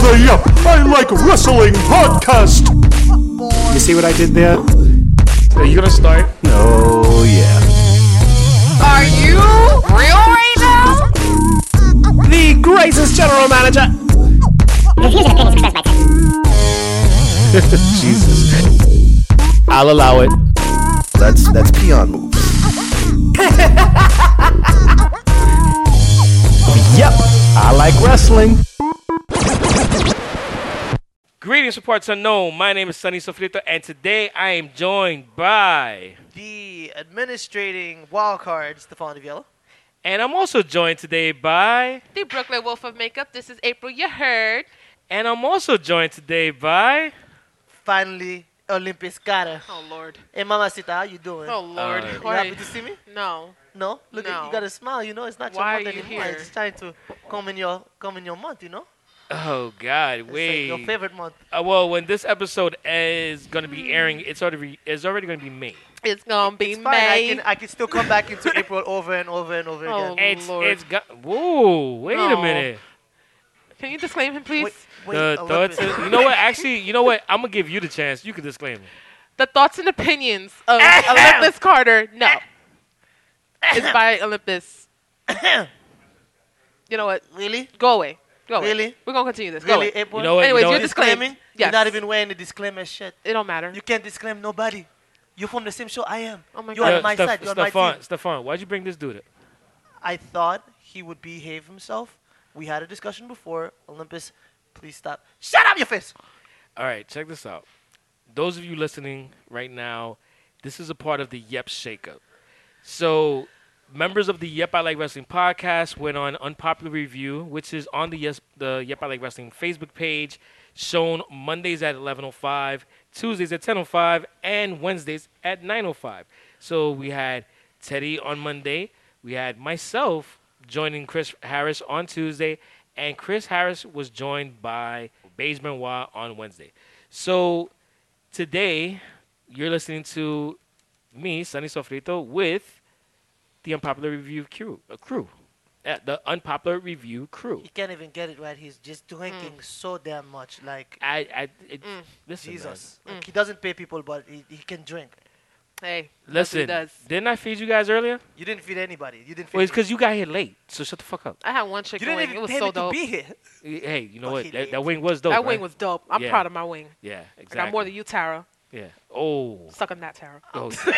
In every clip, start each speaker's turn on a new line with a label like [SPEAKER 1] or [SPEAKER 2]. [SPEAKER 1] Hey up! I like wrestling podcast! You see what I did there?
[SPEAKER 2] Are you gonna start?
[SPEAKER 1] Oh, yeah.
[SPEAKER 3] Are you real right now?
[SPEAKER 1] The greatest general manager!
[SPEAKER 4] Refusing opinions expressed by text.
[SPEAKER 1] Jesus. I'll allow it.
[SPEAKER 5] That's that's peon moves.
[SPEAKER 1] Yep, I like wrestling.
[SPEAKER 6] Greetings from parts unknown. My name is Sunny Sofrito, and today I am joined by,
[SPEAKER 7] the administrating wild card, Stefan Yellow.
[SPEAKER 6] and I'm also joined today by,
[SPEAKER 8] The Brooklyn Wolf of Makeup. This is April. You heard.
[SPEAKER 6] and I'm also joined today by.
[SPEAKER 7] Finally, Olympus Cara.
[SPEAKER 8] Oh Lord.
[SPEAKER 7] Hey, Mamacita, how you doing?
[SPEAKER 8] Oh Lord.
[SPEAKER 6] Uh,
[SPEAKER 7] you
[SPEAKER 8] Why-
[SPEAKER 7] happy to see me?
[SPEAKER 8] No.
[SPEAKER 7] No? Look, at-
[SPEAKER 8] No.
[SPEAKER 7] you got a smile, you know? It's not
[SPEAKER 8] Why are
[SPEAKER 7] your month
[SPEAKER 8] you
[SPEAKER 7] anymore.
[SPEAKER 8] here?
[SPEAKER 7] It's trying to come in your come in your month, you know?
[SPEAKER 6] Oh God,
[SPEAKER 7] It's like
[SPEAKER 6] wait.
[SPEAKER 7] your favorite month.
[SPEAKER 6] Uh, well, when this episode is gonna be airing, it's already it's already gonna be May.
[SPEAKER 8] It's gonna be
[SPEAKER 7] It's fine. I
[SPEAKER 8] May.
[SPEAKER 7] can, I can still come back into April over and over and over
[SPEAKER 8] Oh,
[SPEAKER 7] again.
[SPEAKER 6] It's
[SPEAKER 8] Lord.
[SPEAKER 6] it's got. Whoa, wait a
[SPEAKER 8] No.
[SPEAKER 6] minute.
[SPEAKER 8] Can you disclaim him, please?
[SPEAKER 7] Wait, Oh, wait,
[SPEAKER 6] the
[SPEAKER 7] Olympus.
[SPEAKER 6] thoughts. of- you know what? Actually, you know what? I'm gonna give you the chance. You can disclaim it.
[SPEAKER 8] The thoughts and opinions of Olympus Carter. No. it's by Olympus. you know what?
[SPEAKER 7] Really?
[SPEAKER 8] Go away. Go away.
[SPEAKER 7] Really?
[SPEAKER 8] We're gonna continue this. Go
[SPEAKER 7] Really,
[SPEAKER 8] away.
[SPEAKER 7] April?
[SPEAKER 6] You know what?
[SPEAKER 8] Anyways, you're
[SPEAKER 6] what?
[SPEAKER 8] disclaiming.
[SPEAKER 7] Disclaiming?
[SPEAKER 8] Yes.
[SPEAKER 7] You're not even wearing the disclaimer shit.
[SPEAKER 8] It don't matter.
[SPEAKER 7] You can't disclaim nobody. You're from the same show I am.
[SPEAKER 8] Oh my
[SPEAKER 7] You're
[SPEAKER 8] God.
[SPEAKER 7] on my
[SPEAKER 6] Uh, Steph-
[SPEAKER 7] side. You're on my team.
[SPEAKER 6] Stefan, Stefan, why'd you bring this dude? up?
[SPEAKER 7] I thought he would behave himself. We had a discussion before. Olympus, please stop. Shut up, your face.
[SPEAKER 6] All right, check this out. Those of you listening right now, this is a part of the Yep Shakeup. So, members of the Yep I Like Wrestling podcast went on Unpopular Review, which is on the yes, the Yep I Like Wrestling Facebook page, shown Mondays at 11:05, Tuesdays at 10:05, and Wednesdays at 9:05. So we had Teddy on Monday, we had myself joining Chris Harris on Tuesday, and Chris Harris was joined by Beige Benoit on Wednesday. So today, you're listening to me, Sunny Sofrito, with the Unpopular Review crew. Uh, crew. Uh, the Unpopular Review crew.
[SPEAKER 7] He can't even get it right. He's just drinking so damn much. Like,
[SPEAKER 6] I, I, it,
[SPEAKER 8] Mm.
[SPEAKER 6] listen, man.
[SPEAKER 7] Jesus. Like, he doesn't pay people, but he, he can drink.
[SPEAKER 8] Hey. that's what he
[SPEAKER 6] Listen,
[SPEAKER 8] does.
[SPEAKER 6] didn't I feed you guys earlier?
[SPEAKER 7] You didn't feed anybody. You didn't feed
[SPEAKER 6] Well, it's because you got here late, so shut the fuck up.
[SPEAKER 8] I had one chicken
[SPEAKER 7] You didn't
[SPEAKER 8] wing.
[SPEAKER 7] even
[SPEAKER 8] It was
[SPEAKER 7] pay
[SPEAKER 8] so
[SPEAKER 7] me to
[SPEAKER 8] dope.
[SPEAKER 7] be here.
[SPEAKER 6] Hey, you know
[SPEAKER 7] Fuck
[SPEAKER 6] what?
[SPEAKER 7] he
[SPEAKER 6] That,
[SPEAKER 7] did.
[SPEAKER 6] that wing was dope.
[SPEAKER 8] That wing
[SPEAKER 6] right?
[SPEAKER 8] was dope. I'm
[SPEAKER 6] Yeah.
[SPEAKER 8] proud of my wing.
[SPEAKER 6] Yeah, exactly.
[SPEAKER 8] I got more than you, Tara.
[SPEAKER 6] Yeah. Oh.
[SPEAKER 8] Suck on that, Tara.
[SPEAKER 6] Oh, damn.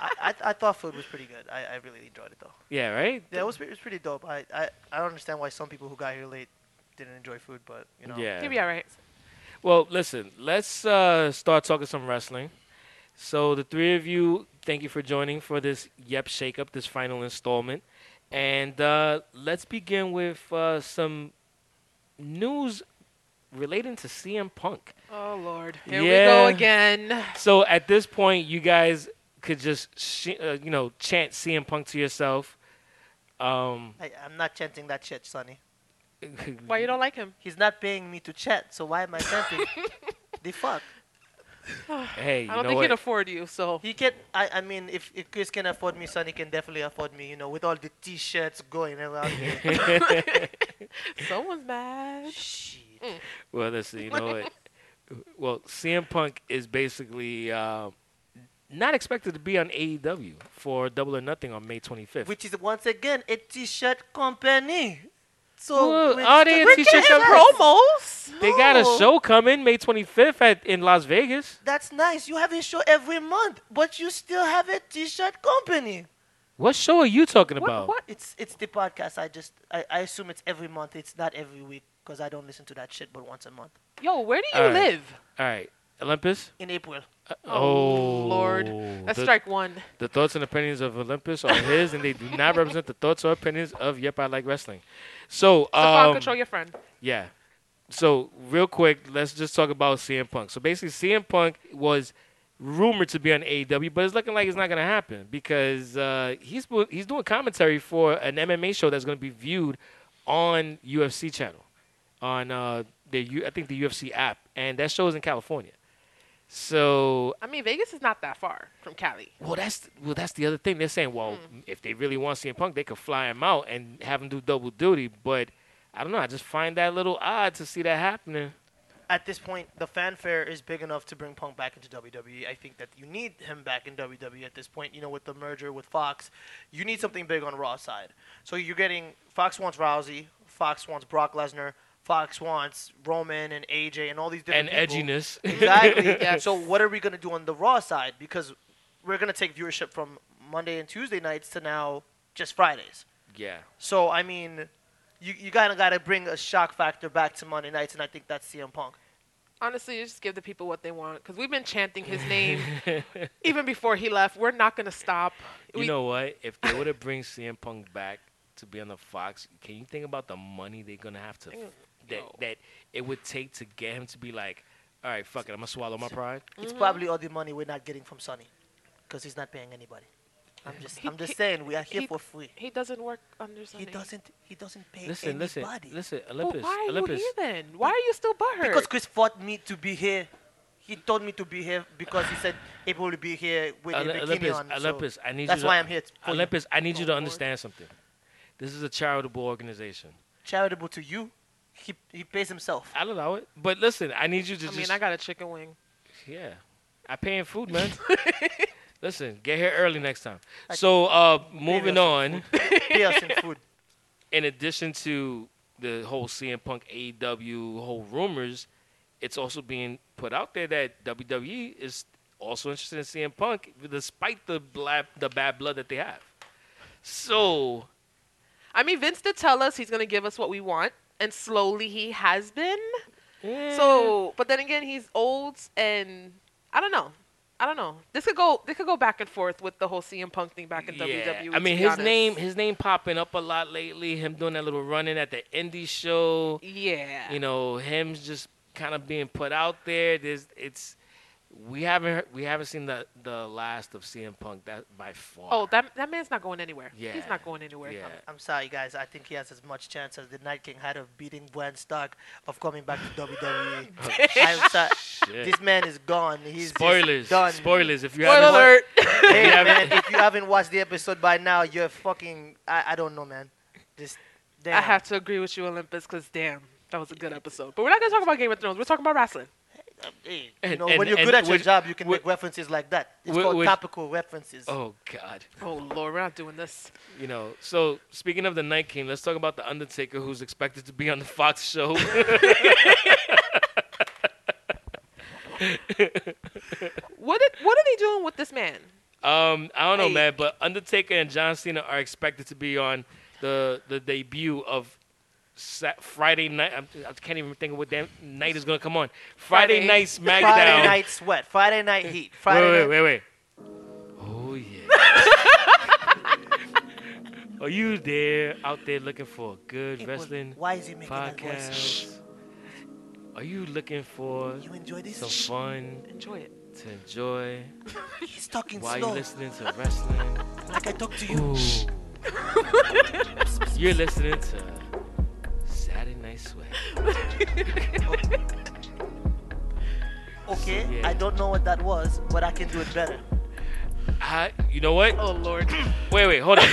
[SPEAKER 7] I, I, I thought food was pretty good. I, I really enjoyed it, though.
[SPEAKER 6] yeah, right?
[SPEAKER 7] Yeah, it was, pre- it was pretty dope. I, I, I don't understand why some people who got here late didn't enjoy food, but, you know.
[SPEAKER 6] Yeah.
[SPEAKER 8] You'll be all right.
[SPEAKER 6] Well, listen, let's uh, start talking some wrestling. So, the three of you, thank you for joining for this Yep Shakeup, this final installment. And uh, let's begin with uh, some news relating to CM Punk.
[SPEAKER 8] Oh Lord, here
[SPEAKER 6] Yeah.
[SPEAKER 8] we go again.
[SPEAKER 6] So, at this point, you guys could just, sh- uh, you know, chant CM Punk to yourself. Um,
[SPEAKER 7] I, I'm not chanting that shit, Sonny.
[SPEAKER 8] Why you don't like him?
[SPEAKER 7] He's not paying me to chat, so why am I chanting? the fuck?
[SPEAKER 6] hey, you
[SPEAKER 8] I don't
[SPEAKER 6] know
[SPEAKER 8] think
[SPEAKER 6] what?
[SPEAKER 8] he'd afford you. So
[SPEAKER 7] He can. I, I mean, if, if Chris can afford me, Sonny can definitely afford me. You know, with all the T-shirts going around. here.
[SPEAKER 8] someone's mad.
[SPEAKER 7] Shit.
[SPEAKER 6] Mm. Well, listen, you know what? Well, CM Punk is basically uh, not expected to be on AEW for Double or Nothing on May 25th.
[SPEAKER 7] Which is once again a T-shirt company. So
[SPEAKER 6] Well,
[SPEAKER 7] which-
[SPEAKER 6] are they a t-shirt
[SPEAKER 7] Yes,
[SPEAKER 6] company?
[SPEAKER 8] Promos.
[SPEAKER 6] they got a
[SPEAKER 7] no.
[SPEAKER 6] show coming May 25th at, in Las Vegas.
[SPEAKER 7] That's nice. You have a show every month, but you still have a T-shirt company.
[SPEAKER 6] What show are you talking
[SPEAKER 8] What?
[SPEAKER 6] about?
[SPEAKER 8] what?
[SPEAKER 7] It's it's the podcast. I just I, I assume it's every month. It's not every week because I don't listen to that shit, but once a month
[SPEAKER 8] Yo, where do you
[SPEAKER 6] All right.
[SPEAKER 8] live?
[SPEAKER 6] All right, Olympus.
[SPEAKER 7] in April.
[SPEAKER 8] Oh, Lord, that's
[SPEAKER 6] the,
[SPEAKER 8] strike one.
[SPEAKER 6] The thoughts and opinions of Olympus are his, and they do not represent the thoughts or opinions of Yep I Like Wrestling. So,
[SPEAKER 8] So far,
[SPEAKER 6] um,
[SPEAKER 8] control your friend.
[SPEAKER 6] Yeah. So real quick, let's just talk about CM Punk. So basically, CM Punk was rumored to be on AEW, but it's looking like it's not gonna happen because uh, he's bu- he's doing commentary for an MMA show that's gonna be viewed on UFC channel, on uh, the U- I think the UFC app, and that show is in California. So
[SPEAKER 8] I mean, Vegas is not that far from Cali.
[SPEAKER 6] well, that's well, that's the other thing. They're saying, well, if they really want CM Punk, they could fly him out and have him do double duty. But I don't know. I just find that a little odd to see that happening.
[SPEAKER 7] At this point, the fanfare is big enough to bring Punk back into WWE. I think that you need him back in WWE at this point. You know, with the merger with Fox, you need something big on Raw side. So you're getting Fox wants Rousey, Fox wants Brock Lesnar, Fox wants Roman and AJ and all these
[SPEAKER 6] And
[SPEAKER 7] different people.
[SPEAKER 6] edginess.
[SPEAKER 7] Exactly. So what are we going to do on the Raw side? Because we're going to take viewership from Monday and Tuesday nights to now just Fridays.
[SPEAKER 6] yeah.
[SPEAKER 7] So I mean, you you kind of got to bring a shock factor back to Monday nights, and I think that's CM Punk.
[SPEAKER 8] Honestly, you just give the people what they want because we've been chanting his name even before he left. We're not gonna stop.
[SPEAKER 6] You
[SPEAKER 8] we,
[SPEAKER 6] know what? If they were to bring CM Punk back to be on the Fox, can you think about the money they're gonna have to that
[SPEAKER 8] No.
[SPEAKER 6] that it would take to get him to be like, all right, fuck it, I'm gonna swallow my pride.
[SPEAKER 7] It's probably all the money we're not getting from Sonny, because he's not paying anybody. I'm just I'm just saying we are here
[SPEAKER 8] he-
[SPEAKER 7] for free.
[SPEAKER 8] he doesn't work under
[SPEAKER 7] He
[SPEAKER 8] Sunday.
[SPEAKER 7] doesn't he doesn't pay
[SPEAKER 6] Listen, listen,
[SPEAKER 7] anybody.
[SPEAKER 6] listen,
[SPEAKER 8] Well,
[SPEAKER 6] Olympus,
[SPEAKER 8] why are
[SPEAKER 6] Olympus.
[SPEAKER 8] you here then? Why are you still butthurt?
[SPEAKER 7] Because Chris fought me to be here. He told me to be here because he said April will be here with a
[SPEAKER 6] Ole-
[SPEAKER 7] bikini
[SPEAKER 6] Olympus,
[SPEAKER 7] on. so
[SPEAKER 6] Olympus, I need
[SPEAKER 7] that's
[SPEAKER 6] you to,
[SPEAKER 7] why I'm here. For you.
[SPEAKER 6] Olympus, I need you to
[SPEAKER 8] Lord.
[SPEAKER 6] understand something. This is a charitable organization.
[SPEAKER 7] Charitable to you. He, he pays himself.
[SPEAKER 6] I'll allow it, but listen, I need you to
[SPEAKER 8] I
[SPEAKER 6] just
[SPEAKER 8] mean, I got a chicken wing.
[SPEAKER 6] Yeah. I paying food, man. Listen, get here early next time. So, uh, moving on.
[SPEAKER 7] Pay us in food.
[SPEAKER 6] In addition to the whole CM Punk AEW whole rumors, it's also being put out there that WWE is also interested in CM Punk, despite the bla- the bad blood that they have. So,
[SPEAKER 8] I mean, Vince did tell us he's gonna give us what we want, and slowly he has been.
[SPEAKER 6] Mm.
[SPEAKER 8] So, but then again, he's old, and I don't know. I don't know. This could go. This could go back and forth with the whole CM Punk thing back in WWE.
[SPEAKER 6] I
[SPEAKER 8] to
[SPEAKER 6] mean,
[SPEAKER 8] be
[SPEAKER 6] his
[SPEAKER 8] honest.
[SPEAKER 6] name his name popping up a lot lately. Him doing that little running at the indie show.
[SPEAKER 8] Yeah.
[SPEAKER 6] you know him just kind of being put out there. There's it's we haven't heard, we haven't seen the the last of CM Punk that by far.
[SPEAKER 8] Oh, that that man's not going anywhere.
[SPEAKER 6] Yeah.
[SPEAKER 8] He's not going anywhere.
[SPEAKER 6] yeah.
[SPEAKER 7] I'm sorry, guys. I think he has as much chance as the Night King had of beating Gwen Stark of coming back to WWE. I'm sorry.
[SPEAKER 6] Oh, Shit.
[SPEAKER 7] This man is gone. He's just
[SPEAKER 6] Spoilers.
[SPEAKER 7] done.
[SPEAKER 6] Spoilers. If you
[SPEAKER 8] Spoiler
[SPEAKER 6] haven't
[SPEAKER 8] alert.
[SPEAKER 7] Hey,
[SPEAKER 6] Yeah,
[SPEAKER 7] man, if you haven't watched the episode by now, you're fucking. I, I don't know, man. Just damn.
[SPEAKER 8] I have to agree with you, Olympus, because damn, that was a good episode. But we're not gonna talk about Game of Thrones. We're talking about wrestling.
[SPEAKER 7] Hey, you
[SPEAKER 6] And-
[SPEAKER 7] know,
[SPEAKER 6] and-
[SPEAKER 7] when you're
[SPEAKER 6] and
[SPEAKER 7] good at your
[SPEAKER 6] which-
[SPEAKER 7] job, you can
[SPEAKER 6] whi-
[SPEAKER 7] make references like that. It's
[SPEAKER 6] whi-
[SPEAKER 7] called
[SPEAKER 6] which-
[SPEAKER 7] topical references.
[SPEAKER 6] Oh God.
[SPEAKER 8] Oh Lord, we're not doing this.
[SPEAKER 6] You know. So speaking of the Night King, let's talk about the Undertaker, who's expected to be on the Fox show.
[SPEAKER 8] What did, what are they doing with this man?
[SPEAKER 6] um, I don't know,
[SPEAKER 8] Hey.
[SPEAKER 6] man, but Undertaker and John Cena are expected to be on the the debut of. Sa- Friday night, I'm, I can't even think of what damn night is gonna come on. Friday,
[SPEAKER 8] Friday.
[SPEAKER 6] night SmackDown.
[SPEAKER 7] Friday night sweat. Friday night heat. Friday
[SPEAKER 6] wait,
[SPEAKER 7] night.
[SPEAKER 6] wait, wait, wait. Oh yeah. Are you there out there looking for a good
[SPEAKER 7] People,
[SPEAKER 6] wrestling
[SPEAKER 7] Why is he making that voice?
[SPEAKER 6] podcast? Are you looking for
[SPEAKER 7] You enjoy this?
[SPEAKER 6] some fun
[SPEAKER 8] Enjoy it.
[SPEAKER 6] to enjoy
[SPEAKER 7] He's talking
[SPEAKER 6] while
[SPEAKER 7] slow.
[SPEAKER 6] you're listening to wrestling?
[SPEAKER 7] Like I talk to you.
[SPEAKER 6] Ooh. you're listening to Saturday Night Sweat.
[SPEAKER 7] Okay,
[SPEAKER 6] Yeah.
[SPEAKER 7] I don't know what that was, but I can do it better.
[SPEAKER 6] I, you know what?
[SPEAKER 8] Oh Lord.
[SPEAKER 6] Wait, wait, hold on.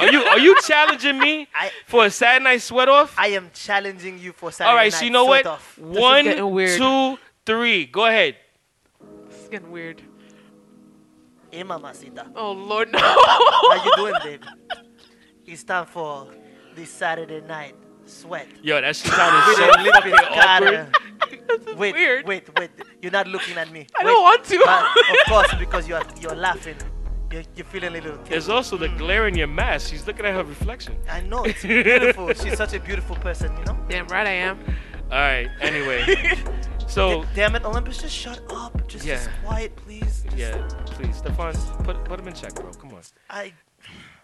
[SPEAKER 6] are you are you challenging me
[SPEAKER 7] I-
[SPEAKER 6] for a Saturday Night Sweat off?
[SPEAKER 7] I am challenging you for Saturday
[SPEAKER 6] All right,
[SPEAKER 7] night.
[SPEAKER 6] so you know
[SPEAKER 7] sort
[SPEAKER 6] what?
[SPEAKER 7] of.
[SPEAKER 8] is
[SPEAKER 6] One,
[SPEAKER 8] getting weird.
[SPEAKER 6] two, three. Go ahead.
[SPEAKER 8] It's getting weird.
[SPEAKER 7] Hey, Eh, mamacita.
[SPEAKER 8] Oh Lord, no.
[SPEAKER 7] How you doing, baby? It's time for this Saturday night sweat.
[SPEAKER 6] Yo, that shit sounded so fucking awkward.
[SPEAKER 7] Cara, wait,
[SPEAKER 8] weird.
[SPEAKER 7] wait, wait. You're not looking at me.
[SPEAKER 8] I
[SPEAKER 7] Wait,
[SPEAKER 8] don't want to.
[SPEAKER 7] but of course, because you're you're laughing. You're, you're feeling a little.
[SPEAKER 6] There's also the glare in your mask. She's looking at her reflection.
[SPEAKER 7] I know it's beautiful. She's such a beautiful person, you know.
[SPEAKER 8] Damn right I am.
[SPEAKER 6] All right. Anyway, so
[SPEAKER 7] D- damn it, Olympus, just shut up. Just, just
[SPEAKER 6] Yeah.
[SPEAKER 7] quiet, please. Just,
[SPEAKER 6] yeah, please, Stefan, put put him in check, bro. Come on.
[SPEAKER 7] I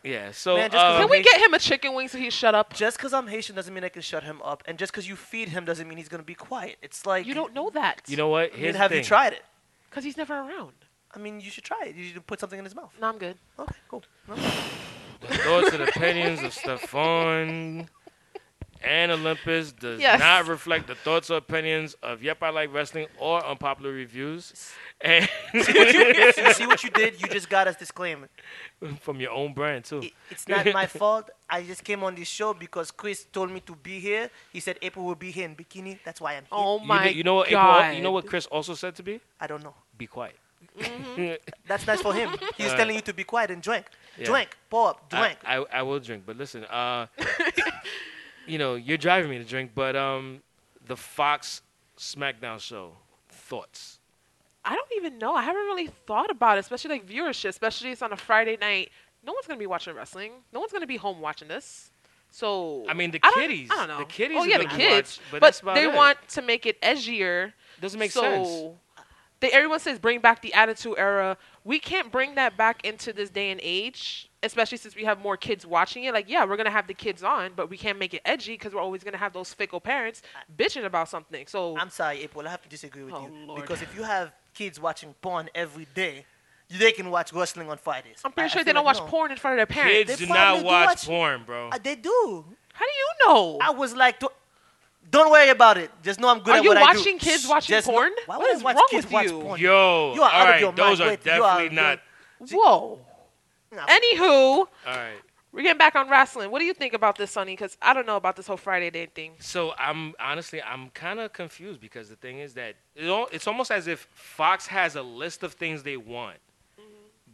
[SPEAKER 6] Yeah. So
[SPEAKER 7] Man, just 'cause
[SPEAKER 6] um,
[SPEAKER 8] Can we get him a chicken wing so he shut up?
[SPEAKER 7] just because I'm Haitian doesn't mean I can shut him up, and just because you feed him doesn't mean he's gonna be quiet. It's like
[SPEAKER 8] You don't know that.
[SPEAKER 6] you know what?
[SPEAKER 7] I mean,
[SPEAKER 6] Here's
[SPEAKER 7] have
[SPEAKER 6] the thing.
[SPEAKER 7] you tried it?
[SPEAKER 8] Because he's never around.
[SPEAKER 7] I mean, you should try it. You should put something in his mouth.
[SPEAKER 8] No, I'm good.
[SPEAKER 7] Okay, cool. No?
[SPEAKER 6] The thoughts and opinions of Stefan and Olympus does
[SPEAKER 8] Yes.
[SPEAKER 6] not reflect the thoughts or opinions of Yep I Like Wrestling or Unpopular Reviews and
[SPEAKER 7] you see what you did? You just got us disclaimer.
[SPEAKER 6] from your own brand too.
[SPEAKER 7] It, it's not my fault. I just came on this show because Chris told me to be here. He said April will be here in bikini. That's why I'm here.
[SPEAKER 8] Oh
[SPEAKER 6] You
[SPEAKER 8] my
[SPEAKER 6] know, you know what
[SPEAKER 8] god!
[SPEAKER 6] April, you know what Chris also said to me?
[SPEAKER 7] I don't know.
[SPEAKER 6] Be quiet.
[SPEAKER 7] That's nice for him. He's
[SPEAKER 6] Alright.
[SPEAKER 7] telling you to be quiet and drink.
[SPEAKER 6] Yeah.
[SPEAKER 7] Drink. Pour up.
[SPEAKER 6] I,
[SPEAKER 7] Drink.
[SPEAKER 6] I, I will drink, but listen, uh, you know, you're driving me to drink, but um, the Fox SmackDown show thoughts.
[SPEAKER 8] I don't even know. I haven't really thought about it, especially like viewership, especially it's on a Friday night. No one's gonna be watching wrestling. No one's gonna be home watching this. So
[SPEAKER 6] I mean, the
[SPEAKER 8] I don't-
[SPEAKER 6] kiddies-
[SPEAKER 8] I don't know.
[SPEAKER 6] the kiddies
[SPEAKER 8] Oh
[SPEAKER 6] are
[SPEAKER 8] yeah, the
[SPEAKER 6] gonna
[SPEAKER 8] kids.
[SPEAKER 6] watch, but
[SPEAKER 8] but
[SPEAKER 6] that's about
[SPEAKER 8] they
[SPEAKER 6] it.
[SPEAKER 8] want to make it edgier.
[SPEAKER 6] Doesn't make
[SPEAKER 8] so,
[SPEAKER 6] sense.
[SPEAKER 8] They, everyone says bring back the Attitude Era. We can't bring that back into this day and age, especially since we have more kids watching it. Like, yeah, we're gonna have the kids on, but we can't make it edgy because we're always gonna have those fickle parents bitching about something. So
[SPEAKER 7] I'm sorry, April. I have to disagree with
[SPEAKER 8] Oh,
[SPEAKER 7] you
[SPEAKER 8] Lord.
[SPEAKER 7] because if you have kids watching porn every day, they can watch wrestling on Fridays.
[SPEAKER 8] I'm pretty
[SPEAKER 7] I- I
[SPEAKER 8] sure they
[SPEAKER 7] feel
[SPEAKER 8] don't
[SPEAKER 7] like
[SPEAKER 8] watch
[SPEAKER 7] no.
[SPEAKER 8] porn in front of their parents.
[SPEAKER 6] Kids
[SPEAKER 7] They
[SPEAKER 6] do
[SPEAKER 7] probably
[SPEAKER 6] not
[SPEAKER 7] do
[SPEAKER 6] watch,
[SPEAKER 7] watch-
[SPEAKER 6] porn, bro.
[SPEAKER 7] Uh, they
[SPEAKER 6] Oh.
[SPEAKER 7] do.
[SPEAKER 8] How do you know?
[SPEAKER 7] I was like, "Don't- don't worry about it. Just know I'm good
[SPEAKER 8] Are
[SPEAKER 7] at
[SPEAKER 8] you
[SPEAKER 7] what I do.
[SPEAKER 8] watching kids watching
[SPEAKER 7] Just know-
[SPEAKER 8] porn?
[SPEAKER 7] why
[SPEAKER 8] What
[SPEAKER 7] would I
[SPEAKER 8] is
[SPEAKER 7] watch
[SPEAKER 8] wrong
[SPEAKER 7] kids
[SPEAKER 8] with
[SPEAKER 7] watch
[SPEAKER 8] you?
[SPEAKER 7] porn?
[SPEAKER 6] Yo,
[SPEAKER 7] You are out
[SPEAKER 6] all
[SPEAKER 7] of
[SPEAKER 6] right,
[SPEAKER 7] your
[SPEAKER 6] those
[SPEAKER 7] mind.
[SPEAKER 6] are
[SPEAKER 7] Wait, you are-
[SPEAKER 6] definitely not.
[SPEAKER 8] Whoa.
[SPEAKER 7] No.
[SPEAKER 8] Anywho,
[SPEAKER 6] All right.
[SPEAKER 8] we're getting back on wrestling. What do you think about this, Sonny? Because I don't know about this whole Friday day thing.
[SPEAKER 6] So I'm honestly I'm kind of confused because the thing is that it all, it's almost as if Fox has a list of things they want,
[SPEAKER 8] Mm-hmm.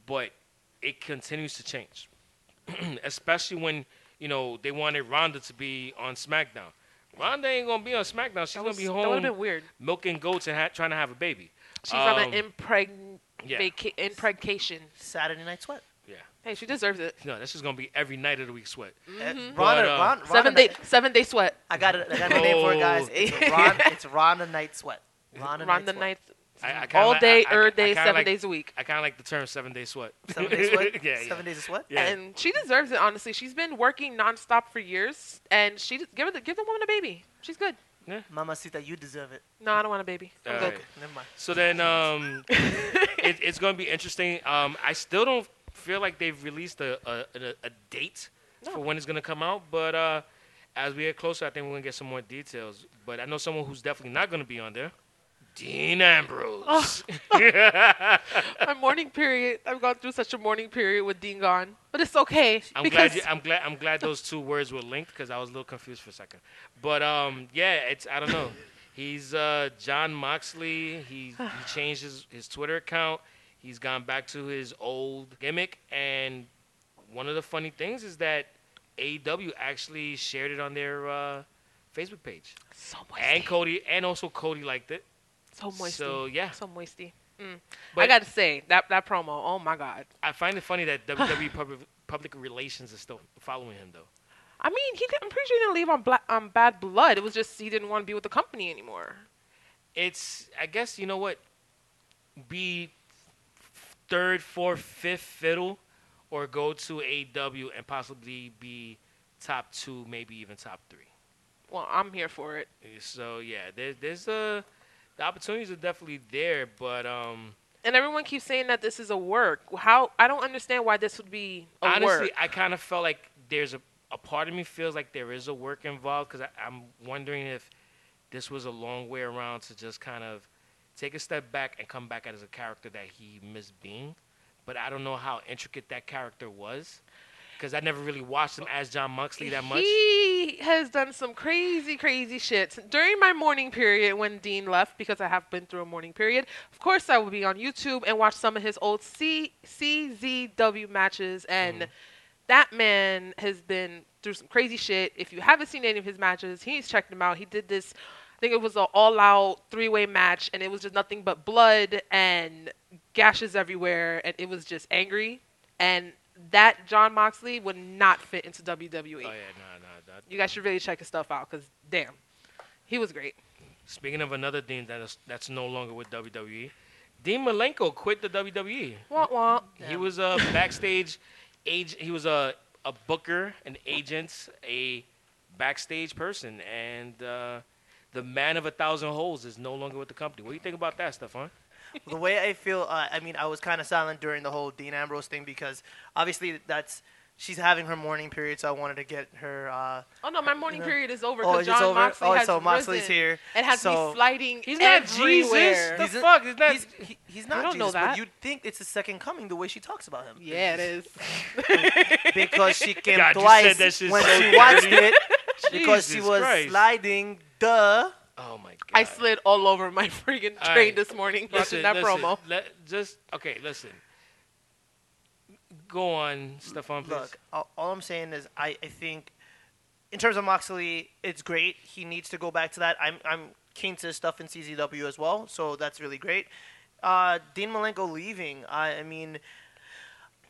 [SPEAKER 6] but it continues to change, especially when you know they wanted Ronda to be on SmackDown. Ronda ain't gonna be on SmackDown. She's
[SPEAKER 8] That,
[SPEAKER 6] gonna
[SPEAKER 8] was-
[SPEAKER 6] be
[SPEAKER 8] that would have been
[SPEAKER 6] home
[SPEAKER 8] weird.
[SPEAKER 6] milking goats and ha- trying to have a baby.
[SPEAKER 8] She's on an
[SPEAKER 6] Um,
[SPEAKER 8] impregn-
[SPEAKER 6] yeah.
[SPEAKER 8] vaca- impregcation.
[SPEAKER 7] Saturday night sweat. Eh,
[SPEAKER 8] Hey, she deserves it.
[SPEAKER 6] No, that's just gonna be every night of the week sweat.
[SPEAKER 8] Mm-hmm.
[SPEAKER 7] mm
[SPEAKER 6] But, uh,
[SPEAKER 8] Seven day, seven day sweat.
[SPEAKER 7] I got it. I got a name for it, guys.
[SPEAKER 8] Oh.
[SPEAKER 7] It's Ron. It's Ronda Night Sweat. Ronda,
[SPEAKER 8] Around the
[SPEAKER 7] Night.
[SPEAKER 8] ninth,
[SPEAKER 6] I, I kinda
[SPEAKER 8] all
[SPEAKER 6] like-
[SPEAKER 8] day,
[SPEAKER 6] I- I- I
[SPEAKER 8] er day,
[SPEAKER 6] kinda
[SPEAKER 8] seven
[SPEAKER 6] like-
[SPEAKER 8] days a week.
[SPEAKER 6] I kind of like the term seven day sweat.
[SPEAKER 7] Sweat. Seven days sweat.
[SPEAKER 6] yeah, yeah.
[SPEAKER 7] Seven days of sweat.
[SPEAKER 6] Yeah.
[SPEAKER 8] And she deserves it, honestly. She's been working nonstop for years, and she give her the, give the woman a baby. She's good.
[SPEAKER 7] Mama Sita, you deserve it.
[SPEAKER 8] No, I don't want a baby. I'm
[SPEAKER 6] All
[SPEAKER 8] good.
[SPEAKER 6] right.
[SPEAKER 7] Never mind.
[SPEAKER 6] So then, um, it, it's going to be interesting. Um, I still don't feel like they've released a a, a, a date
[SPEAKER 8] No.
[SPEAKER 6] for when it's going to come out, but uh, as we get closer, I think we're going to get some more details. But I know someone who's definitely not going to be on there. Dean Ambrose.
[SPEAKER 7] Oh,
[SPEAKER 8] my morning period. I've gone through such a morning period with Dean gone, but it's okay
[SPEAKER 6] I'm
[SPEAKER 8] because
[SPEAKER 6] glad. You, I'm glad. I'm glad those two words were linked because I was a little confused for a second. But um, yeah, it's I don't know. He's uh, John Moxley. He he changed his, his Twitter account. He's gone back to his old gimmick. And one of the funny things is that AEW actually shared it on their uh, Facebook page.
[SPEAKER 8] so
[SPEAKER 6] And
[SPEAKER 8] moisty,
[SPEAKER 6] Cody and also Cody liked it.
[SPEAKER 8] so moisty,
[SPEAKER 6] So yeah,
[SPEAKER 8] so moisty. Mm. I
[SPEAKER 6] But-
[SPEAKER 8] gotta say that that promo. Oh my god.
[SPEAKER 6] I find it funny that WWE public, public relations is still following him though.
[SPEAKER 8] I mean, he. Did, I'm pretty sure he didn't leave on black, on bad blood. It was just he didn't want to be with the company anymore.
[SPEAKER 6] it's I guess you know what be third, fourth, fifth fiddle or go to AW and possibly be top two, maybe even top three.
[SPEAKER 8] Well, I'm here for it.
[SPEAKER 6] So yeah, there, there's a the opportunities are definitely there, but um
[SPEAKER 8] And everyone keeps saying that this is a work. How I don't understand why this would be a
[SPEAKER 6] honestly,
[SPEAKER 8] work.
[SPEAKER 6] I kind of felt like there's a a part of me feels like there is a work involved because I'm wondering if this was a long way around to just kind of take a step back and come back as a character that he missed being. But I don't know how intricate that character was because I never really watched him as John Moxley that much.
[SPEAKER 8] He has done some crazy, crazy shit. During my morning period when Dean left, because I have been through a morning period, of course I will be on YouTube and watch some of his old C- CZW matches. And
[SPEAKER 6] Mm-hmm.
[SPEAKER 8] that man has been through some crazy shit. If you haven't seen any of his matches, he needs to check them out. He did this, I think it was an all out three way match, and it was just nothing but blood and gashes everywhere. And it was just angry. And that John Moxley would not fit into WWE
[SPEAKER 6] Oh yeah, nah, nah. That,
[SPEAKER 8] you guys should really check his stuff out because damn he was great
[SPEAKER 6] speaking of another thing that is that's no longer with WWE, Dean Malenko quit the E. WWE.
[SPEAKER 8] wah, wah.
[SPEAKER 6] He was a backstage age. He was a a booker, an agent, a backstage person, and uh, the man of a thousand holes is no longer with the company. What do you think about that, Stefan?
[SPEAKER 7] the way I feel, uh, I mean, I was kind of silent during the whole Dean Ambrose thing because obviously that's she's having her morning period, so I wanted to get her. Uh,
[SPEAKER 8] Oh no, my morning
[SPEAKER 7] No.
[SPEAKER 8] period is over
[SPEAKER 7] Oh,
[SPEAKER 8] because
[SPEAKER 7] it's
[SPEAKER 8] John
[SPEAKER 7] over?
[SPEAKER 8] Moxley
[SPEAKER 7] Oh,
[SPEAKER 8] has
[SPEAKER 7] so Moxley's
[SPEAKER 8] risen.
[SPEAKER 7] here.
[SPEAKER 8] It has
[SPEAKER 7] So-
[SPEAKER 8] me fighting
[SPEAKER 6] He's not
[SPEAKER 8] everywhere.
[SPEAKER 6] Jesus. The fuck? He's not-
[SPEAKER 7] He's, he, he's not
[SPEAKER 8] I don't know
[SPEAKER 7] Jesus,
[SPEAKER 8] that.
[SPEAKER 7] but you'd think it's the second coming the way she talks about him.
[SPEAKER 8] yeah, it is.
[SPEAKER 7] Because she came
[SPEAKER 6] God, you
[SPEAKER 7] twice
[SPEAKER 6] said that shit
[SPEAKER 7] when
[SPEAKER 6] so
[SPEAKER 7] she watched
[SPEAKER 6] dirty.
[SPEAKER 7] it because she
[SPEAKER 6] Jesus
[SPEAKER 7] was
[SPEAKER 6] Christ.
[SPEAKER 7] sliding. Duh.
[SPEAKER 6] Oh my god.
[SPEAKER 8] I slid all over my freaking
[SPEAKER 6] All
[SPEAKER 8] train
[SPEAKER 6] right.
[SPEAKER 8] this morning watching
[SPEAKER 6] Listen,
[SPEAKER 8] that
[SPEAKER 6] listen,
[SPEAKER 8] promo.
[SPEAKER 6] let- just okay. Listen. Go on, Stefan. Please.
[SPEAKER 7] Look, all, all I'm saying is I, I think in terms of Moxley, it's great. He needs to go back to that. I'm I'm keen to his stuff in CZW as well, so that's really great. Uh, Dean Malenko leaving. I, I mean,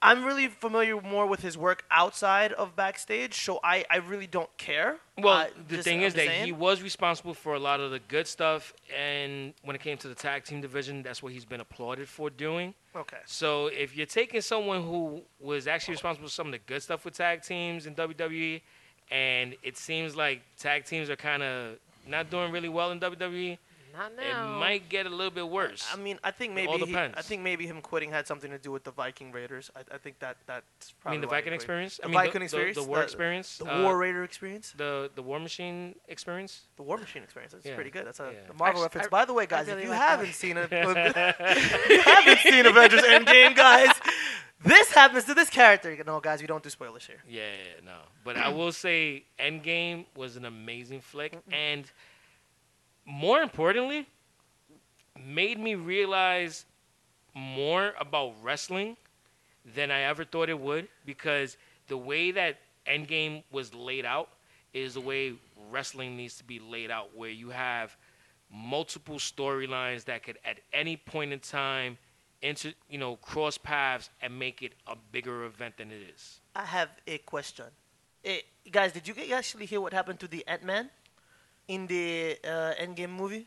[SPEAKER 7] I'm really familiar more with his work outside of backstage, so I, I really don't care.
[SPEAKER 6] Well,
[SPEAKER 7] Uh,
[SPEAKER 6] the
[SPEAKER 7] just-
[SPEAKER 6] thing
[SPEAKER 7] I'm
[SPEAKER 6] is that
[SPEAKER 7] just saying.
[SPEAKER 6] he was responsible for a lot of the good stuff, and when it came to the tag team division, that's what he's been applauded for doing.
[SPEAKER 7] okay.
[SPEAKER 6] So if you're taking someone who was actually responsible for some of the good stuff with tag teams in WWE, and it seems like tag teams are kind of not doing really well in WWE,
[SPEAKER 8] Not
[SPEAKER 6] it might get a little bit worse.
[SPEAKER 7] I mean, I think
[SPEAKER 6] It all
[SPEAKER 7] maybe he, I
[SPEAKER 6] depends.
[SPEAKER 7] think maybe him quitting had something to do with the Viking Raiders. I, I think that that's
[SPEAKER 6] I
[SPEAKER 7] probably
[SPEAKER 6] mean the
[SPEAKER 7] why he
[SPEAKER 6] Viking
[SPEAKER 7] quit.
[SPEAKER 6] experience. I
[SPEAKER 7] The
[SPEAKER 6] mean the-
[SPEAKER 7] Viking
[SPEAKER 6] the,
[SPEAKER 7] experience,
[SPEAKER 6] the, war
[SPEAKER 7] the-
[SPEAKER 6] experience,
[SPEAKER 7] the
[SPEAKER 6] uh,
[SPEAKER 7] War Raider experience.
[SPEAKER 6] the the War Machine experience.
[SPEAKER 7] The War Machine experience. That's
[SPEAKER 6] Yeah.
[SPEAKER 7] pretty good. That's a,
[SPEAKER 6] Yeah.
[SPEAKER 7] a Marvel
[SPEAKER 8] Actually,
[SPEAKER 7] reference.
[SPEAKER 8] I-
[SPEAKER 7] By the way, guys,
[SPEAKER 8] really
[SPEAKER 7] if you
[SPEAKER 8] like that.
[SPEAKER 7] haven't seen it, if you haven't seen Avengers Endgame, guys, this happens to this character. No, guys, we don't do spoilers here.
[SPEAKER 6] Yeah, yeah, no. But I will say Endgame was an amazing flick and more importantly made me realize more about wrestling than I ever thought it would because the way that Endgame was laid out is the way wrestling needs to be laid out where you have multiple storylines that could at any point in time inter, you know cross paths and make it a bigger event than it is.
[SPEAKER 7] I have a question. Eh, guys, did you g- actually hear what happened to the Ant Man in the uh, Endgame movie?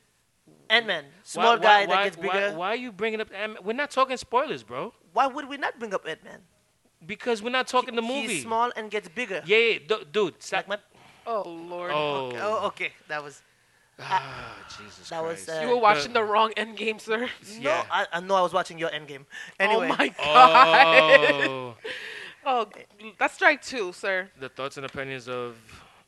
[SPEAKER 7] Ant Man, small
[SPEAKER 6] Why- why- why-
[SPEAKER 7] guy that gets
[SPEAKER 6] why-
[SPEAKER 7] bigger.
[SPEAKER 6] Why, are you bringing up? Ant- We're not talking spoilers, bro.
[SPEAKER 7] Why would we not bring up Ant Man?
[SPEAKER 6] Because we're not talking the movie.
[SPEAKER 7] He's small and gets bigger.
[SPEAKER 6] Yeah, yeah du- dude. Stop.
[SPEAKER 7] Like my,
[SPEAKER 8] Oh Lord.
[SPEAKER 6] oh,
[SPEAKER 7] okay. Oh, okay. That was
[SPEAKER 6] ah, Jesus
[SPEAKER 7] that was,
[SPEAKER 6] Christ.
[SPEAKER 7] uh,
[SPEAKER 8] You were watching the wrong Endgame, sir.
[SPEAKER 6] Yeah.
[SPEAKER 7] no. I, I know I was watching your Endgame. Anyway,
[SPEAKER 8] Oh my God.
[SPEAKER 6] Oh,
[SPEAKER 8] Oh, g- that's strike two, sir.
[SPEAKER 6] the thoughts and opinions of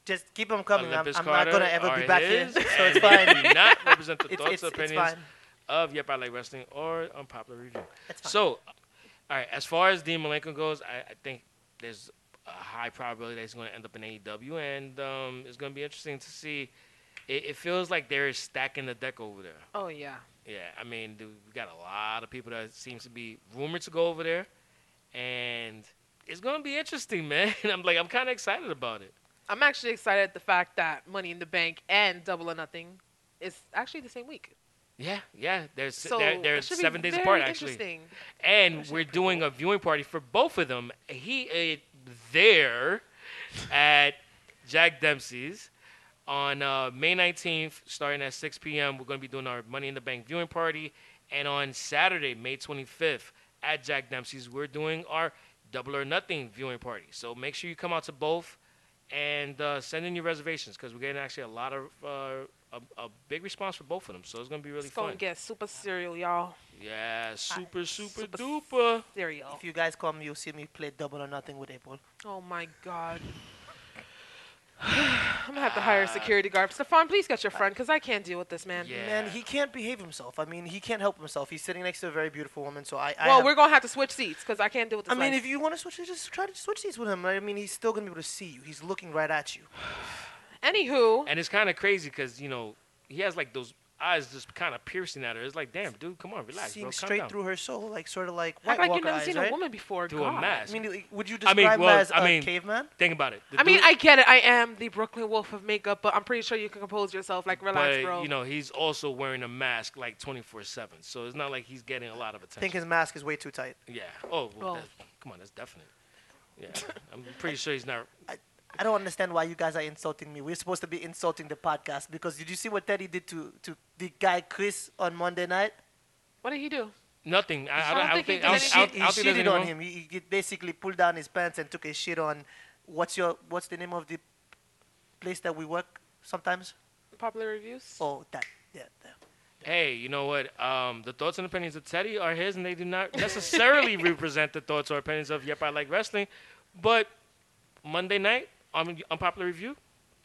[SPEAKER 7] just keep them coming. I'm,
[SPEAKER 6] Olympus
[SPEAKER 7] I'm not
[SPEAKER 6] Carter
[SPEAKER 7] gonna ever
[SPEAKER 6] are
[SPEAKER 7] be back
[SPEAKER 6] his,
[SPEAKER 7] here, so
[SPEAKER 6] and
[SPEAKER 7] it's
[SPEAKER 6] they
[SPEAKER 7] fine.
[SPEAKER 6] do not represent the
[SPEAKER 7] It's-
[SPEAKER 6] thoughts
[SPEAKER 7] it's-
[SPEAKER 6] and
[SPEAKER 7] it's
[SPEAKER 6] opinions
[SPEAKER 7] fine.
[SPEAKER 6] of Yep, I Like Wrestling or Unpopular Review.
[SPEAKER 7] That's fine.
[SPEAKER 6] So, all right, as far as Dean Malenko goes, I, I think there's a high probability that he's going to end up in AEW, and um, it's going to be interesting to see. It, it feels like they're stacking the deck over there.
[SPEAKER 8] Oh yeah.
[SPEAKER 6] Yeah, I mean, dude, we got a lot of people that seems to be rumored to go over there, and it's going to be interesting, man. I'm like, I'm kind of excited about it.
[SPEAKER 8] I'm actually excited at the fact that Money in the Bank and Double or Nothing is actually the same week.
[SPEAKER 6] Yeah, yeah. There's
[SPEAKER 8] So
[SPEAKER 6] they're, they're
[SPEAKER 8] that should be
[SPEAKER 6] seven days
[SPEAKER 8] very
[SPEAKER 6] apart actually.
[SPEAKER 8] Interesting.
[SPEAKER 6] and we're doing a viewing party for both of them. He uh, there at Jack Dempsey's on uh, May 19th, starting at 6 p.m. We're going to be doing our Money in the Bank viewing party, and on Saturday, May 25th, at Jack Dempsey's, we're doing our Double or Nothing viewing party. So make sure you come out to both and uh, send in your reservations because we're getting actually a lot of uh, a, a big response for both of them. So it's going to be really
[SPEAKER 8] It's gonna
[SPEAKER 6] fun.
[SPEAKER 8] get super cereal, y'all.
[SPEAKER 6] yeah, super, super,
[SPEAKER 8] super
[SPEAKER 6] duper.
[SPEAKER 8] Cereal.
[SPEAKER 7] If you guys come, you'll see me play double or nothing with April.
[SPEAKER 8] Oh my God. I'm gonna have to hire a security guard. Stefan, please get your friend, cause I can't deal with this man.
[SPEAKER 6] Yeah.
[SPEAKER 7] Man, he can't behave himself. I mean, he can't help himself. He's sitting next to a very beautiful woman, so I. I
[SPEAKER 8] Well,
[SPEAKER 7] have-
[SPEAKER 8] we're gonna have to switch seats, cause I can't deal with
[SPEAKER 7] I
[SPEAKER 8] this.
[SPEAKER 7] mean,
[SPEAKER 8] life.
[SPEAKER 7] if you want to switch, just try to switch seats with him. I mean, he's still gonna be able to see you. He's looking right at you.
[SPEAKER 8] Anywho,
[SPEAKER 6] And it's kind of crazy because you know he has like those eyes just kind of piercing at her. It's like, damn, dude, come on, relax,
[SPEAKER 7] Seeing
[SPEAKER 6] bro, calm
[SPEAKER 7] straight
[SPEAKER 6] down.
[SPEAKER 7] through her soul, like sort of like White
[SPEAKER 8] act like
[SPEAKER 7] Walker
[SPEAKER 8] you've never
[SPEAKER 7] eyes,
[SPEAKER 8] seen
[SPEAKER 7] right?
[SPEAKER 8] a woman before.
[SPEAKER 6] Through a
[SPEAKER 8] God.
[SPEAKER 6] mask.
[SPEAKER 7] I mean, would you
[SPEAKER 6] I
[SPEAKER 7] describe
[SPEAKER 6] mean, well,
[SPEAKER 7] him as
[SPEAKER 6] I
[SPEAKER 7] a
[SPEAKER 6] mean-
[SPEAKER 7] caveman?
[SPEAKER 6] Think about it. The
[SPEAKER 8] I mean,
[SPEAKER 6] dude-
[SPEAKER 8] I get it. I am the Brooklyn Wolf of makeup, but I'm pretty sure you can compose yourself. Like, relax,
[SPEAKER 6] but
[SPEAKER 8] bro.
[SPEAKER 6] you know he's also wearing a mask like 24/7, so it's not like he's getting a lot of
[SPEAKER 7] I
[SPEAKER 6] attention.
[SPEAKER 7] think his mask is way too tight.
[SPEAKER 6] yeah. Oh, well,
[SPEAKER 8] Well.
[SPEAKER 6] that's- come on, that's definite. Yeah, I'm pretty sure he's not.
[SPEAKER 7] I don't understand why you guys are insulting me. We're supposed to be insulting the podcast because did you see what Teddy did to, to the guy Chris on Monday night?
[SPEAKER 8] what did he do?
[SPEAKER 6] Nothing. I, I, don't, I don't think.
[SPEAKER 8] he
[SPEAKER 6] I
[SPEAKER 8] did
[SPEAKER 6] don't, I don't,
[SPEAKER 7] he
[SPEAKER 6] I don't think there's
[SPEAKER 7] shitted
[SPEAKER 6] anything
[SPEAKER 7] on
[SPEAKER 6] wrong.
[SPEAKER 7] him. He, he basically pulled down his pants and took a shit on what's your what's the name of the place that we work sometimes?
[SPEAKER 8] Popular reviews.
[SPEAKER 7] Oh, that yeah. that.
[SPEAKER 6] Hey, you know what? Um, the thoughts and opinions of Teddy are his, and they do not necessarily represent the thoughts or opinions of Yep I Like Wrestling. But Monday night on unpopular review.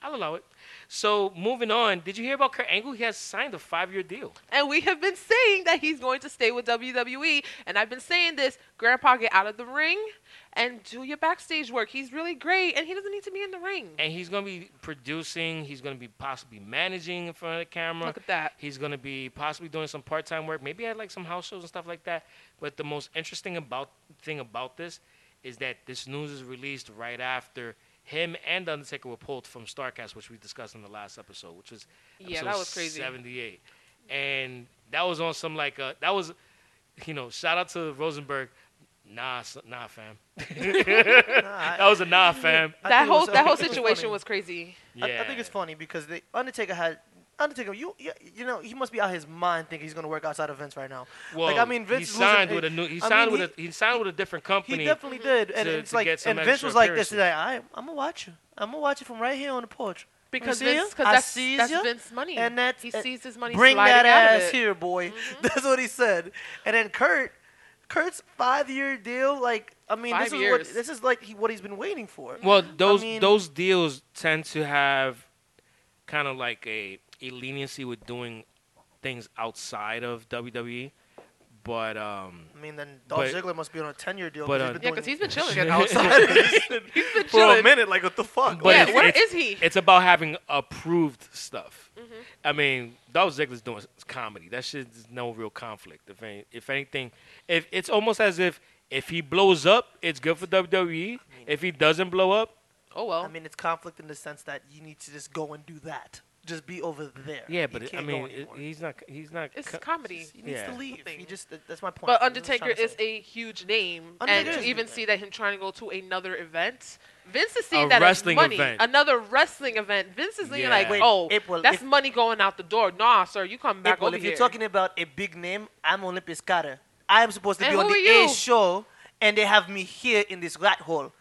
[SPEAKER 6] I'll allow it. So moving on, did you hear about Kurt Angle? He has signed a five-year deal.
[SPEAKER 8] And we have been saying that he's going to stay with WWE. And I've been saying this, Grandpa, get out of the ring and do your backstage work. He's really great, and he doesn't need to be in the ring.
[SPEAKER 6] and he's gonna be producing. He's gonna be possibly managing in front of the camera.
[SPEAKER 8] Look at that.
[SPEAKER 6] He's gonna be possibly doing some part-time work, maybe at like some house shows and stuff like that. But the most interesting about thing about this is that this news is released right after him and The Undertaker were pulled from Starcast, which we discussed in the last episode, which was
[SPEAKER 8] Yeah, that
[SPEAKER 6] episode
[SPEAKER 8] was crazy.
[SPEAKER 6] 78, and that was on some like uh, that was, you know, shout out to Rosenberg. Nah, son- nah, fam. that was a nah, fam.
[SPEAKER 7] I
[SPEAKER 8] that
[SPEAKER 7] think it
[SPEAKER 8] whole
[SPEAKER 7] was-
[SPEAKER 8] that whole
[SPEAKER 7] it was
[SPEAKER 8] situation
[SPEAKER 7] funny.
[SPEAKER 8] was crazy.
[SPEAKER 6] Yeah.
[SPEAKER 7] I, I think it's funny because the Undertaker had Undertaker. You, you you know he must be out his mind thinking he's gonna work outside of Vince right now.
[SPEAKER 6] Well,
[SPEAKER 7] like I mean Vince
[SPEAKER 6] he
[SPEAKER 7] was
[SPEAKER 6] signed with a new. He
[SPEAKER 7] I mean,
[SPEAKER 6] signed
[SPEAKER 7] he-
[SPEAKER 6] with a. He signed with a different company.
[SPEAKER 7] He definitely did, and
[SPEAKER 6] to-
[SPEAKER 7] it's
[SPEAKER 6] to
[SPEAKER 7] like
[SPEAKER 6] get some
[SPEAKER 7] and Vince
[SPEAKER 6] extra
[SPEAKER 7] was like this. He's
[SPEAKER 6] appearances.
[SPEAKER 7] like, I, I'm gonna watch you. I'm gonna watch you from right here on the porch. You
[SPEAKER 8] Because
[SPEAKER 7] see
[SPEAKER 8] Vince,
[SPEAKER 7] ya?
[SPEAKER 8] cause
[SPEAKER 7] I
[SPEAKER 8] that's,
[SPEAKER 7] sees
[SPEAKER 8] that's
[SPEAKER 7] ya,
[SPEAKER 8] Vince's money.
[SPEAKER 7] and that's
[SPEAKER 8] he
[SPEAKER 7] uh,
[SPEAKER 8] sees his money
[SPEAKER 7] Bring
[SPEAKER 8] sliding
[SPEAKER 7] that
[SPEAKER 8] out of
[SPEAKER 7] ass
[SPEAKER 8] it.
[SPEAKER 7] here, boy. That's what he said. And then Kurt, Kurt's five-year deal. Like I mean,
[SPEAKER 8] Five
[SPEAKER 7] this is
[SPEAKER 8] years.
[SPEAKER 7] what this is like he, what he's been waiting for.
[SPEAKER 6] Well, those
[SPEAKER 7] mean-
[SPEAKER 6] those deals tend to have kind of like a, a leniency with doing things outside of WWE, but um,
[SPEAKER 7] I mean, then Dolph
[SPEAKER 6] But-
[SPEAKER 7] Ziggler must be on a ten-year deal.
[SPEAKER 6] but,
[SPEAKER 7] he's
[SPEAKER 6] uh,
[SPEAKER 8] Yeah,
[SPEAKER 7] been doing
[SPEAKER 8] because he's been chilling.
[SPEAKER 7] shit
[SPEAKER 8] yeah,
[SPEAKER 7] outside of this for a
[SPEAKER 8] chilling.
[SPEAKER 7] minute. Like what the fuck?
[SPEAKER 6] But
[SPEAKER 7] Like,
[SPEAKER 6] it's-
[SPEAKER 8] where
[SPEAKER 6] it's-
[SPEAKER 8] is he?
[SPEAKER 6] it's about having approved stuff.
[SPEAKER 7] Mm-hmm.
[SPEAKER 6] I mean, Dolph Ziggler's doing s- comedy. That shit is no real conflict. If any, if anything, if it's almost as if if he blows up, it's good for WWE. If he doesn't blow up,
[SPEAKER 8] Oh well.
[SPEAKER 7] I mean, it's conflict in the sense that you need to just go and do that. Just be over there.
[SPEAKER 6] yeah.
[SPEAKER 7] You
[SPEAKER 6] But it- I
[SPEAKER 7] can't go
[SPEAKER 6] mean, it-
[SPEAKER 7] anymore.
[SPEAKER 6] he's not. He's not.
[SPEAKER 8] it's
[SPEAKER 6] co-
[SPEAKER 8] comedy.
[SPEAKER 7] He needs
[SPEAKER 6] yeah.
[SPEAKER 7] to leave.
[SPEAKER 8] Thing.
[SPEAKER 7] He just th- that's my
[SPEAKER 8] But
[SPEAKER 7] point. That's what I'm
[SPEAKER 8] Undertaker
[SPEAKER 7] trying to
[SPEAKER 8] is
[SPEAKER 7] say.
[SPEAKER 8] a huge name, and
[SPEAKER 7] Undertaker is
[SPEAKER 8] to
[SPEAKER 7] a
[SPEAKER 8] even
[SPEAKER 7] huge
[SPEAKER 8] see that him trying to go to another event, Vince is
[SPEAKER 6] A
[SPEAKER 8] seeing that
[SPEAKER 6] wrestling
[SPEAKER 8] as money.
[SPEAKER 6] event.
[SPEAKER 8] Another wrestling event. Vince is thinking
[SPEAKER 6] Yeah.
[SPEAKER 8] like,
[SPEAKER 6] Wait,
[SPEAKER 8] oh,
[SPEAKER 7] it will-
[SPEAKER 8] that's
[SPEAKER 7] if-
[SPEAKER 8] money going out the door. Nah, sir, you come back
[SPEAKER 7] April,
[SPEAKER 8] over
[SPEAKER 7] if
[SPEAKER 8] here.
[SPEAKER 7] you're talking about a big name, I'm Olympus Carter. I'm supposed to
[SPEAKER 8] And
[SPEAKER 7] be on
[SPEAKER 8] who
[SPEAKER 7] the
[SPEAKER 8] are you?
[SPEAKER 7] A show, and they have me here in this rat hole.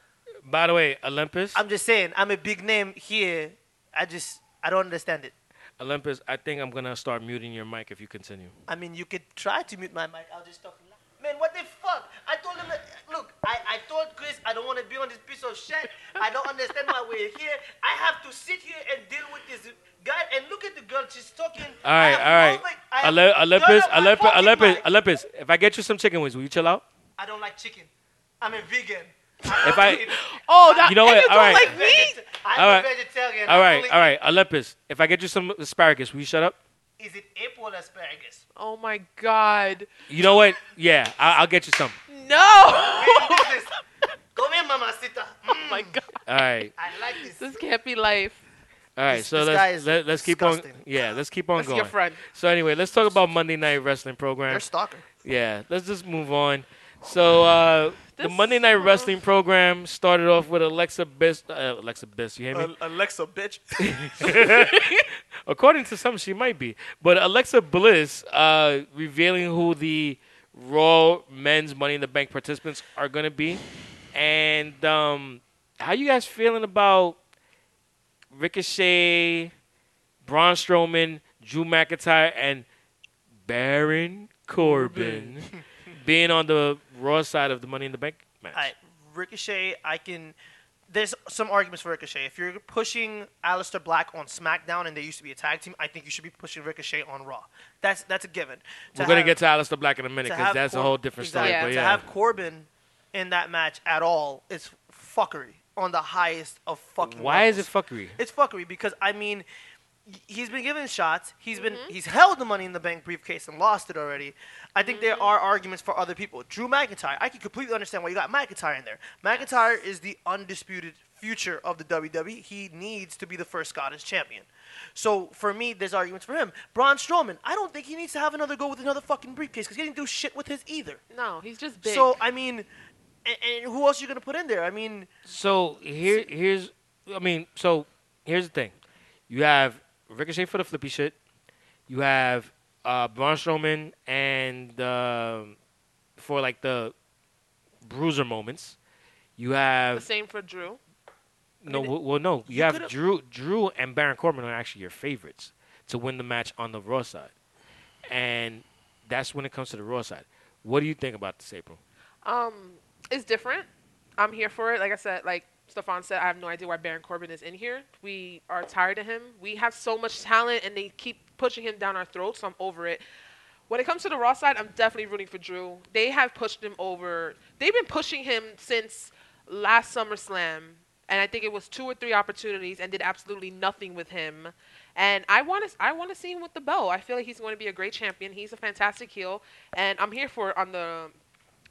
[SPEAKER 6] By the way, Olympus.
[SPEAKER 7] I'm just saying, I'm a big name here. I just, I don't understand it.
[SPEAKER 6] Olympus, I think I'm gonna start muting your mic if you continue.
[SPEAKER 7] I mean, you could try to mute my mic. I'll just talk. loud. Man, what the fuck? I told him that. Look, I, I told Chris I don't want to be on this piece of shit. I don't understand why we're here. I have to sit here and deal with this guy. And look at the girl. She's talking.
[SPEAKER 6] All right, all right. Ole- Olympus, Olympus, Olympus, Olympus. If I get you some chicken wings, will you chill out?
[SPEAKER 7] I don't like chicken. I'm a vegan.
[SPEAKER 6] If I,
[SPEAKER 8] oh, that,
[SPEAKER 6] You know
[SPEAKER 8] and
[SPEAKER 6] what?
[SPEAKER 8] You
[SPEAKER 6] All
[SPEAKER 8] don't
[SPEAKER 6] right.
[SPEAKER 8] like me?
[SPEAKER 7] Vegeta- I'm
[SPEAKER 6] All right.
[SPEAKER 7] a vegetarian.
[SPEAKER 6] all
[SPEAKER 7] I'm
[SPEAKER 6] right,
[SPEAKER 7] only-
[SPEAKER 6] all right, Olympus. If I get you some asparagus, will you shut up?
[SPEAKER 7] Is it April asparagus?
[SPEAKER 8] Oh my God,
[SPEAKER 6] You know what? Yeah, I, I'll get you some.
[SPEAKER 8] no!
[SPEAKER 7] What is this? Come here, mamacita. Mm,
[SPEAKER 8] Oh my God,
[SPEAKER 6] All right,
[SPEAKER 7] I like this.
[SPEAKER 8] this can't be life.
[SPEAKER 6] all right.
[SPEAKER 7] This-
[SPEAKER 6] So
[SPEAKER 7] this
[SPEAKER 6] let's
[SPEAKER 7] guy is
[SPEAKER 6] let, let's keep on.
[SPEAKER 7] disgusting.
[SPEAKER 6] Yeah, let's keep on
[SPEAKER 8] That's
[SPEAKER 6] going.
[SPEAKER 8] your friend.
[SPEAKER 6] So anyway, let's talk about Monday Night Wrestling program.
[SPEAKER 7] They're stalker.
[SPEAKER 6] Yeah, let's just move on. So uh, the
[SPEAKER 8] This-
[SPEAKER 6] Monday Night Wrestling program started off with Alexa Bliss. Uh, Alexa Bliss, you hear me?
[SPEAKER 7] Alexa, bitch.
[SPEAKER 6] According to some, she might be. But Alexa Bliss uh, revealing who the Raw Men's Money in the Bank participants are going to be. And um, how you guys feeling about Ricochet, Braun Strowman, Drew McIntyre, and Baron Corbin being on the Raw side of the Money in the Bank match?
[SPEAKER 7] All right, Ricochet, I can. There's some arguments for Ricochet. If you're pushing Aleister Black on SmackDown and they used to be a tag team, I think you should be pushing Ricochet on Raw. That's that's a given.
[SPEAKER 6] We're going to
[SPEAKER 7] have-
[SPEAKER 6] get to Alistair Black in a minute
[SPEAKER 7] to
[SPEAKER 6] because
[SPEAKER 7] have
[SPEAKER 6] that's a
[SPEAKER 7] Cor-
[SPEAKER 6] whole different story.
[SPEAKER 8] Exactly.
[SPEAKER 6] But
[SPEAKER 7] To
[SPEAKER 6] yeah.
[SPEAKER 7] have Corbin in that match at all is fuckery on the highest of fucking.
[SPEAKER 6] Why is it
[SPEAKER 7] levels.
[SPEAKER 6] fuckery?
[SPEAKER 7] It's fuckery because I mean, y- he's been given shots. He's been he's held the money in the bank briefcase and lost it already. I think there are arguments for other people. Drew McIntyre, I can completely understand why you got McIntyre in there. McIntyre is the undisputed future of the WWE. He needs to be the first Scottish champion. So for me, there's arguments for him. Braun Strowman, I don't think he needs to have another go with another fucking briefcase because he didn't do shit with his either.
[SPEAKER 8] No, he's just big.
[SPEAKER 7] So I mean, and, and who else are you gonna put in there? I mean,
[SPEAKER 6] So here, here's, I mean, so here's the thing. You have Ricochet for the flippy shit. You have uh, Braun Strowman and um for like the bruiser moments. You
[SPEAKER 8] the
[SPEAKER 6] have
[SPEAKER 8] same for Drew.
[SPEAKER 6] no, well, well, no. You,
[SPEAKER 7] you
[SPEAKER 6] have
[SPEAKER 7] could've-
[SPEAKER 6] Drew, Drew and Baron Corbin are actually your favorites to win the match on the Raw side, and that's when it comes to the Raw side. What do you think about this, April?
[SPEAKER 8] um, it's different. I'm here for it. Like I said, like Stefan said, I have no idea why Baron Corbin is in here. We are tired of him. We have so much talent, and they keep pushing him down our throats. So I'm over it. When it comes to the Raw side, I'm definitely rooting for Drew. They have pushed him over. They've been pushing him since last SummerSlam, and I think it was two or three opportunities, and did absolutely nothing with him. And I want to, I want to see him with the belt. I feel like he's going to be a great champion. He's a fantastic heel, and I'm here for it on the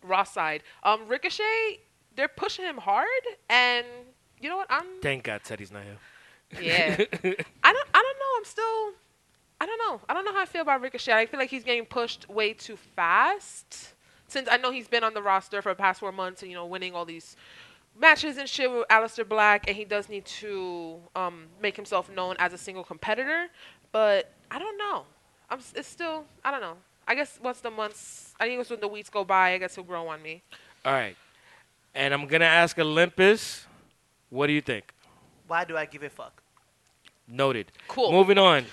[SPEAKER 8] Raw side. Um, Ricochet, they're pushing him hard, and you know what? I'm
[SPEAKER 6] Thank God Teddy's not here.
[SPEAKER 8] yeah. I don't. I don't know. I'm still. I don't know. I don't know how I feel about Ricochet. I feel like he's getting pushed way too fast. Since I know he's been on the roster for the past four months and you know winning all these matches and shit with Aleister Black, and he does need to um, make himself known as a single competitor. But I don't know. I'm. s- It's still. I don't know. I guess once the months. I think it's when the weeks go by. I guess he'll grow on me.
[SPEAKER 6] All right. And I'm going to ask Olympus, what do you think?
[SPEAKER 7] Why do I give a fuck?
[SPEAKER 6] Noted.
[SPEAKER 8] Cool.
[SPEAKER 6] Moving on.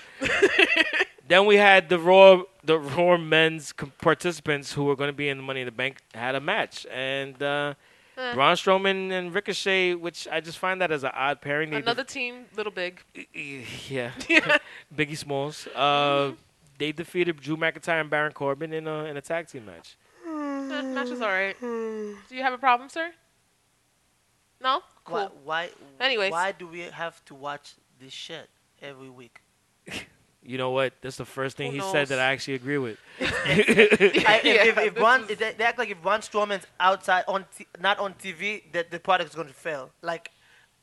[SPEAKER 6] then we had the Raw the Raw men's com- participants who were going to be in the Money in the Bank had a match and uh,
[SPEAKER 8] Eh.
[SPEAKER 6] Braun Strowman and Ricochet, which I just find that as an odd pairing. They
[SPEAKER 8] Another team, little big.
[SPEAKER 6] def- yeah, Biggie Smalls. Uh,
[SPEAKER 8] Mm-hmm.
[SPEAKER 6] They defeated Drew McIntyre and Baron Corbin in a in a tag team match.
[SPEAKER 8] Eh, match was all right.
[SPEAKER 7] Hmm.
[SPEAKER 8] Do you have a problem, sir? No? Cool.
[SPEAKER 7] Why, why?
[SPEAKER 8] Anyways.
[SPEAKER 7] Why do we have to watch this shit every week?
[SPEAKER 6] You know what? That's the first thing
[SPEAKER 8] Who
[SPEAKER 6] he
[SPEAKER 8] knows?
[SPEAKER 6] said that I actually agree with.
[SPEAKER 7] I, if,
[SPEAKER 8] Yeah,
[SPEAKER 7] if,
[SPEAKER 8] this
[SPEAKER 7] if Braun, if they, they act like if Braun Strowman's outside on t- not on TV, that the product's going to fail. Like,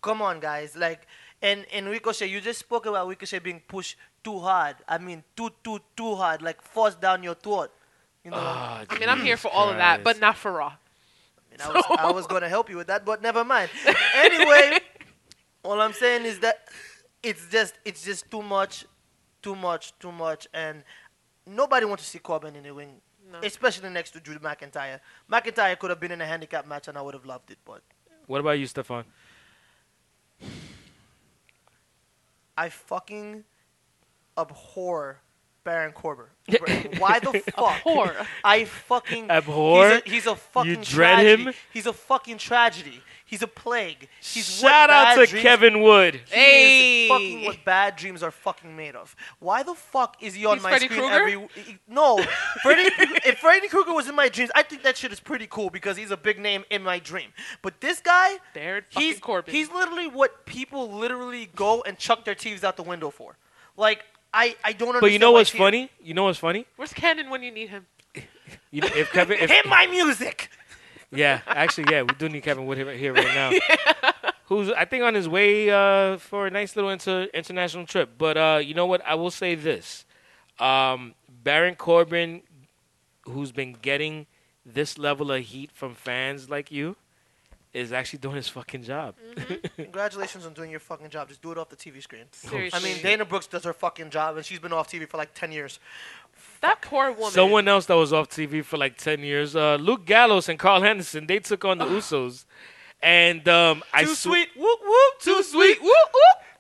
[SPEAKER 7] come on, guys. Like, and and Ricochet, you just spoke about Ricochet being pushed too hard. I mean, too too too hard, like forced down your throat. You know.
[SPEAKER 6] Ah,
[SPEAKER 8] I mean, I'm here
[SPEAKER 6] Jesus
[SPEAKER 8] for all of that,
[SPEAKER 6] Christ.
[SPEAKER 8] but not for Raw.
[SPEAKER 7] And I was, I was gonna help you with that, but never mind. Anyway, all I'm saying is that it's just it's just too much, too much, too much, and nobody wants to see Corbin in the ring,
[SPEAKER 8] No.
[SPEAKER 7] especially next to Drew McIntyre. McIntyre could have been in a handicap match, and I would have loved it, but
[SPEAKER 6] What about you, Stefan?
[SPEAKER 7] I fucking abhor Baron Corbin. Why the fuck?
[SPEAKER 8] Abhor.
[SPEAKER 7] I fucking
[SPEAKER 6] Abhor?
[SPEAKER 7] He's a, he's a fucking
[SPEAKER 6] dread
[SPEAKER 7] tragedy.
[SPEAKER 6] him?
[SPEAKER 7] He's a fucking tragedy. He's a plague. He's what
[SPEAKER 6] Shout out
[SPEAKER 7] bad
[SPEAKER 6] to
[SPEAKER 7] dreams-
[SPEAKER 6] Kevin Wood.
[SPEAKER 7] He
[SPEAKER 8] Hey.
[SPEAKER 7] is fucking what bad dreams are fucking made of. Why the fuck is he on
[SPEAKER 8] He's
[SPEAKER 7] my
[SPEAKER 8] Freddy
[SPEAKER 7] screen
[SPEAKER 8] Krueger?
[SPEAKER 7] every? w- e-, No, Freddy. if Freddy Krueger was in my dreams, I think that shit is pretty cool because he's a big name in my dream. But this guy,
[SPEAKER 8] Baron fucking
[SPEAKER 7] he's
[SPEAKER 8] Corbin.
[SPEAKER 7] he's literally what people literally go and chuck their TVs out the window for. Like I, I don't understand.
[SPEAKER 6] But you know
[SPEAKER 7] why
[SPEAKER 6] what's
[SPEAKER 7] she-
[SPEAKER 6] funny? You know what's funny?
[SPEAKER 8] Where's Cannon when you need him?
[SPEAKER 6] You know, if Kevin, if,
[SPEAKER 7] Hit my music.
[SPEAKER 6] yeah, actually, yeah, we do need Kevin Wood here, here right now. Who's I think on his way uh, for a nice little inter- international trip. But uh, you know what? I will say this: um, Baron Corbin, who's been getting this level of heat from fans like you, is actually doing his fucking job.
[SPEAKER 7] Congratulations on doing your fucking job. Just do it off the TV screen.
[SPEAKER 8] Seriously.
[SPEAKER 7] I mean, Dana Brooks does her fucking job, and she's been off TV for like ten years.
[SPEAKER 8] that poor woman.
[SPEAKER 6] Someone else that was off TV for like ten years, uh, Luke Gallows and Carl Henderson, they took on the Usos, and um, I
[SPEAKER 7] Too
[SPEAKER 6] sw-
[SPEAKER 7] sweet. Whoop whoop.
[SPEAKER 6] too sweet.
[SPEAKER 8] Woo, woo.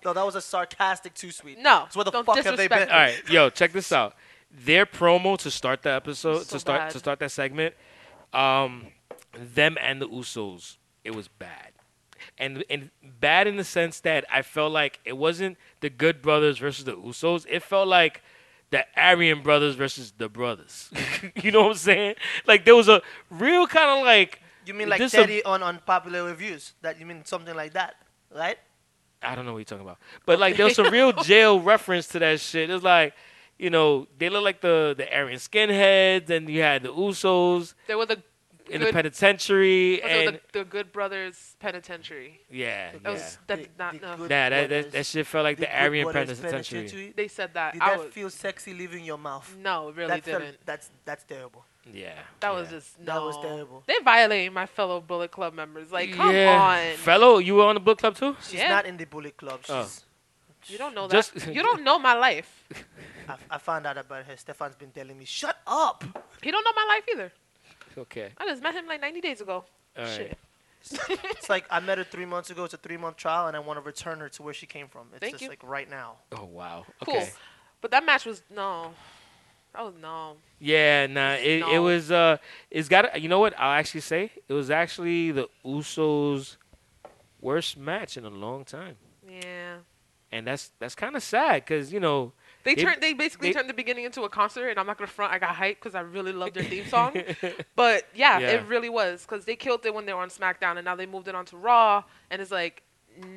[SPEAKER 7] No, that was a sarcastic too sweet.
[SPEAKER 8] No,
[SPEAKER 7] So where the
[SPEAKER 8] don't
[SPEAKER 7] fuck have they been?
[SPEAKER 8] disrespect
[SPEAKER 6] All right, yo, check this out. Their promo to start the episode,
[SPEAKER 8] So
[SPEAKER 6] to start
[SPEAKER 8] bad.
[SPEAKER 6] to start that segment, um, them and the Usos, it was bad, and and bad in the sense that I felt like it wasn't the Good Brothers versus the Usos. It felt like the Aryan Brothers versus the Brothers. you know what I'm saying? Like there was a real kind of like
[SPEAKER 7] You mean like
[SPEAKER 6] This a-
[SPEAKER 7] Teddy on unpopular reviews? That you mean something like that, right?
[SPEAKER 6] I don't know what you're talking about. But like there was some real jail reference to that shit. It's like, you know, they look like the the Aryan skinheads and you had the Usos
[SPEAKER 8] There was a
[SPEAKER 6] in
[SPEAKER 8] good,
[SPEAKER 6] the penitentiary
[SPEAKER 8] was it
[SPEAKER 6] and
[SPEAKER 8] the, the Good Brothers Penitentiary.
[SPEAKER 6] yeah,
[SPEAKER 8] That,
[SPEAKER 6] yeah.
[SPEAKER 8] was, that did not know.
[SPEAKER 7] good
[SPEAKER 6] nah, that, that
[SPEAKER 7] brothers-
[SPEAKER 6] that shit felt like the,
[SPEAKER 7] good
[SPEAKER 6] Aryan
[SPEAKER 7] brothers
[SPEAKER 6] penitentiary.
[SPEAKER 7] penitentiary.
[SPEAKER 8] They said that.
[SPEAKER 7] Did
[SPEAKER 8] I
[SPEAKER 7] that
[SPEAKER 8] was,
[SPEAKER 7] feel sexy leaving your mouth?
[SPEAKER 8] no, it really
[SPEAKER 7] that felt-
[SPEAKER 8] didn't.
[SPEAKER 7] that's that's terrible.
[SPEAKER 6] Yeah.
[SPEAKER 8] that was
[SPEAKER 6] yeah.
[SPEAKER 8] just no.
[SPEAKER 7] That was terrible.
[SPEAKER 8] They violating my fellow Bullet Club members. Like, come
[SPEAKER 6] Yeah.
[SPEAKER 8] on.
[SPEAKER 6] Fellow, you were on the book club too?
[SPEAKER 7] She's
[SPEAKER 8] Yeah.
[SPEAKER 7] not in the bully club.
[SPEAKER 6] Oh.
[SPEAKER 7] She's,
[SPEAKER 8] you don't know that.
[SPEAKER 6] Just-
[SPEAKER 8] you don't know my life.
[SPEAKER 7] I, I found out about her. Stefan's been telling me, shut up.
[SPEAKER 8] He don't know my life either.
[SPEAKER 6] Okay.
[SPEAKER 8] I just met him like 90 days ago.
[SPEAKER 6] All right.
[SPEAKER 8] Shit.
[SPEAKER 7] It's like I met her three months ago. It's a three month trial, and I want to return her to where she came from. It's
[SPEAKER 8] Thank
[SPEAKER 7] just
[SPEAKER 8] you.
[SPEAKER 7] like right now.
[SPEAKER 6] Oh wow.
[SPEAKER 8] Cool.
[SPEAKER 6] Okay.
[SPEAKER 8] But that match was no. Oh no.
[SPEAKER 6] Yeah, nah. It, it
[SPEAKER 8] No.
[SPEAKER 6] was uh, it's got. You know what? I'll actually say it was actually the Usos' worst match in a long time,
[SPEAKER 8] Yeah.
[SPEAKER 6] and that's that's kind of sad because you know
[SPEAKER 8] They
[SPEAKER 6] They-
[SPEAKER 8] turned. They basically
[SPEAKER 6] they-
[SPEAKER 8] turned the beginning into a concert, and I'm not gonna front. I got hyped because I really loved their theme song. But yeah,
[SPEAKER 6] Yeah.
[SPEAKER 8] it really was because they killed it when they were on SmackDown, and now they moved it on to Raw, and it's like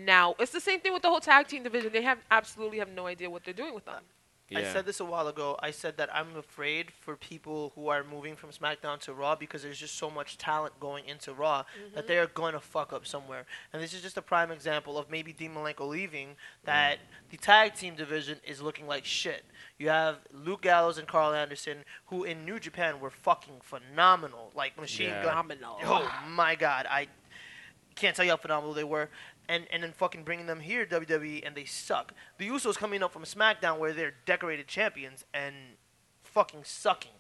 [SPEAKER 8] now it's the same thing with the whole tag team division. They have absolutely have no idea what they're doing with them.
[SPEAKER 6] yeah.
[SPEAKER 7] I said this a while ago. I said that I'm afraid for people who are moving from SmackDown to Raw because there's just so much talent going into Raw that they are going to fuck up somewhere. And this is just a prime example of maybe Dean Malenko
[SPEAKER 6] Mm.
[SPEAKER 7] leaving that the tag team division is looking like shit. You have Luke Gallows and Carl Anderson, who in New Japan were fucking phenomenal, like machine
[SPEAKER 6] Yeah.
[SPEAKER 7] gun
[SPEAKER 8] Phenomenal.
[SPEAKER 7] Oh my God, I can't tell you how phenomenal they were. And and then fucking bringing them here WWE E, and they suck. The Usos coming up from SmackDown where they're decorated champions and fucking sucking.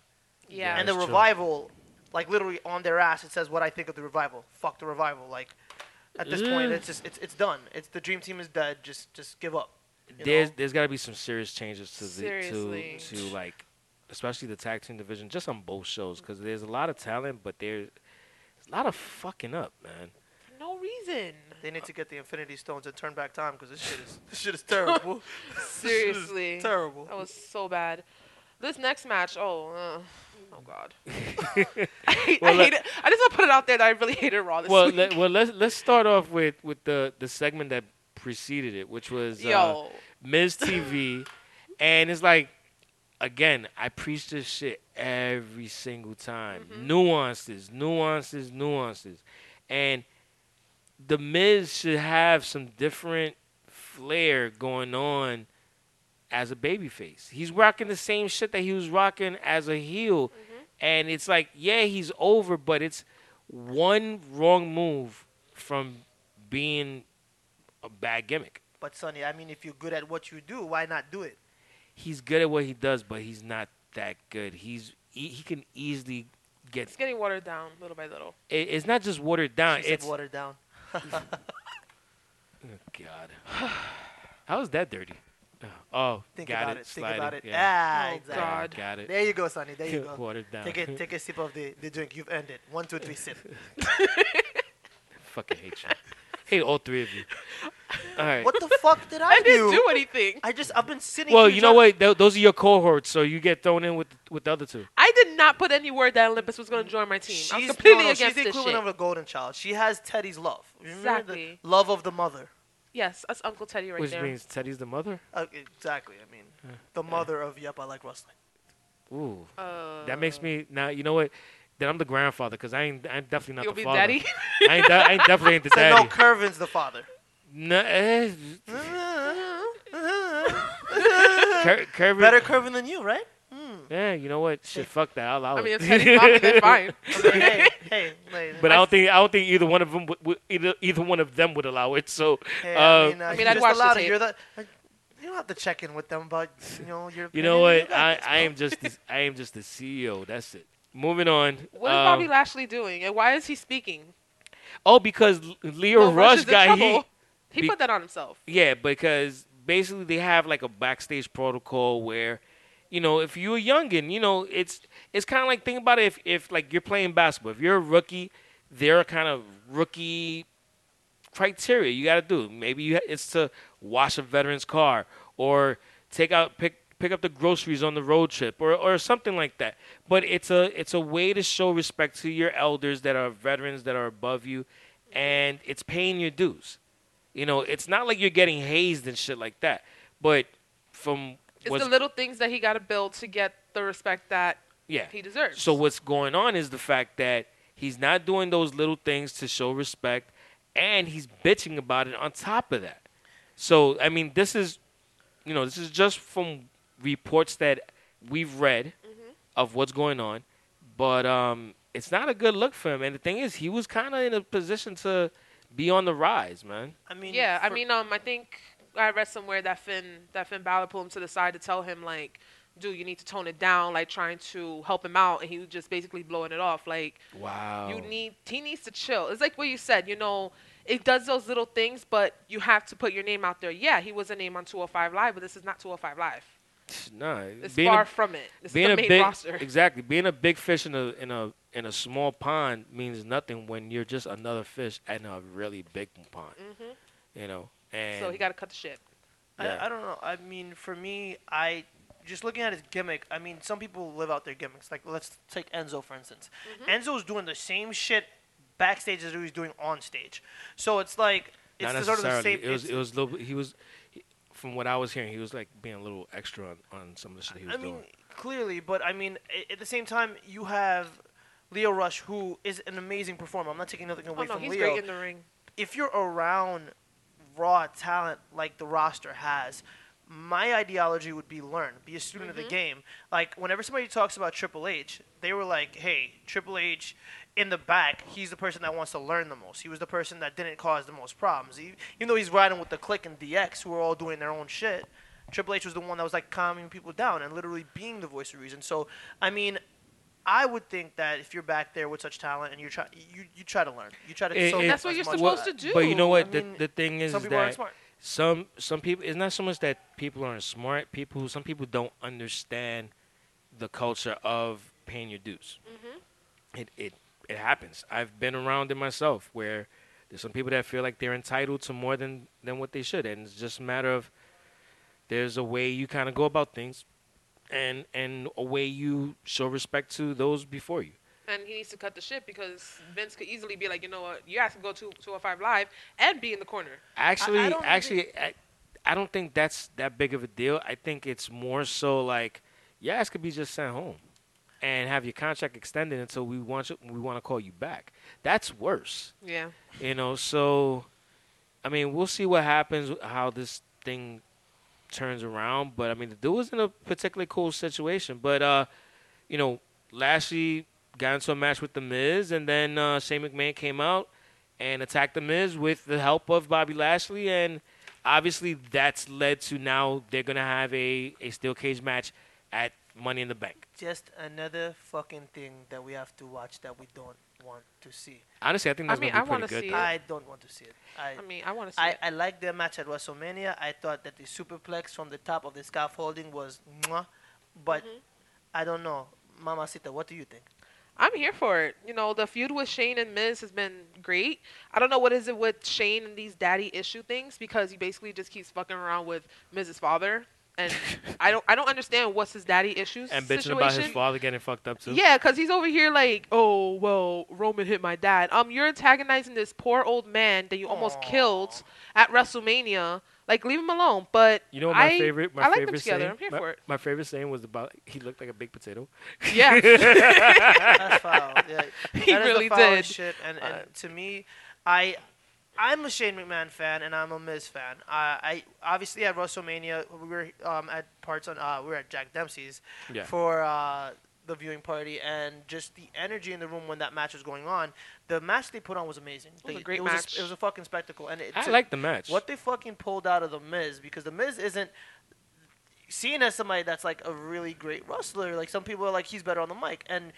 [SPEAKER 8] Yeah.
[SPEAKER 7] and
[SPEAKER 6] that's true.
[SPEAKER 7] the revival, like literally on their ass, it says what I think of the revival. Fuck the revival. Like at this point,
[SPEAKER 6] Ugh.
[SPEAKER 7] it's just it's it's done. It's the dream team is dead. Just just give up. you
[SPEAKER 6] there's
[SPEAKER 7] know?
[SPEAKER 6] there's got to be some serious changes to the
[SPEAKER 8] Seriously.
[SPEAKER 6] to to like especially the tag team division just on both shows because there's a lot of talent but there's a lot of fucking up man
[SPEAKER 8] For no reason.
[SPEAKER 7] They need to get the Infinity Stones and turn back time because this shit is this shit is terrible. This shit is
[SPEAKER 8] Seriously. Oh.
[SPEAKER 7] terrible.
[SPEAKER 8] That was so bad. This next match, oh, uh, oh God. I, hate,
[SPEAKER 6] Well,
[SPEAKER 8] I
[SPEAKER 6] let-
[SPEAKER 8] hate it. I just want to put it out there that I really hated Raw this
[SPEAKER 6] well
[SPEAKER 8] week.
[SPEAKER 6] let, well let's let's start off with with the the segment that preceded it which was uh,
[SPEAKER 8] Yo,
[SPEAKER 6] Ms. TV and it's like again I preach this shit every single time nuances nuances nuances and the Miz should have some different flair going on as a babyface. He's rocking the same shit that he was rocking as a heel, and it's like, yeah, he's over, but it's one wrong move from being a bad gimmick.
[SPEAKER 7] But Sonny, I mean, if you're good at what you do, why not do it?
[SPEAKER 6] He's good at what he does, but he's not that good. He's he, he can easily get.
[SPEAKER 8] it's getting watered down little by little.
[SPEAKER 6] It, it's not just watered down.
[SPEAKER 7] She said
[SPEAKER 6] it's
[SPEAKER 7] watered down.
[SPEAKER 6] God. How is that dirty? Oh,
[SPEAKER 7] Think
[SPEAKER 6] got
[SPEAKER 7] about
[SPEAKER 6] it.
[SPEAKER 7] it. Think
[SPEAKER 6] sliding,
[SPEAKER 7] about it.
[SPEAKER 6] Yeah.
[SPEAKER 7] Ah,
[SPEAKER 8] Oh,
[SPEAKER 7] exactly.
[SPEAKER 8] God.
[SPEAKER 6] Got it.
[SPEAKER 7] There you go, Sonny. There you go.
[SPEAKER 6] Watered down.
[SPEAKER 7] Take a, take a sip of the, the drink. You've earned it. One, two, three, sip.
[SPEAKER 6] Fucking hate you. hate all three of you. All right.
[SPEAKER 7] What the fuck did I,
[SPEAKER 8] I didn't
[SPEAKER 7] do?
[SPEAKER 8] do anything.
[SPEAKER 7] I just, I've been sitting
[SPEAKER 6] well,
[SPEAKER 7] here
[SPEAKER 6] you know
[SPEAKER 7] trying-
[SPEAKER 6] what? Th- those are your cohorts, so you get thrown in with with the other two.
[SPEAKER 8] I did not put any word that Olympus was going to join my team.
[SPEAKER 7] She's,
[SPEAKER 8] I'm
[SPEAKER 7] no,
[SPEAKER 8] completely
[SPEAKER 7] no,
[SPEAKER 8] against
[SPEAKER 7] she's the
[SPEAKER 8] this shit.
[SPEAKER 7] equivalent of a golden child. She has Teddy's love. Remember
[SPEAKER 8] Exactly.
[SPEAKER 7] The love of the mother.
[SPEAKER 8] yes, that's Uncle Teddy right
[SPEAKER 6] which
[SPEAKER 8] there.
[SPEAKER 6] means Teddy's the mother.
[SPEAKER 7] Uh, exactly. I mean, the mother of Yep, I Like Wrestling.
[SPEAKER 6] Ooh,
[SPEAKER 8] uh,
[SPEAKER 6] that makes me now. You know what? Then I'm the grandfather because I ain't. I'm definitely not
[SPEAKER 8] You'll
[SPEAKER 6] the
[SPEAKER 8] be
[SPEAKER 6] father.
[SPEAKER 8] daddy.
[SPEAKER 6] I ain't. de- I ain't definitely ain't the
[SPEAKER 7] So no,
[SPEAKER 6] daddy.
[SPEAKER 7] Curvin's the father.
[SPEAKER 6] No, eh, Cur- Kirby-
[SPEAKER 7] Better Curvin than you, right?
[SPEAKER 6] Yeah, you know what? Shit, fuck that. I'll allow
[SPEAKER 8] I mean,
[SPEAKER 6] it.
[SPEAKER 8] it's Teddy's mom. That's fine.
[SPEAKER 7] I mean, hey, hey, like,
[SPEAKER 6] but I don't think I don't think either one of them would, would- either either one of them would allow it. So,
[SPEAKER 7] Hey,
[SPEAKER 6] uh,
[SPEAKER 7] I mean, uh,
[SPEAKER 8] mean,
[SPEAKER 7] you
[SPEAKER 8] I'd
[SPEAKER 7] just
[SPEAKER 8] watch the
[SPEAKER 7] allowed it.
[SPEAKER 8] tape.
[SPEAKER 7] You're the, uh, you don't have to check in with them about you know your.
[SPEAKER 6] you know
[SPEAKER 7] opinion.
[SPEAKER 6] what?
[SPEAKER 7] You're
[SPEAKER 6] I,
[SPEAKER 7] like,
[SPEAKER 6] I am just the, I am just the CEO. That's it. Moving on.
[SPEAKER 8] What is
[SPEAKER 6] um,
[SPEAKER 8] Bobby Lashley doing, and why is he speaking?
[SPEAKER 6] Oh, because L- Leo
[SPEAKER 8] No,
[SPEAKER 6] Rush
[SPEAKER 8] is in
[SPEAKER 6] got heat.
[SPEAKER 8] trouble. He
[SPEAKER 6] Be-
[SPEAKER 8] put that on himself.
[SPEAKER 6] Yeah, because basically they have like a backstage protocol where, you know, if you're a youngin, you know, it's it's kind of like think about it. If if like you're playing basketball, if you're a rookie, there are kind of rookie criteria you got to do. Maybe you ha- it's to wash a veteran's car or take out pick pick up the groceries on the road trip or or something like that. But it's a it's a way to show respect to your elders that are veterans that are above you, and it's paying your dues. You know, it's not like you're getting hazed and shit like that. But from
[SPEAKER 8] It's
[SPEAKER 6] what's
[SPEAKER 8] the little things that he got to build to get the respect that
[SPEAKER 6] yeah.
[SPEAKER 8] he deserves.
[SPEAKER 6] So what's going on is the fact that he's not doing those little things to show respect, and he's bitching about it on top of that. So I mean, this is, you know, this is just from reports that we've read
[SPEAKER 8] Mm-hmm.
[SPEAKER 6] of what's going on, but um, it's not a good look for him. And the thing is, he was kind of in a position to be on the rise, man.
[SPEAKER 7] I mean,
[SPEAKER 8] yeah, I
[SPEAKER 7] for-
[SPEAKER 8] mean, um, I think I read somewhere that Finn that Finn Balor pulled him to the side to tell him like, "Dude, you need to tone it down," like trying to help him out, and he was just basically blowing it off, like.
[SPEAKER 6] Wow.
[SPEAKER 8] You need he needs to chill. It's like what you said, you know, it does those little oh things, but you have to put your name out there. Yeah, he was a name on 205 Live, but this is not 205 Live.
[SPEAKER 6] it's nah.
[SPEAKER 8] It's
[SPEAKER 6] being a-
[SPEAKER 8] far from it. It's
[SPEAKER 6] being
[SPEAKER 8] the
[SPEAKER 6] a
[SPEAKER 8] main
[SPEAKER 6] big
[SPEAKER 8] roster.
[SPEAKER 6] exactly being a big fish in a in a in a small pond means nothing when you're just another fish in a really big pond. You know, and
[SPEAKER 8] Mm-hmm. So he got to cut the shit.
[SPEAKER 6] Yeah.
[SPEAKER 7] I, I don't know. I mean, for me, I just looking at his gimmick. I mean, some people live out their gimmicks. Like let's take Enzo for instance.
[SPEAKER 8] Mm-hmm.
[SPEAKER 7] Enzo's doing the same shit backstage as he was doing on stage. So it's like it's
[SPEAKER 6] not
[SPEAKER 7] the sort of the
[SPEAKER 6] necessarily.
[SPEAKER 7] same.
[SPEAKER 6] it was
[SPEAKER 7] it's-
[SPEAKER 6] it was little, he was he- from what I was hearing he was like being a little extra on, on some of the shit he was
[SPEAKER 7] I mean,
[SPEAKER 6] doing.
[SPEAKER 7] clearly, but I mean, a- at the same time, you have Leo Rush, who is an amazing performer. I'm not taking nothing
[SPEAKER 8] Oh
[SPEAKER 7] away
[SPEAKER 8] no,
[SPEAKER 7] from
[SPEAKER 8] he's
[SPEAKER 7] Leo.
[SPEAKER 8] great in the ring.
[SPEAKER 7] if you're around raw talent like the roster has, my ideology would be learn, be a student
[SPEAKER 8] Mm-hmm.
[SPEAKER 7] of the game. Like whenever somebody talks about Triple H, they were like, "Hey, Triple H in the back, he's the person that wants to learn the most. He was the person that didn't cause the most problems. E- Even though he's riding with the Click and DX, who are all doing their own shit, Triple H was the one that was like calming people down and literally being the voice of reason. So, I mean, I would think that if you're back there with such talent and you're trying, you, you try to learn. You try to.
[SPEAKER 6] It-
[SPEAKER 7] soak
[SPEAKER 6] it-
[SPEAKER 7] up
[SPEAKER 8] That's what
[SPEAKER 7] as
[SPEAKER 8] you're
[SPEAKER 7] much
[SPEAKER 8] supposed
[SPEAKER 7] as-
[SPEAKER 8] to do.
[SPEAKER 6] But you know what?
[SPEAKER 7] I
[SPEAKER 6] the,
[SPEAKER 7] mean,
[SPEAKER 6] the thing is,
[SPEAKER 7] some
[SPEAKER 6] is
[SPEAKER 7] people aren't
[SPEAKER 6] that
[SPEAKER 7] smart.
[SPEAKER 6] some some people. It's not so much that people aren't smart. People. Some people don't understand the culture of paying your dues.
[SPEAKER 7] Mm-hmm.
[SPEAKER 6] It it it happens. I've been around it myself, where there's some people that feel like they're entitled to more than than what they should, and it's just a matter of there's a way you kind of go about things, and and a way you show respect to those before you.
[SPEAKER 8] And he needs to cut the shit because Vince could easily be like, you know what, you guys can go to 205 Live and be in the corner.
[SPEAKER 6] Actually,
[SPEAKER 7] I don't think-
[SPEAKER 6] actually, I, I don't think that's that big of a deal. I think it's more so like, yeah, it could be just sent home, and have your contract extended until we want you, we want to call you back. That's worse,
[SPEAKER 8] Yeah.
[SPEAKER 6] you know. So, I mean, we'll see what happens, how this thing turns around. But I mean, the dude was in a particularly cool situation. But uh, you know, Lashley got into a match with the Miz, and then uh, Shane McMahon came out and attacked the Miz with the help of Bobby Lashley, and obviously that's led to now they're gonna have a a steel cage match at Money in the Bank.
[SPEAKER 7] Just another fucking thing that we have to watch that we don't want to see.
[SPEAKER 6] Honestly, I think
[SPEAKER 8] I
[SPEAKER 6] that's
[SPEAKER 8] mean,
[SPEAKER 6] gonna be
[SPEAKER 8] I
[SPEAKER 6] pretty
[SPEAKER 8] wanna
[SPEAKER 6] good.
[SPEAKER 8] see uh,
[SPEAKER 6] though.
[SPEAKER 8] it.
[SPEAKER 7] I don't want to see it. I,
[SPEAKER 8] I mean, I want to see
[SPEAKER 7] I,
[SPEAKER 8] it.
[SPEAKER 7] I liked their match at WrestleMania. I thought that the superplex from the top of the scaffolding was mwah, but I don't know. Mama Sita, what do you think?
[SPEAKER 8] I'm here for it. You know, the feud with Shane and Miz has been great. I don't know what is it with Shane and these daddy issue things because he basically just keeps fucking around with Miz's father, and I don't I don't understand what's his daddy issues
[SPEAKER 6] and bitching
[SPEAKER 8] situation.
[SPEAKER 6] about his father getting fucked up too.
[SPEAKER 8] Yeah, because he's over here like, oh well, Roman hit my dad. Um, you're antagonizing this poor old man that you almost
[SPEAKER 7] Aw.
[SPEAKER 8] killed at WrestleMania. Like, leave him alone. But
[SPEAKER 6] You know what my
[SPEAKER 8] I-
[SPEAKER 6] favorite my
[SPEAKER 8] I like them
[SPEAKER 6] favorite
[SPEAKER 8] together.
[SPEAKER 6] saying
[SPEAKER 8] I'm here
[SPEAKER 6] my,
[SPEAKER 8] for it.
[SPEAKER 6] my favorite saying was about he looked like a big potato.
[SPEAKER 8] yeah,
[SPEAKER 7] That's foul. Yeah.
[SPEAKER 8] He
[SPEAKER 7] That is the
[SPEAKER 8] really
[SPEAKER 7] foulest
[SPEAKER 8] did.
[SPEAKER 7] Shit. And, and to me, I, I'm a Shane McMahon fan and I'm a Miz fan. I, I obviously at WrestleMania we were um, at parts on uh, we were at Jack Dempsey's
[SPEAKER 6] Yeah.
[SPEAKER 7] for uh, the viewing party and just the energy in the room when that match was going on. The match they put on was amazing.
[SPEAKER 8] was a
[SPEAKER 7] They-
[SPEAKER 8] great
[SPEAKER 7] it was
[SPEAKER 8] match.
[SPEAKER 7] sp- it was a fucking spectacle. And it,
[SPEAKER 6] I
[SPEAKER 7] to-
[SPEAKER 6] like the match.
[SPEAKER 7] what they fucking pulled out of the Miz because the Miz isn't seen as somebody that's like a really great wrestler. Like some people are like he's better on the mic and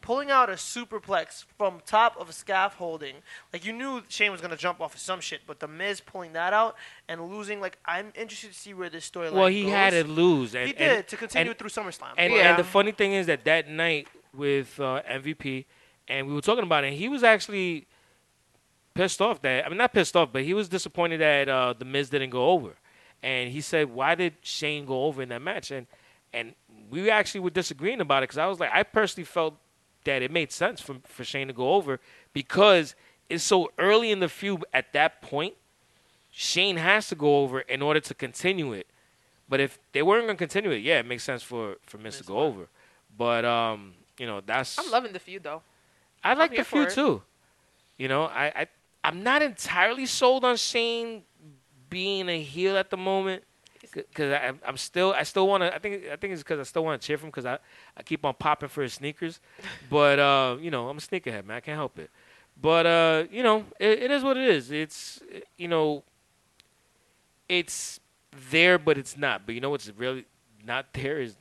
[SPEAKER 7] pulling out a superplex from top of a scaffolding. Like you knew Shane was gonna jump off of some shit, but the Miz pulling that out and losing. Like I'm interested to see where this storyline.
[SPEAKER 6] Well, he
[SPEAKER 7] goes.
[SPEAKER 6] had to lose. And,
[SPEAKER 7] He
[SPEAKER 6] and-
[SPEAKER 7] did to continue
[SPEAKER 6] and-
[SPEAKER 7] through SummerSlam.
[SPEAKER 6] And,
[SPEAKER 7] but-
[SPEAKER 6] and
[SPEAKER 8] Yeah.
[SPEAKER 6] the funny thing is that that night with uh, MVP, and we were talking about it, and he was actually pissed off that I mean not pissed off, but he was disappointed that uh, the Miz didn't go over, and he said, "Why did Shane go over in that match?" and and we actually were disagreeing about it because I was like, I personally felt that it made sense for for Shane to go over because it's so early in the feud at that point. Shane has to go over in order to continue it. But if they weren't gonna continue it, yeah, it makes sense for for Miz to go over. But um, you know, that's
[SPEAKER 8] I'm loving the feud though.
[SPEAKER 6] I like
[SPEAKER 8] here
[SPEAKER 6] the
[SPEAKER 8] for
[SPEAKER 6] feud
[SPEAKER 8] it.
[SPEAKER 6] too. You know, I, I I'm not entirely sold on Shane being a heel at the moment because I I'm still I still want to I think I think it's because I still want to cheer for him because I I keep on popping for his sneakers, but uh you know I'm a sneakerhead man I can't help it, but uh you know it, it is what it is it's uh, you know it's there but it's not but you know what's really not there is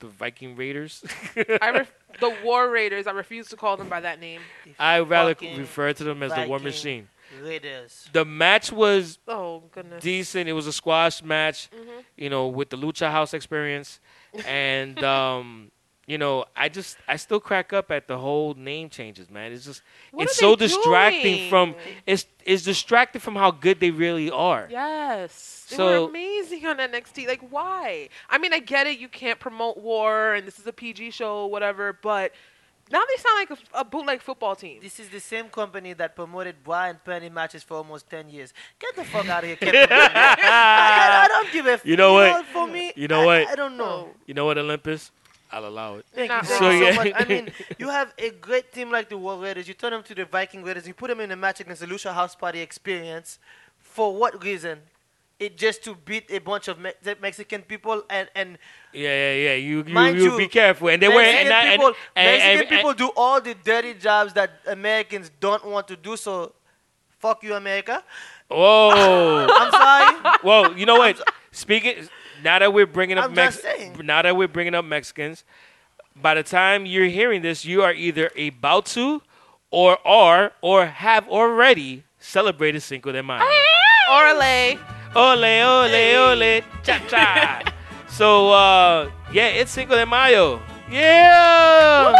[SPEAKER 6] the Viking Raiders.
[SPEAKER 8] I ref- the War Raiders. I refuse to call them by that name.
[SPEAKER 6] I rather
[SPEAKER 7] Fucking
[SPEAKER 6] refer to them as the War
[SPEAKER 7] Viking
[SPEAKER 6] Machine.
[SPEAKER 7] Ladies.
[SPEAKER 6] The match was
[SPEAKER 8] Oh goodness.
[SPEAKER 6] decent. It was a squash match,
[SPEAKER 7] Mm-hmm.
[SPEAKER 6] you know, with the Lucha House experience, and um, you know, I just I still crack up at the whole name changes, man. It's just
[SPEAKER 8] What
[SPEAKER 6] it's
[SPEAKER 8] are
[SPEAKER 6] so
[SPEAKER 8] they
[SPEAKER 6] distracting from
[SPEAKER 8] doing?
[SPEAKER 6] it's it's distracting from how good they really are.
[SPEAKER 8] Yes. They
[SPEAKER 6] So-
[SPEAKER 8] were amazing on NXT. Like, why? I mean, I get it. You can't promote war, and this is a PG show, whatever. But now they sound like a, a bootleg football team.
[SPEAKER 7] This is the same company that promoted Brian Penny matches for almost 10 years. Get the fuck out of here, Kid Penny. I, I- I don't give a f-
[SPEAKER 6] You know what?
[SPEAKER 7] for me,
[SPEAKER 6] You know
[SPEAKER 7] I-
[SPEAKER 6] what?
[SPEAKER 7] I don't know.
[SPEAKER 6] You know what, Olympus? I'll allow it.
[SPEAKER 7] Thank
[SPEAKER 8] Not
[SPEAKER 7] you so,
[SPEAKER 6] wrong. So, yeah.
[SPEAKER 7] much. I mean, you have a great team like the War Raiders. You turn them to the Viking Raiders. You put them in a match against the Lucia House Party Experience. For what reason? It just to beat a bunch of Me- the Mexican people and and
[SPEAKER 6] Yeah, yeah, yeah. You you,
[SPEAKER 7] Mind
[SPEAKER 6] you,
[SPEAKER 7] you,
[SPEAKER 6] be careful. And they were
[SPEAKER 7] Mexican
[SPEAKER 6] and, I- and,
[SPEAKER 7] people.
[SPEAKER 6] and-
[SPEAKER 7] Mexican
[SPEAKER 6] and-
[SPEAKER 7] people do all the dirty jobs that Americans don't want to do. So, fuck you, America.
[SPEAKER 6] Whoa.
[SPEAKER 7] I'm sorry.
[SPEAKER 6] well, you know what? Speaking now that we're bringing up
[SPEAKER 7] I'm just
[SPEAKER 6] Mex-
[SPEAKER 7] saying.
[SPEAKER 6] now that we're bringing up Mexicans, by the time you're hearing this, you are either about to, or are, or have already celebrated Cinco de Mayo.
[SPEAKER 8] Orle.
[SPEAKER 6] Ole, ole, ole, cha cha. so uh, yeah, it's Cinco de Mayo. Yeah.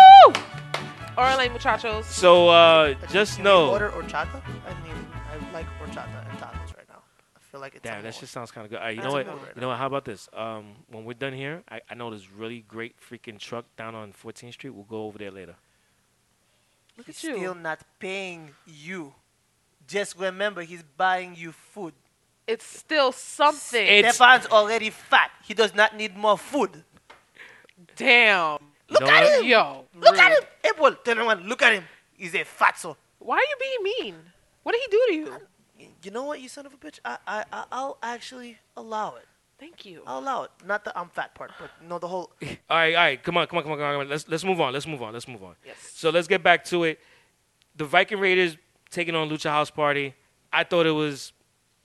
[SPEAKER 8] Orle, muchachos.
[SPEAKER 6] So uh, just
[SPEAKER 7] Can
[SPEAKER 6] know.
[SPEAKER 7] We order horchata. I mean, I like horchata and tacos right now. I feel like it's.
[SPEAKER 6] Damn,
[SPEAKER 7] a
[SPEAKER 6] that
[SPEAKER 7] more.
[SPEAKER 6] shit sounds kind of good. All right, you
[SPEAKER 7] That's
[SPEAKER 6] know what?
[SPEAKER 7] a good
[SPEAKER 6] You know what? How about this? Um, when we're done here, I, I know this really great freaking truck down on 14th Street. We'll go over there later.
[SPEAKER 8] Look
[SPEAKER 7] He's
[SPEAKER 8] at you.
[SPEAKER 7] still not paying you. Just remember, he's buying you food.
[SPEAKER 8] it's still something.
[SPEAKER 6] It's-
[SPEAKER 7] Stefan's already fat. He does not need more food.
[SPEAKER 8] Damn.
[SPEAKER 6] Look at him.
[SPEAKER 8] Yo.
[SPEAKER 7] Look at him. April, tell everyone, look at him. He's a fatso.
[SPEAKER 8] Why are you being mean? What did he do to you?
[SPEAKER 7] Y- You know what, you son of a bitch? I, I, I, I'll actually allow it.
[SPEAKER 8] Thank you.
[SPEAKER 7] I'll allow it. Not the I'm fat part, but no, the whole.
[SPEAKER 6] All right, all right. Come on, come on, come on, come on. Come on. Let's let's move on. Let's move on. Let's move on.
[SPEAKER 8] Yes.
[SPEAKER 6] So let's get back to it. The Viking Raiders taking on Lucha House Party. I thought it was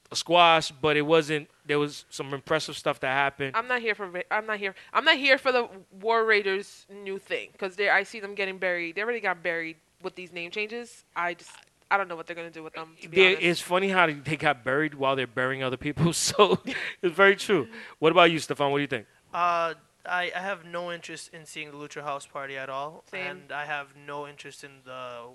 [SPEAKER 6] a squash, but it wasn't. There was some impressive stuff that happened.
[SPEAKER 8] I'm not here for. Ra- I'm not here. I'm not here for the War Raiders new thing because they. I see them getting buried. They already got buried with these name changes. I just. I don't know what they're gonna do with them. To be
[SPEAKER 6] They-
[SPEAKER 8] honest.
[SPEAKER 6] it's funny how they got buried while they're burying other people. So it's very true. What about you, Stefan? What do you think?
[SPEAKER 7] Uh, I, I have no interest in seeing the Lucha House Party at all.
[SPEAKER 8] Same.
[SPEAKER 7] And I have no interest in the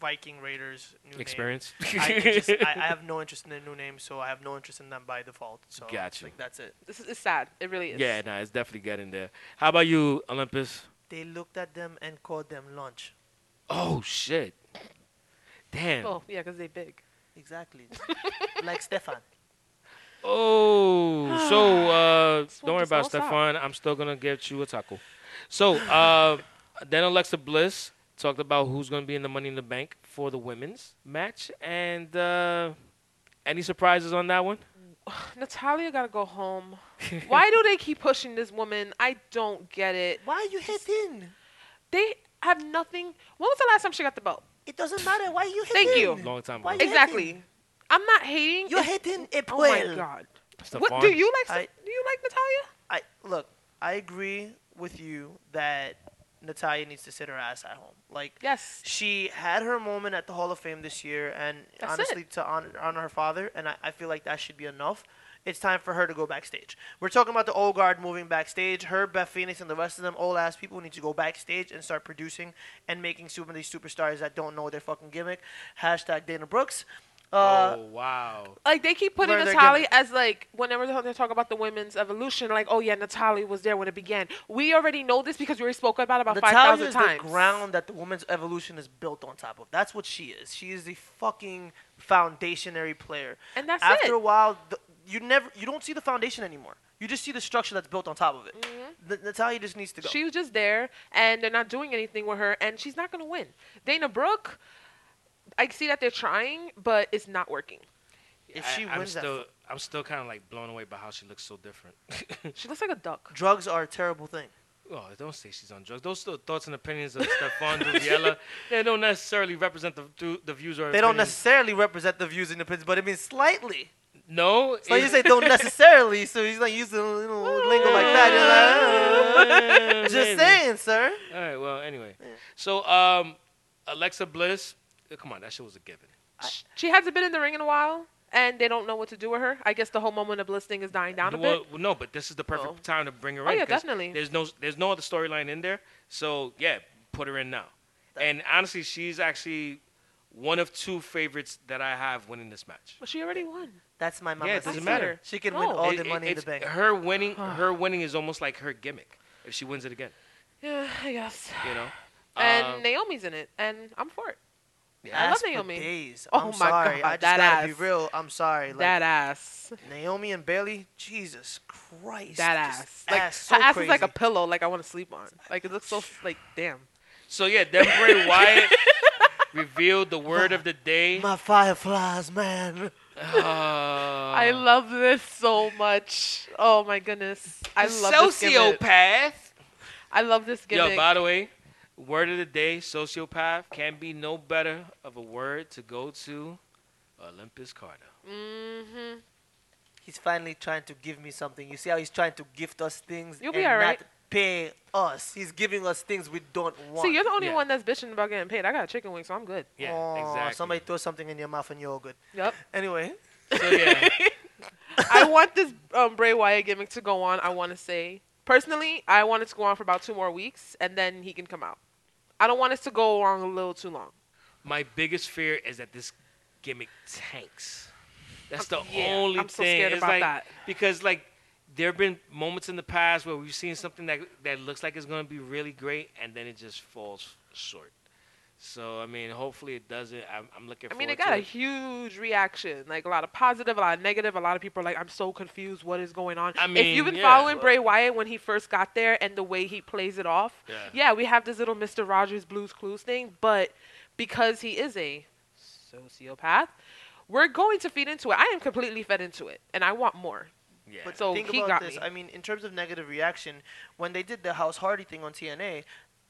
[SPEAKER 7] Viking Raiders new name.
[SPEAKER 6] Experience.
[SPEAKER 7] I, just, I, I have no interest in the new name, so I have no interest in them by default. So it's
[SPEAKER 6] Gotcha.
[SPEAKER 7] like that's it.
[SPEAKER 8] This is it's sad. It really is.
[SPEAKER 6] Yeah, nah, it's definitely getting there. How about you, Olympus?
[SPEAKER 7] They looked at them and called them lunch.
[SPEAKER 6] Oh shit! Damn.
[SPEAKER 8] Oh
[SPEAKER 6] Oh.
[SPEAKER 8] yeah, because they big.
[SPEAKER 7] Exactly. like Stefan.
[SPEAKER 6] Oh, so uh,
[SPEAKER 8] This
[SPEAKER 6] don't
[SPEAKER 8] one
[SPEAKER 6] worry
[SPEAKER 8] does
[SPEAKER 6] about
[SPEAKER 8] not stop.
[SPEAKER 6] Stefan. I'm still gonna get you a taco. So uh, then Alexa Bliss talked about who's gonna be in the Money in the Bank for the women's match, and uh, any surprises on that one?
[SPEAKER 8] Natalia gotta go home. Why do they keep pushing this woman? I don't get it.
[SPEAKER 7] Why you hating?
[SPEAKER 8] They have nothing. When was the last time she got the belt?
[SPEAKER 7] It doesn't matter. Why you hating?
[SPEAKER 8] Thank you.
[SPEAKER 6] Long time ago.
[SPEAKER 7] Why you
[SPEAKER 8] Exactly. I'm not hating.
[SPEAKER 7] You're
[SPEAKER 8] It's-
[SPEAKER 7] hating a
[SPEAKER 8] Oh my
[SPEAKER 7] puel.
[SPEAKER 8] god.
[SPEAKER 6] Stefan.
[SPEAKER 8] What do you like?
[SPEAKER 7] I-
[SPEAKER 8] do you like Natalia?
[SPEAKER 7] I look. I agree with you that Natalia needs to sit her ass at home. Like
[SPEAKER 8] Yes.
[SPEAKER 7] she had her moment at the Hall of Fame this year, and
[SPEAKER 8] That's
[SPEAKER 7] honestly, to honor, honor her father, and I, I feel like that should be enough. It's time for her to go backstage. We're talking about the old guard moving backstage. Her, Beth Phoenix, and the rest of them old ass people need to go backstage and start producing and making super these superstars that don't know their fucking gimmick. Hashtag Dana Brooks. Uh,
[SPEAKER 6] oh wow.
[SPEAKER 8] Like they keep putting
[SPEAKER 7] Where they're
[SPEAKER 8] Natalia as like whenever they they talk about the women's evolution, like oh yeah, Natalia was there when it began. We already know this because we already spoke about it about five
[SPEAKER 7] Natalia
[SPEAKER 8] thousand
[SPEAKER 7] is
[SPEAKER 8] times.
[SPEAKER 7] the ground that the women's evolution is built on top of. That's what she is. She is the fucking foundationary player.
[SPEAKER 8] And that's
[SPEAKER 7] after
[SPEAKER 8] it.
[SPEAKER 7] a while, the, you never you don't see the foundation anymore. You just see the structure that's built on top of it. N- Natalia just needs to go.
[SPEAKER 8] Mm-hmm. She was just there, and they're not doing anything with her, and she's not gonna win. Dana Brooke, I see that they're trying, but it's not working.
[SPEAKER 7] if she
[SPEAKER 6] I, am
[SPEAKER 7] wins that,
[SPEAKER 6] still, I'm still kind of like blown away by how she looks so different.
[SPEAKER 8] She looks like a duck.
[SPEAKER 7] drugs are a terrible thing.
[SPEAKER 6] Oh, don't say she's on drugs. Those are the thoughts and opinions of Stefan Duviella. They don't necessarily represent the, du- the views or
[SPEAKER 7] They don't
[SPEAKER 6] opinions.
[SPEAKER 7] necessarily represent the views and opinions, but it means slightly.
[SPEAKER 6] No.
[SPEAKER 7] So you
[SPEAKER 6] it-
[SPEAKER 7] say don't necessarily, so he's like using a little lingo like that. You're like, "Ah." just saying, sir.
[SPEAKER 6] All right. Well, anyway. So, um, Alexa Bliss. uh, Come on, eh, that shit was a given.
[SPEAKER 8] sh- she hasn't been in the ring in a while, and they don't know what to do with her. I guess the whole moment of listing is dying down a bit.
[SPEAKER 6] Well, no, but this is the perfect
[SPEAKER 8] Oh.
[SPEAKER 6] time to bring her
[SPEAKER 8] Oh,
[SPEAKER 6] in.
[SPEAKER 8] yeah,
[SPEAKER 6] 'cause
[SPEAKER 8] definitely.
[SPEAKER 6] There's no there's no other storyline in there, so yeah, put her in now. And honestly, she's actually one of two favorites that I have winning this match.
[SPEAKER 8] But she already won.
[SPEAKER 7] That's my mama.
[SPEAKER 6] Yeah, it doesn't matter.
[SPEAKER 7] She can win
[SPEAKER 8] No.
[SPEAKER 7] all
[SPEAKER 6] It-
[SPEAKER 7] the
[SPEAKER 6] it-
[SPEAKER 7] money in the
[SPEAKER 6] it's-
[SPEAKER 7] bank.
[SPEAKER 6] Her winning, her winning is almost like her gimmick. If she wins it again,
[SPEAKER 8] Yeah, I guess.
[SPEAKER 6] you know.
[SPEAKER 8] And
[SPEAKER 6] Um,
[SPEAKER 8] Naomi's in it, and I'm for it.
[SPEAKER 6] yeah.
[SPEAKER 8] I love
[SPEAKER 7] Ass for
[SPEAKER 8] Naomi.
[SPEAKER 7] Days.
[SPEAKER 8] Oh
[SPEAKER 7] I'm
[SPEAKER 8] my
[SPEAKER 7] sorry.
[SPEAKER 8] God,
[SPEAKER 7] I just
[SPEAKER 8] that
[SPEAKER 7] gotta
[SPEAKER 8] ass.
[SPEAKER 7] be real. I'm sorry. Like,
[SPEAKER 8] that ass,
[SPEAKER 7] Naomi and Bailey. Jesus Christ.
[SPEAKER 8] that
[SPEAKER 7] just
[SPEAKER 8] ass. Like
[SPEAKER 7] ass so
[SPEAKER 8] her ass
[SPEAKER 7] crazy.
[SPEAKER 8] is like a pillow. Like I want to sleep on. Like it looks so like damn.
[SPEAKER 6] So yeah, then Bray Wyatt revealed the word of the day.
[SPEAKER 7] My fireflies, man.
[SPEAKER 6] Uh,
[SPEAKER 8] I love this so much. Oh my goodness, I love this gimmick.
[SPEAKER 6] sociopath.
[SPEAKER 8] I love this
[SPEAKER 6] Yo,
[SPEAKER 8] gimmick.
[SPEAKER 6] by the way, word of the day, sociopath can be no better of a word to go to Olympus Carter.
[SPEAKER 8] mm-hmm.
[SPEAKER 7] He's finally trying to give me something. You see how he's trying to gift us things
[SPEAKER 8] You'll be
[SPEAKER 7] and
[SPEAKER 8] alright.
[SPEAKER 7] not pay us. He's giving us things we don't want.
[SPEAKER 8] See, you're the only
[SPEAKER 6] Yeah.
[SPEAKER 8] one that's bitching about getting paid. I got a chicken wing, so I'm good.
[SPEAKER 6] Yeah,
[SPEAKER 7] Aw,
[SPEAKER 6] exactly.
[SPEAKER 7] Somebody throw something in your mouth and you're all good.
[SPEAKER 8] Yep.
[SPEAKER 7] Anyway,
[SPEAKER 6] So yeah,
[SPEAKER 8] I want this um, Bray Wyatt gimmick to go on. I want to say personally, I want it to go on for about two more weeks, and then he can come out. I don't want it to go on a little too long.
[SPEAKER 6] my biggest fear is that this gimmick tanks. That's the
[SPEAKER 8] Oh, yeah,
[SPEAKER 6] only
[SPEAKER 8] I'm so
[SPEAKER 6] thing.
[SPEAKER 8] scared
[SPEAKER 6] It's
[SPEAKER 8] about
[SPEAKER 6] like-
[SPEAKER 8] that.
[SPEAKER 6] Because like there have been moments in the past where we've seen something that that looks like it's going to be really great, and then it just falls short. So I mean, hopefully it doesn't. I'm, I'm looking.
[SPEAKER 8] I mean, it
[SPEAKER 6] forward
[SPEAKER 8] got
[SPEAKER 6] to
[SPEAKER 8] a huge reaction, like a lot of positive, a lot of negative. A lot of people are like, "I'm so confused. What is going on?"
[SPEAKER 6] I
[SPEAKER 8] if
[SPEAKER 6] mean,
[SPEAKER 8] you've been
[SPEAKER 6] yeah.
[SPEAKER 8] following Bray Wyatt when he first got there and the way he plays it off,
[SPEAKER 6] Yeah.
[SPEAKER 8] we have this little Mister Rogers Blues Clues thing, but because he is a sociopath, we're going to feed into it. I am completely fed into it, and I want more.
[SPEAKER 6] Yeah.
[SPEAKER 8] But so
[SPEAKER 7] think
[SPEAKER 8] he got
[SPEAKER 7] about this.
[SPEAKER 8] me.
[SPEAKER 7] I mean, in terms of negative reaction, when they did the House Hardy thing on TNA,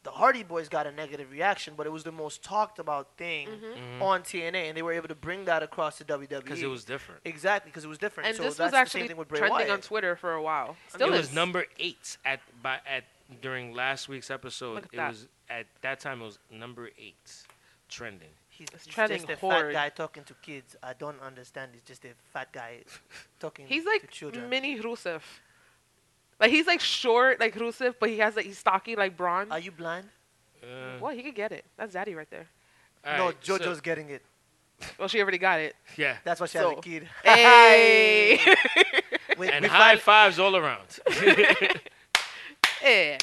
[SPEAKER 7] the Hardy Boys got a negative reaction, but it was the most talked about thing
[SPEAKER 8] Mm-hmm.
[SPEAKER 7] on TNA, and they were able to bring that across to WWE
[SPEAKER 6] because Mm-hmm. it was different.
[SPEAKER 7] exactly because it was different.
[SPEAKER 8] and
[SPEAKER 7] so
[SPEAKER 8] this
[SPEAKER 7] that's
[SPEAKER 8] was actually
[SPEAKER 7] the same thing with Bray
[SPEAKER 8] trending
[SPEAKER 7] Wyatt.
[SPEAKER 8] on Twitter for a while. Still
[SPEAKER 6] it
[SPEAKER 8] is.
[SPEAKER 6] was number eight at by at during last week's episode.
[SPEAKER 8] Look at
[SPEAKER 6] it
[SPEAKER 8] that.
[SPEAKER 6] was at that time it was number eight, trending.
[SPEAKER 7] He's, he's
[SPEAKER 8] trending
[SPEAKER 7] just a
[SPEAKER 8] hard.
[SPEAKER 7] fat guy talking to kids. I don't understand. He's just a fat guy talking
[SPEAKER 8] He's
[SPEAKER 7] to
[SPEAKER 8] like
[SPEAKER 7] children.
[SPEAKER 8] mini Rusev. Like he's like short like Rusev, but he has like he's stocky like Braun.
[SPEAKER 7] Are you blind?
[SPEAKER 6] Uh,
[SPEAKER 8] well, he could get it. That's daddy right there.
[SPEAKER 6] all
[SPEAKER 7] no,
[SPEAKER 6] right, so-
[SPEAKER 7] JoJo's getting it.
[SPEAKER 8] Well, she already got it.
[SPEAKER 6] yeah,
[SPEAKER 7] That's why she has
[SPEAKER 8] So-
[SPEAKER 7] a kid.
[SPEAKER 8] Hey,
[SPEAKER 7] Wait,
[SPEAKER 6] and
[SPEAKER 7] we
[SPEAKER 6] high
[SPEAKER 7] finally-
[SPEAKER 6] fives all around.
[SPEAKER 8] yeah.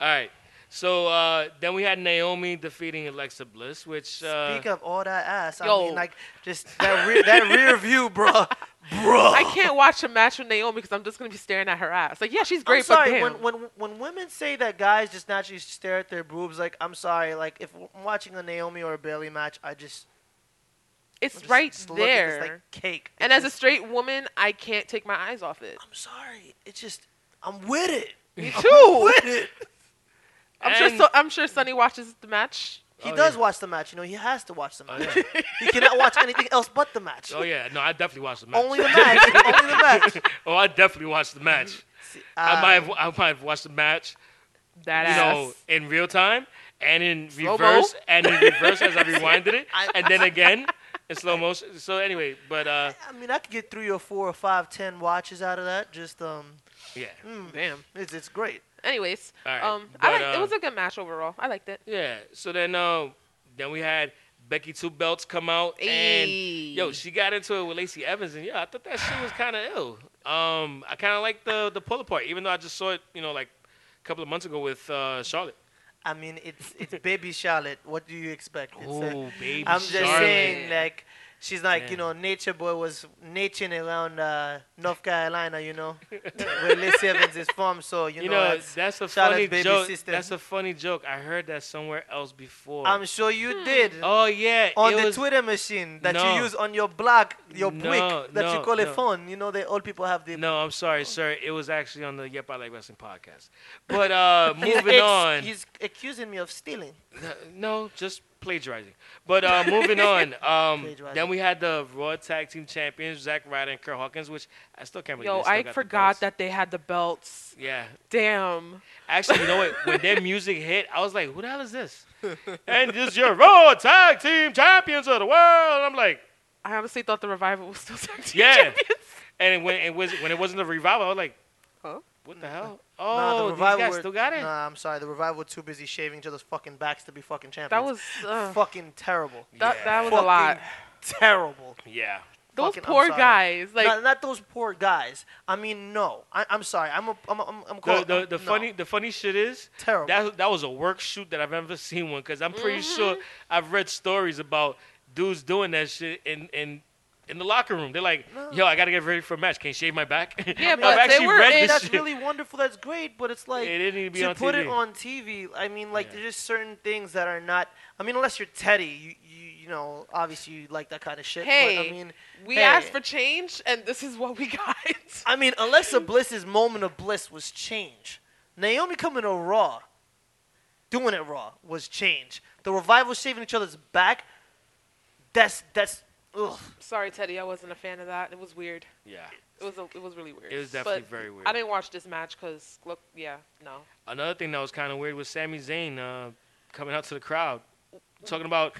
[SPEAKER 6] all right, so uh, then we had Naomi defeating Alexa Bliss, which uh,
[SPEAKER 7] Speak of all that ass,
[SPEAKER 8] Yo.
[SPEAKER 7] I mean, like just that rear, that rear view, bro, bro.
[SPEAKER 8] I can't watch a match with Naomi because I'm just gonna be staring at her ass. Like, yeah, she's great,
[SPEAKER 7] I'm sorry.
[SPEAKER 8] but damn.
[SPEAKER 7] When, when when women say that guys just naturally stare at their boobs, like I'm sorry, like if I'm watching a Naomi or a Bailey match, I just,
[SPEAKER 8] it's
[SPEAKER 7] I'm just,
[SPEAKER 8] right
[SPEAKER 7] just look at
[SPEAKER 8] there.
[SPEAKER 7] this, like cake.
[SPEAKER 8] and
[SPEAKER 7] It's
[SPEAKER 8] as a
[SPEAKER 7] just-
[SPEAKER 8] straight woman, I can't take my eyes off it.
[SPEAKER 7] I'm sorry, it's just I'm with it.
[SPEAKER 8] Me too.
[SPEAKER 7] With it.
[SPEAKER 8] I'm sure.
[SPEAKER 6] And-
[SPEAKER 8] So, I'm sure Sunny watches the match.
[SPEAKER 7] He
[SPEAKER 6] Oh,
[SPEAKER 7] does
[SPEAKER 6] yeah.
[SPEAKER 7] watch the match. You know, he has to watch the
[SPEAKER 6] Oh,
[SPEAKER 7] match. he cannot watch anything else but the match.
[SPEAKER 6] oh yeah, no, I definitely watched the match.
[SPEAKER 7] Only the match. Only the match.
[SPEAKER 6] oh, I definitely watched the match.
[SPEAKER 7] See,
[SPEAKER 6] I might
[SPEAKER 7] uh,
[SPEAKER 6] have, I might have watched the match,
[SPEAKER 8] That
[SPEAKER 6] you
[SPEAKER 8] ass.
[SPEAKER 6] know, in real time and in
[SPEAKER 8] Slow-mo.
[SPEAKER 6] reverse and in reverse as I rewinded it,
[SPEAKER 7] I-
[SPEAKER 6] and then again in slow motion. So anyway, but uh,
[SPEAKER 7] I mean, I could get three or four or five, ten watches out of that. Just um,
[SPEAKER 6] yeah.
[SPEAKER 8] Damn.
[SPEAKER 7] it's it's great.
[SPEAKER 8] Anyways,
[SPEAKER 6] All right,
[SPEAKER 8] um,
[SPEAKER 6] but,
[SPEAKER 8] I liked,
[SPEAKER 6] uh,
[SPEAKER 8] it was a good match overall. I liked it.
[SPEAKER 6] Yeah. So then, um, then we had Becky Two Belts come out, and yo,
[SPEAKER 8] Ayy.
[SPEAKER 6] she got into it with Lacey Evans, and yeah, I thought that shit was kind of ill. Um, I kind of like the the pull apart, even though I just saw it, you know, like a couple of months ago with uh, Charlotte.
[SPEAKER 7] I mean, it's it's baby Charlotte. What do you expect? It's a-
[SPEAKER 6] Oh, baby,
[SPEAKER 7] I'm just
[SPEAKER 6] Charlotte.
[SPEAKER 7] saying, like, she's like,
[SPEAKER 6] Yeah.
[SPEAKER 7] you know, Nature Boy was naturing around uh, North Carolina, you know, where Lacey Evans is from. So, you,
[SPEAKER 6] You
[SPEAKER 7] know,
[SPEAKER 6] know,
[SPEAKER 7] it's-
[SPEAKER 6] that's a
[SPEAKER 7] Charlotte's
[SPEAKER 6] funny
[SPEAKER 7] baby
[SPEAKER 6] joke.
[SPEAKER 7] sister.
[SPEAKER 6] That's a funny joke. I heard that somewhere else before.
[SPEAKER 7] I'm sure you did.
[SPEAKER 6] oh yeah,
[SPEAKER 7] on
[SPEAKER 6] it
[SPEAKER 7] the
[SPEAKER 6] was,
[SPEAKER 7] Twitter machine that
[SPEAKER 6] No.
[SPEAKER 7] you use on your blog, your
[SPEAKER 6] No,
[SPEAKER 7] brick that
[SPEAKER 6] no,
[SPEAKER 7] you call
[SPEAKER 6] no.
[SPEAKER 7] a phone. You know, they all people have the.
[SPEAKER 6] No, I'm sorry, sir. It was actually on the Yep I Like Wrestling podcast. But uh,
[SPEAKER 7] He's
[SPEAKER 6] moving
[SPEAKER 7] ex-
[SPEAKER 6] on.
[SPEAKER 7] He's accusing me of stealing.
[SPEAKER 6] No, just plagiarizing. But uh, moving on, um, then
[SPEAKER 7] Plagiarizing.
[SPEAKER 6] we had the Raw Tag Team Champions Zack Ryder and Kurt Hawkins, which I still can't believe.
[SPEAKER 8] Yo,
[SPEAKER 6] they still
[SPEAKER 8] I
[SPEAKER 6] got the
[SPEAKER 8] forgot
[SPEAKER 6] belts.
[SPEAKER 8] that they had the belts.
[SPEAKER 6] Yeah,
[SPEAKER 8] Damn.
[SPEAKER 6] actually, you know what? When their music hit, I was like, "Who the hell is this?" and this is your Raw Tag Team Champions of the world. And I'm like,
[SPEAKER 8] I honestly thought the revival was still tag team
[SPEAKER 6] Yeah.
[SPEAKER 8] champions.
[SPEAKER 6] and when it was when it wasn't the revival, I was like,
[SPEAKER 8] Huh?
[SPEAKER 6] What the hell?
[SPEAKER 7] nah,
[SPEAKER 6] Oh,
[SPEAKER 7] the
[SPEAKER 6] these
[SPEAKER 7] revival
[SPEAKER 6] guys
[SPEAKER 7] were-
[SPEAKER 6] still got it.
[SPEAKER 7] Nah, I'm sorry. The revival were too busy shaving each other's fucking backs to be fucking champions.
[SPEAKER 8] That was uh,
[SPEAKER 7] fucking terrible.
[SPEAKER 8] that, that was a
[SPEAKER 7] Fucking
[SPEAKER 8] lot.
[SPEAKER 7] Terrible.
[SPEAKER 6] Yeah.
[SPEAKER 8] Those
[SPEAKER 7] fucking- I'm
[SPEAKER 8] poor
[SPEAKER 7] sorry.
[SPEAKER 8] guys. Like
[SPEAKER 7] not, not those poor guys. I mean, no. I, I'm sorry. I'm a, I'm a, I'm, I'm
[SPEAKER 6] The,
[SPEAKER 7] called,
[SPEAKER 6] the, the
[SPEAKER 7] no.
[SPEAKER 6] funny the funny shit is
[SPEAKER 7] terrible.
[SPEAKER 6] that that was a work shoot that I've ever seen one because I'm pretty
[SPEAKER 7] Mm-hmm.
[SPEAKER 6] sure I've read stories about dudes doing that shit in in in the locker room. They're like, yo, I gotta get ready for a match. Can you shave my back?
[SPEAKER 8] Yeah,
[SPEAKER 6] I've
[SPEAKER 8] but they
[SPEAKER 6] actually
[SPEAKER 8] were
[SPEAKER 6] read
[SPEAKER 8] in-
[SPEAKER 6] this
[SPEAKER 7] that's
[SPEAKER 6] shit.
[SPEAKER 7] really wonderful. That's great, but it's like
[SPEAKER 6] It didn't need to be on
[SPEAKER 7] put it
[SPEAKER 6] TV.
[SPEAKER 7] on TV. I mean, like
[SPEAKER 6] Yeah.
[SPEAKER 7] there's just certain things that are not. I mean, unless you're Teddy, you you, you know, obviously you like that kind of shit. but,
[SPEAKER 8] Hey.
[SPEAKER 7] I mean,
[SPEAKER 8] we
[SPEAKER 7] hey.
[SPEAKER 8] asked for change and this is what we got.
[SPEAKER 7] I mean, Alexa Bliss's moment of bliss was change. Naomi coming to Raw, doing it Raw was change. The revival shaving each other's back. That's that's. Ugh.
[SPEAKER 8] Sorry, Teddy, I wasn't a fan of that. It was weird.
[SPEAKER 6] yeah.
[SPEAKER 8] It was a, it was really weird.
[SPEAKER 6] It was definitely
[SPEAKER 8] But
[SPEAKER 6] very weird.
[SPEAKER 8] I didn't watch this match because look, yeah, no.
[SPEAKER 6] Another thing that was kind of weird was Sami Zayn uh, coming out to the crowd, talking about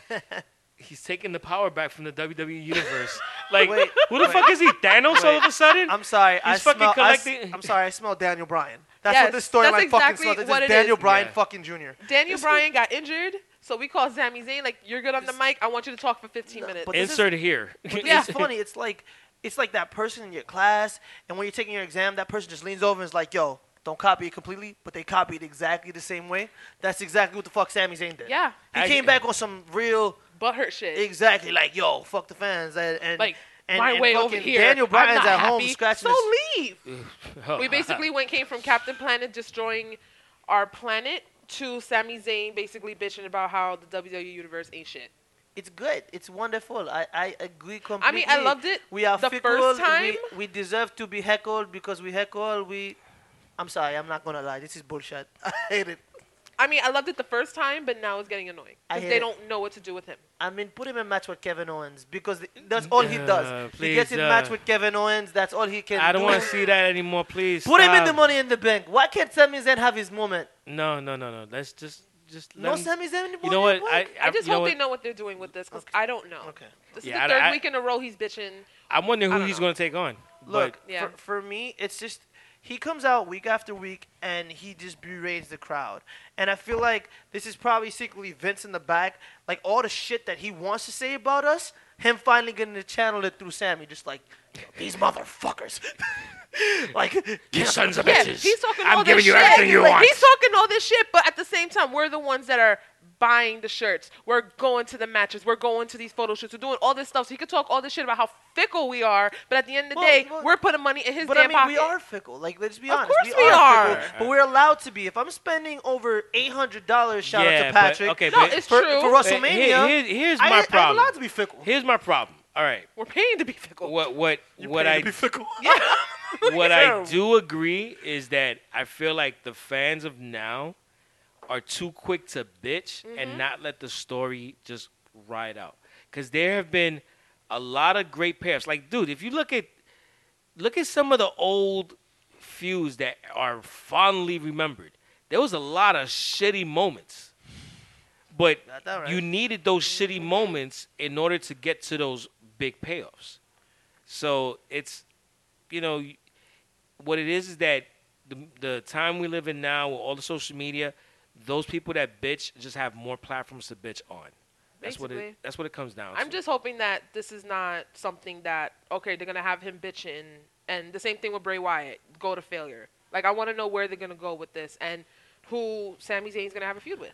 [SPEAKER 6] he's taking the power back from the WWE universe. like,
[SPEAKER 7] Wait,
[SPEAKER 6] who the fuck is he? Thanos all of a
[SPEAKER 7] Wait.
[SPEAKER 6] sudden?
[SPEAKER 7] I'm sorry. I
[SPEAKER 6] He's fucking
[SPEAKER 7] smell. I,
[SPEAKER 6] collecting-
[SPEAKER 7] am sorry. I smell Daniel Bryan. That's
[SPEAKER 8] Yes,
[SPEAKER 7] what this
[SPEAKER 8] that's
[SPEAKER 7] storyline fucking
[SPEAKER 8] exactly
[SPEAKER 7] smells. It's
[SPEAKER 8] what
[SPEAKER 7] just
[SPEAKER 8] it
[SPEAKER 7] Daniel
[SPEAKER 8] is.
[SPEAKER 7] Bryan
[SPEAKER 6] Yeah.
[SPEAKER 7] fucking Jr.
[SPEAKER 8] Daniel Bryan got injured, so we called Sami Zayn like you're good on the mic. I want you to talk for 15
[SPEAKER 7] No,
[SPEAKER 8] minutes.
[SPEAKER 7] but this is-
[SPEAKER 6] Insert here.
[SPEAKER 8] Yeah.
[SPEAKER 7] it's funny. It's like it's like that person in your class, and when you're taking your exam, that person just leans over and is like, "Yo, don't copy it completely," but they copy it exactly the same way. That's exactly what the fuck Sami Zayn did.
[SPEAKER 8] yeah,
[SPEAKER 7] he
[SPEAKER 6] I-
[SPEAKER 7] came back on some real
[SPEAKER 8] butthurt shit.
[SPEAKER 7] exactly like, "Yo, fuck the fans," and, and
[SPEAKER 8] Like,
[SPEAKER 7] and,
[SPEAKER 8] my
[SPEAKER 7] and
[SPEAKER 8] way
[SPEAKER 7] fucking
[SPEAKER 8] over here.
[SPEAKER 7] Daniel
[SPEAKER 8] I'm
[SPEAKER 7] Bryan's
[SPEAKER 8] not
[SPEAKER 7] at home
[SPEAKER 8] happy.
[SPEAKER 7] scratching.
[SPEAKER 8] So
[SPEAKER 7] his-
[SPEAKER 8] leave. We basically went came from Captain Planet destroying our planet to Sami Zayn basically bitching about how the WWE universe ain't shit.
[SPEAKER 7] It's good. It's wonderful. I, I agree completely.
[SPEAKER 8] I mean, I loved it
[SPEAKER 7] We are
[SPEAKER 8] the
[SPEAKER 7] fickle.
[SPEAKER 8] first
[SPEAKER 7] We-
[SPEAKER 8] time.
[SPEAKER 7] We, deserve to be heckled because we heckle. We. I'm sorry. I'm not gonna lie. This is bullshit. I hate it.
[SPEAKER 8] I mean, I loved it the first time, but now it's getting annoying
[SPEAKER 7] I
[SPEAKER 8] because
[SPEAKER 7] hate
[SPEAKER 8] they
[SPEAKER 7] it.
[SPEAKER 8] don't know what to do with him.
[SPEAKER 7] I mean, put him in match with Kevin Owens because th- that's all he
[SPEAKER 6] Uh,
[SPEAKER 7] does. he gets
[SPEAKER 6] please,
[SPEAKER 7] in
[SPEAKER 6] uh,
[SPEAKER 7] match with Kevin Owens. That's all he can.
[SPEAKER 6] I don't
[SPEAKER 7] do.
[SPEAKER 6] want to see that anymore, please.
[SPEAKER 7] Put him in the
[SPEAKER 6] stop.
[SPEAKER 7] Money in the Bank. Why can't Sami Zayn have his moment?
[SPEAKER 6] No, no, no, no. Let's just just let
[SPEAKER 7] No
[SPEAKER 6] him-
[SPEAKER 7] Sami Zayn. in the
[SPEAKER 6] You know
[SPEAKER 7] Money
[SPEAKER 6] what?
[SPEAKER 7] in the
[SPEAKER 6] I,
[SPEAKER 7] Bank?
[SPEAKER 6] I
[SPEAKER 8] I just
[SPEAKER 6] you know
[SPEAKER 8] hope
[SPEAKER 6] what?
[SPEAKER 8] they know what they're doing with this because I don't know.
[SPEAKER 7] Okay.
[SPEAKER 8] This
[SPEAKER 6] Yeah, I
[SPEAKER 8] is
[SPEAKER 6] don't-
[SPEAKER 8] the third
[SPEAKER 6] I-
[SPEAKER 8] week in a row he's bitching.
[SPEAKER 6] I'm wondering
[SPEAKER 8] I
[SPEAKER 6] who
[SPEAKER 8] don't
[SPEAKER 6] he's
[SPEAKER 8] know.
[SPEAKER 6] going to take on.
[SPEAKER 7] Look,
[SPEAKER 8] Yeah.
[SPEAKER 7] for, for me, it's just he comes out week after week and he just berates the crowd. And I feel like this is probably secretly Vince in the back, like all the shit that he wants to say about us, him finally getting to channel it through Sammy, just like these motherfuckers. like
[SPEAKER 6] you sons of
[SPEAKER 8] Yeah,
[SPEAKER 6] bitches.
[SPEAKER 8] he's talking
[SPEAKER 6] I'm
[SPEAKER 8] all
[SPEAKER 6] giving
[SPEAKER 8] this
[SPEAKER 6] you
[SPEAKER 8] shit.
[SPEAKER 6] everything you
[SPEAKER 8] Like,
[SPEAKER 6] want.
[SPEAKER 8] He's talking all this shit, but at the same time, we're the ones that are buying the shirts. We're going to the matches. We're going to these photo shoots. We're doing all this stuff. So he could talk all this shit about how fickle we are, but at the end of the
[SPEAKER 7] Well,
[SPEAKER 8] day,
[SPEAKER 7] well-
[SPEAKER 8] we're putting money in his
[SPEAKER 7] But
[SPEAKER 8] damn
[SPEAKER 7] I mean,
[SPEAKER 8] pocket.
[SPEAKER 7] we are fickle. Like, let's be
[SPEAKER 8] Of
[SPEAKER 7] honest.
[SPEAKER 8] course we are.
[SPEAKER 7] fickle, but we're allowed to be. If I'm spending over eight hundred dollars, shout
[SPEAKER 6] Yeah,
[SPEAKER 7] out to
[SPEAKER 6] but-
[SPEAKER 7] Patrick.
[SPEAKER 6] okay,
[SPEAKER 8] No,
[SPEAKER 6] but-
[SPEAKER 8] it's
[SPEAKER 7] for,
[SPEAKER 8] true.
[SPEAKER 7] for
[SPEAKER 6] But here-
[SPEAKER 7] WrestleMania.
[SPEAKER 6] here- here's
[SPEAKER 7] I,
[SPEAKER 6] my
[SPEAKER 7] I'm allowed
[SPEAKER 6] problem.
[SPEAKER 7] to be fickle.
[SPEAKER 6] Here's my problem. All right.
[SPEAKER 8] we're paying to be fickle.
[SPEAKER 6] What what what
[SPEAKER 7] Paid
[SPEAKER 6] I
[SPEAKER 7] to be fickle.
[SPEAKER 6] what I
[SPEAKER 7] Terrible.
[SPEAKER 6] do agree is that I feel like the fans of now are too quick to bitch and not let the story just ride out. Cause there have been a lot of great pairs. Like, dude, if you look at look at some of the old feuds that are fondly remembered, there was a lot of shitty moments. But
[SPEAKER 7] Got that right.
[SPEAKER 6] you needed those shitty moments in order to get to those big payoffs. So it's, you know, y- what it is is that the, the time we live in now with all the social media, those people that bitch just have more platforms to bitch on. That's what it.
[SPEAKER 8] Basically.
[SPEAKER 6] That's what it comes down.
[SPEAKER 8] I'm
[SPEAKER 6] to.
[SPEAKER 8] just hoping that this is not something that okay, they're gonna have him bitching, and the same thing with Bray Wyatt go to failure. Like I want to know where they're gonna go with this and who Sami Zayn's gonna have a feud with.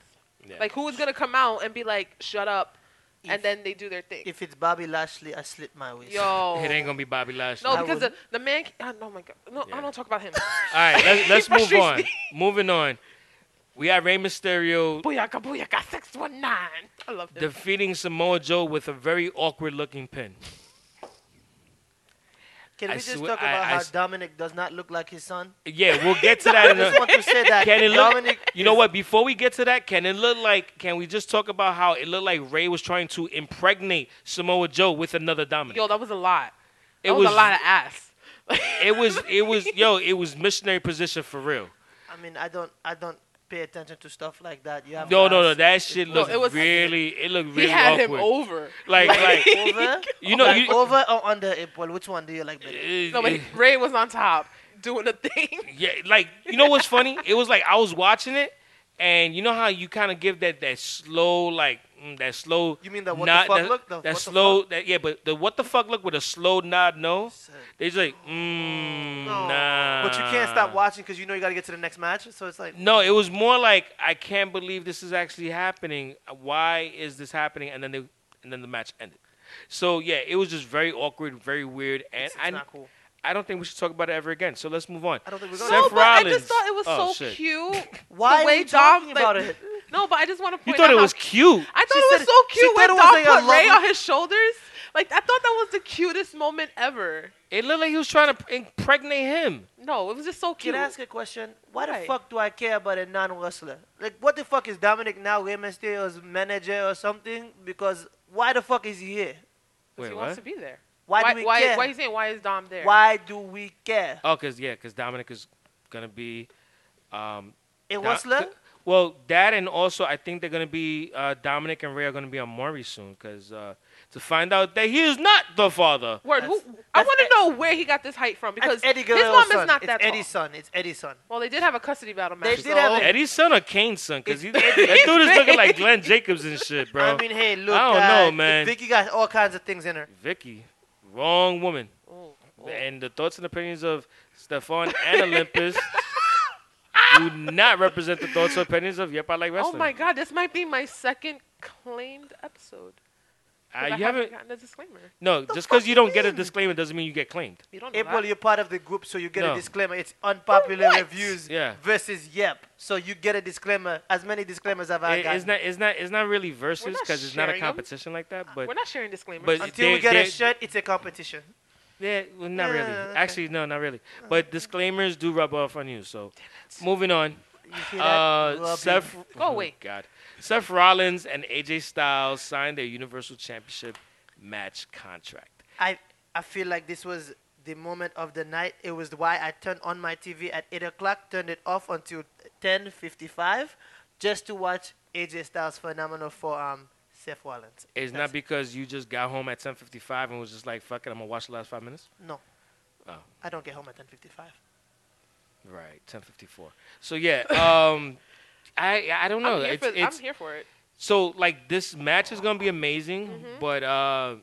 [SPEAKER 6] Yeah.
[SPEAKER 8] Like who is gonna come out and be like, shut up,
[SPEAKER 7] If-
[SPEAKER 8] and then they do their thing.
[SPEAKER 7] If it's Bobby Lashley, I slit my waist.
[SPEAKER 8] Yo.
[SPEAKER 6] It ain't gonna be Bobby Lashley.
[SPEAKER 8] oh. no,
[SPEAKER 7] I
[SPEAKER 8] because the,
[SPEAKER 7] wouldn't.
[SPEAKER 8] the man. Can, oh, no, my God. No,
[SPEAKER 6] Yeah.
[SPEAKER 8] I don't talk about him.
[SPEAKER 6] All right, let's, let's
[SPEAKER 8] He
[SPEAKER 6] move on.
[SPEAKER 8] frustrates
[SPEAKER 6] Moving on. We have Rey Mysterio
[SPEAKER 8] booyaka, booyaka, 619. I love him.
[SPEAKER 6] defeating Samoa Joe with a very awkward looking pin.
[SPEAKER 7] Can
[SPEAKER 6] I
[SPEAKER 7] we just
[SPEAKER 6] swear-
[SPEAKER 7] talk
[SPEAKER 6] I-
[SPEAKER 7] about
[SPEAKER 6] I
[SPEAKER 7] how
[SPEAKER 6] s-
[SPEAKER 7] Dominic does not look like his son?
[SPEAKER 6] Yeah, we'll get to that. in
[SPEAKER 7] I just
[SPEAKER 6] a,
[SPEAKER 7] want to say that
[SPEAKER 6] can it look?
[SPEAKER 7] Dominic.
[SPEAKER 6] you know
[SPEAKER 7] is-
[SPEAKER 6] what? Before we get to that, can it look like? Can we just talk about how it looked like Ray was trying to impregnate Samoa Joe with another Dominic?
[SPEAKER 8] Yo, that was a lot. That
[SPEAKER 6] it
[SPEAKER 8] was, a lot of ass.
[SPEAKER 6] It was. It was. Yo, it was missionary position for real.
[SPEAKER 7] I mean, I don't, I don't pay attention to stuff like that. You have
[SPEAKER 6] No,
[SPEAKER 7] to
[SPEAKER 6] no, no.
[SPEAKER 7] ask-
[SPEAKER 6] That shit
[SPEAKER 8] No,
[SPEAKER 6] looked
[SPEAKER 8] it was-
[SPEAKER 6] really. It looked
[SPEAKER 8] he
[SPEAKER 6] really
[SPEAKER 8] had
[SPEAKER 6] awkward.
[SPEAKER 8] him over.
[SPEAKER 6] Like, like,
[SPEAKER 7] over.
[SPEAKER 6] you know,
[SPEAKER 7] like
[SPEAKER 6] you,
[SPEAKER 7] over or under April? Which one do you like better?
[SPEAKER 6] it-
[SPEAKER 8] No, but
[SPEAKER 6] it-
[SPEAKER 8] Ray was on top doing the thing.
[SPEAKER 6] eh, yeah, like you know what's funny? It was like I was watching it, and you know how you kind of give that that slow like mm, that slow.
[SPEAKER 7] You mean that what the
[SPEAKER 6] nod-
[SPEAKER 7] fuck
[SPEAKER 6] that,
[SPEAKER 7] look? The
[SPEAKER 6] that
[SPEAKER 7] what the
[SPEAKER 6] slow that yeah, but the what the fuck look with a slow nod no.
[SPEAKER 7] Sick.
[SPEAKER 6] They just like mm,
[SPEAKER 7] No.
[SPEAKER 6] nah.
[SPEAKER 7] But you can't stop watching because you know you got to get to the next match. So it's like,
[SPEAKER 6] No, it was more like I can't believe this is actually happening. Why is this happening? And then they and then the match ended. So yeah, it was just very awkward, very weird, and
[SPEAKER 7] it's, it's
[SPEAKER 6] I
[SPEAKER 7] not cool.
[SPEAKER 6] I don't think we should talk about it ever again. So let's move on.
[SPEAKER 7] I don't think we're
[SPEAKER 6] Seth
[SPEAKER 7] gonna.
[SPEAKER 8] no, but I
[SPEAKER 6] Rollins.
[SPEAKER 8] just thought it was
[SPEAKER 6] Oh,
[SPEAKER 8] so
[SPEAKER 6] shit.
[SPEAKER 8] cute.
[SPEAKER 7] Why
[SPEAKER 8] the
[SPEAKER 7] are
[SPEAKER 8] way
[SPEAKER 7] we talking
[SPEAKER 8] Dom-
[SPEAKER 7] about
[SPEAKER 8] like-
[SPEAKER 7] it?
[SPEAKER 8] No, but I just want to
[SPEAKER 6] You
[SPEAKER 8] point
[SPEAKER 6] thought
[SPEAKER 8] out
[SPEAKER 6] it
[SPEAKER 8] how-
[SPEAKER 6] was cute.
[SPEAKER 8] I thought
[SPEAKER 7] She
[SPEAKER 8] it was
[SPEAKER 7] said-
[SPEAKER 8] so
[SPEAKER 7] she
[SPEAKER 8] cute
[SPEAKER 7] thought
[SPEAKER 8] when
[SPEAKER 7] it
[SPEAKER 8] Dom
[SPEAKER 7] was like a
[SPEAKER 8] put Ray
[SPEAKER 7] lovely-
[SPEAKER 8] on his shoulders. Like I thought that was the cutest moment ever.
[SPEAKER 6] It looked like he was trying to impregnate him.
[SPEAKER 8] No, it was just so cute.
[SPEAKER 7] Can I ask a question? Why the
[SPEAKER 8] Right.
[SPEAKER 7] fuck do I care about a non-wrestler? Like, what the fuck is Dominic now Rey Mysterio's manager or something? Because why the fuck is he here?
[SPEAKER 8] 'Cause he
[SPEAKER 6] Wait,
[SPEAKER 8] wants
[SPEAKER 6] what?
[SPEAKER 8] to be there.
[SPEAKER 7] Why,
[SPEAKER 8] why
[SPEAKER 7] do we
[SPEAKER 8] why,
[SPEAKER 7] care?
[SPEAKER 8] why you saying why is Dom there?
[SPEAKER 7] Why do we care?
[SPEAKER 6] Oh, cause yeah, cause Dominic is gonna be. Um,
[SPEAKER 7] A
[SPEAKER 6] Da-
[SPEAKER 7] wrestler?
[SPEAKER 6] well, that and also I think they're gonna be uh, Dominic and Ray are gonna be on Maury soon, cause uh, to find out that he is not the father.
[SPEAKER 8] Word. Who,
[SPEAKER 7] That's-
[SPEAKER 8] I
[SPEAKER 7] that's
[SPEAKER 8] want
[SPEAKER 7] Ed-
[SPEAKER 8] to know where he got this height from because
[SPEAKER 7] That's Eddie
[SPEAKER 8] his
[SPEAKER 7] Guerrero's
[SPEAKER 8] mom
[SPEAKER 7] son.
[SPEAKER 8] is not
[SPEAKER 7] it's
[SPEAKER 8] that
[SPEAKER 7] Eddie's
[SPEAKER 8] tall.
[SPEAKER 7] son. It's Eddie's son.
[SPEAKER 8] Well, they did have a custody battle
[SPEAKER 7] They
[SPEAKER 8] match.
[SPEAKER 7] did have
[SPEAKER 8] so-
[SPEAKER 7] a-
[SPEAKER 6] Eddie's son or Kane's son, cause he,
[SPEAKER 7] It's
[SPEAKER 6] that dude
[SPEAKER 7] Eddie's
[SPEAKER 6] is looking
[SPEAKER 8] big.
[SPEAKER 6] like Glenn Jacobs and shit, bro.
[SPEAKER 7] I mean, hey, look,
[SPEAKER 6] I don't
[SPEAKER 7] uh,
[SPEAKER 6] know, man.
[SPEAKER 7] Vicky got all kinds of things in her.
[SPEAKER 6] Vicky, wrong woman.
[SPEAKER 8] Oh,
[SPEAKER 6] And the thoughts and opinions of Stefan and Olympus do not represent the thoughts or opinions of Yep, I Like
[SPEAKER 8] oh
[SPEAKER 6] Wrestling.
[SPEAKER 8] my God, this might be my second claimed episode. 'cause
[SPEAKER 6] Uh,
[SPEAKER 8] I
[SPEAKER 6] you haven't.
[SPEAKER 8] gotten a disclaimer.
[SPEAKER 6] No, just because you don't get a disclaimer doesn't mean you get claimed.
[SPEAKER 8] You don't know
[SPEAKER 7] April,
[SPEAKER 8] that.
[SPEAKER 7] you're part of the group, so you get
[SPEAKER 6] No.
[SPEAKER 7] a disclaimer. It's unpopular
[SPEAKER 8] what?
[SPEAKER 7] reviews
[SPEAKER 6] Yeah.
[SPEAKER 7] versus Yep. So you get a disclaimer. As many disclaimers have I
[SPEAKER 6] It,
[SPEAKER 7] got.
[SPEAKER 6] it's not. It's not. It's not really versus
[SPEAKER 8] not
[SPEAKER 6] because it's not a
[SPEAKER 8] sharing 'em.
[SPEAKER 6] competition like that. But
[SPEAKER 8] We're not sharing disclaimers.
[SPEAKER 6] but-
[SPEAKER 7] Until
[SPEAKER 6] They-
[SPEAKER 7] we get
[SPEAKER 6] they-
[SPEAKER 7] a shirt, it's a competition.
[SPEAKER 6] yeah, well, not
[SPEAKER 7] Yeah,
[SPEAKER 6] really.
[SPEAKER 7] okay.
[SPEAKER 6] Actually, no, not really. But disclaimers do rub off on you. So, moving on.
[SPEAKER 7] You hear that?
[SPEAKER 6] Uh,
[SPEAKER 7] Rubbing.
[SPEAKER 6] Seth. Oh,
[SPEAKER 8] Go away.
[SPEAKER 6] God. Seth Rollins and AJ Styles signed their Universal Championship match contract.
[SPEAKER 7] I I feel like this was the moment of the night. It was why I turned on my TV at eight o'clock, turned it off until ten fifty five, just to watch AJ Styles phenomenal for um Seth Rollins.
[SPEAKER 6] It's
[SPEAKER 7] That's-
[SPEAKER 6] not because you just got home at 10:55 and was just like, "Fuck it, I'm gonna watch the last five minutes."
[SPEAKER 7] no.
[SPEAKER 6] Oh.
[SPEAKER 7] I don't get home at ten fifty five.
[SPEAKER 6] Right, 10:54. So yeah, um, I I don't know.
[SPEAKER 8] I'm, here
[SPEAKER 6] It's-
[SPEAKER 8] for,
[SPEAKER 6] it's-
[SPEAKER 8] I'm here for it.
[SPEAKER 6] So like this match is gonna be amazing, but uh,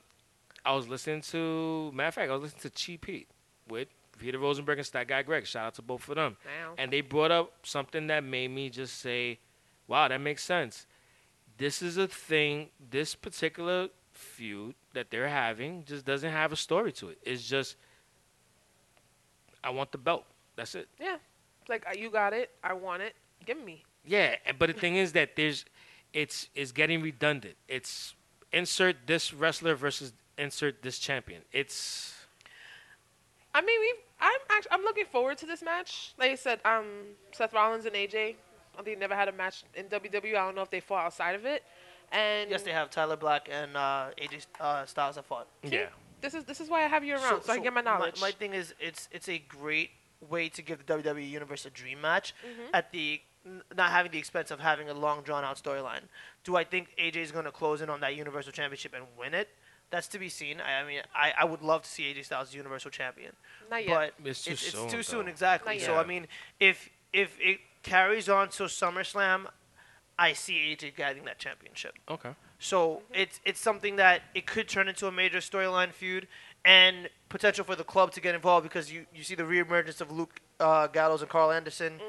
[SPEAKER 6] I was listening to matter of fact, I was listening to Cheap Heat with Peter Rosenberg and Stat Guy Greg. Shout out to both of them.
[SPEAKER 8] Now.
[SPEAKER 6] And they brought up something that made me just say, "Wow, that makes sense." This is a thing. This particular feud that they're having just doesn't have a story to it. It's just, I want the belt. That's it.
[SPEAKER 8] Yeah. It's like, uh, you got it. I want it. Give me.
[SPEAKER 6] Yeah, and- but the thing is that there's, it's it's getting redundant. It's insert this wrestler versus insert this champion. It's
[SPEAKER 8] I mean, we. I'm actually. I'm looking forward to this match. Like I said, um, Seth Rollins and AJ. I think they never had a match in WWE. I don't know if they fought outside of it. And
[SPEAKER 7] Yes, they have Tyler Black and uh, AJ uh, Styles have fought.
[SPEAKER 6] yeah.
[SPEAKER 8] this is this is why I have you around, so, I can get my knowledge.
[SPEAKER 7] My, thing is, it's it's a great way to give the WWE Universe a dream match
[SPEAKER 8] Mm-hmm.
[SPEAKER 7] at the n- not having the expense of having a long drawn out storyline. Do I think AJ is going to close in on that Universal Championship and win it? That's to be seen. I, I mean, I, I would love to see AJ Styles Universal Champion,
[SPEAKER 8] Not yet.
[SPEAKER 7] but
[SPEAKER 6] It's too
[SPEAKER 7] it's, it's
[SPEAKER 6] soon,
[SPEAKER 7] too soon
[SPEAKER 6] though.
[SPEAKER 7] exactly.
[SPEAKER 8] Not
[SPEAKER 7] So
[SPEAKER 6] yet.
[SPEAKER 7] I mean, if if it carries on to SummerSlam, I see AJ getting that championship.
[SPEAKER 6] Okay.
[SPEAKER 7] So it's it's something that it could turn into a major storyline feud and potential for the club to get involved because you, you see the reemergence of Luke uh, Gallows and Carl Anderson.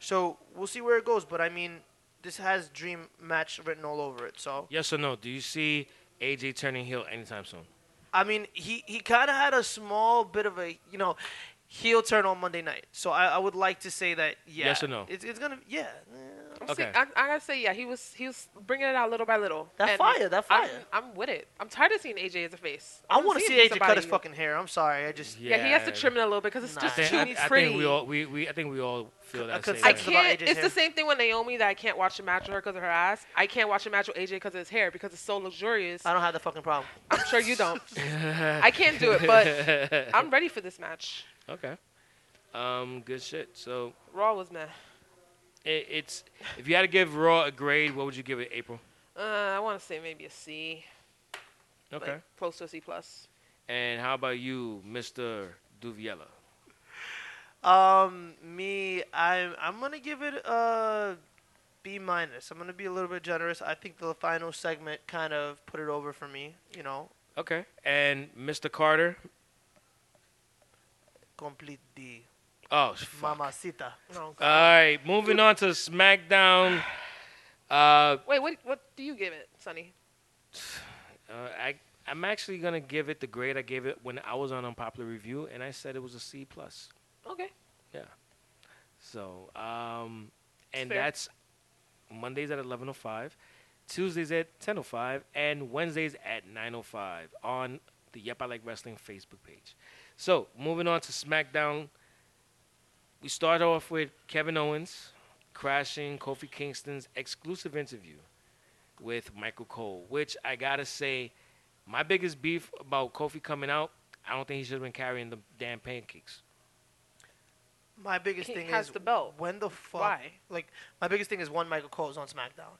[SPEAKER 7] So we'll see where it goes. But I mean, this has dream match written all over it. So
[SPEAKER 6] Yes or no? Do you see AJ turning heel anytime soon?
[SPEAKER 7] I mean, he he kind of had a small bit of a you know. heel turn on Monday night. So I, I would like to say that yeah.
[SPEAKER 6] Yes or no?
[SPEAKER 7] It's, it's gonna yeah.
[SPEAKER 8] I'm
[SPEAKER 6] Okay.
[SPEAKER 8] see- I, I gotta say, yeah, he was he was bringing it out little by little.
[SPEAKER 7] That
[SPEAKER 8] And
[SPEAKER 7] fire, that
[SPEAKER 8] I'm-
[SPEAKER 7] fire.
[SPEAKER 8] I'm, with it. I'm tired of seeing AJ as a face.
[SPEAKER 7] I
[SPEAKER 8] wanna
[SPEAKER 7] want to
[SPEAKER 8] him
[SPEAKER 7] see
[SPEAKER 8] be
[SPEAKER 7] AJ cut
[SPEAKER 8] somebody
[SPEAKER 7] his
[SPEAKER 8] new.
[SPEAKER 7] fucking hair. I'm sorry. I just
[SPEAKER 8] Yeah, he has to trim it a little because it's
[SPEAKER 7] Nah.
[SPEAKER 6] I
[SPEAKER 8] just
[SPEAKER 6] think,
[SPEAKER 8] too
[SPEAKER 6] I, I
[SPEAKER 8] pretty.
[SPEAKER 6] think we all we, we I think we all feel that
[SPEAKER 7] could
[SPEAKER 6] same
[SPEAKER 7] say
[SPEAKER 8] I
[SPEAKER 6] way.
[SPEAKER 7] Something about
[SPEAKER 8] can't.
[SPEAKER 7] AJ's
[SPEAKER 8] It's
[SPEAKER 7] hair.
[SPEAKER 8] the same thing with Naomi that I can't watch a match with her because of her ass. I can't watch a match with AJ because of his hair because it's so luxurious.
[SPEAKER 7] I don't have the fucking problem.
[SPEAKER 8] I'm sure you don't. I can't do it, but I'm ready for this match.
[SPEAKER 6] okay. Um, good shit. So
[SPEAKER 8] Raw was meh.
[SPEAKER 6] it, it's if you had to give Raw a grade, what would you give it, April?
[SPEAKER 8] Uh, I want to say maybe a C,
[SPEAKER 6] Okay.
[SPEAKER 8] like close to a C plus.
[SPEAKER 6] and how about you, Mister Duviella?
[SPEAKER 7] Um, me, I'm I'm gonna give it a B minus. I'm gonna be a little bit generous. I think the final segment kind of put it over for me. You know,
[SPEAKER 6] Okay. And Mister Carter?
[SPEAKER 7] complete D,
[SPEAKER 6] Oh, fuck.
[SPEAKER 7] mamacita.
[SPEAKER 8] No.
[SPEAKER 6] All right. Moving on to SmackDown. Uh,
[SPEAKER 8] Wait, what? What do you give it, Sonny?
[SPEAKER 6] Uh, I I'm actually gonna give it the grade I gave it when I was on unpopular review, and I said it was a C plus.
[SPEAKER 8] Okay.
[SPEAKER 6] So um, and
[SPEAKER 8] fair.
[SPEAKER 6] that's Mondays at 11:05, Tuesdays at 10:05, and Wednesdays at 9:05 on the Yep I Like Wrestling Facebook page. So moving on to SmackDown, we start off with Kevin Owens crashing Kofi Kingston's exclusive interview with Michael Cole, which I gotta say, my biggest beef about Kofi coming out, I don't think he should have been carrying the damn pancakes.
[SPEAKER 7] My biggest
[SPEAKER 8] He
[SPEAKER 7] thing
[SPEAKER 8] has
[SPEAKER 7] is
[SPEAKER 8] the belt.
[SPEAKER 7] When the fuck?
[SPEAKER 8] Why?
[SPEAKER 7] Like my biggest thing is one Michael Cole's on SmackDown.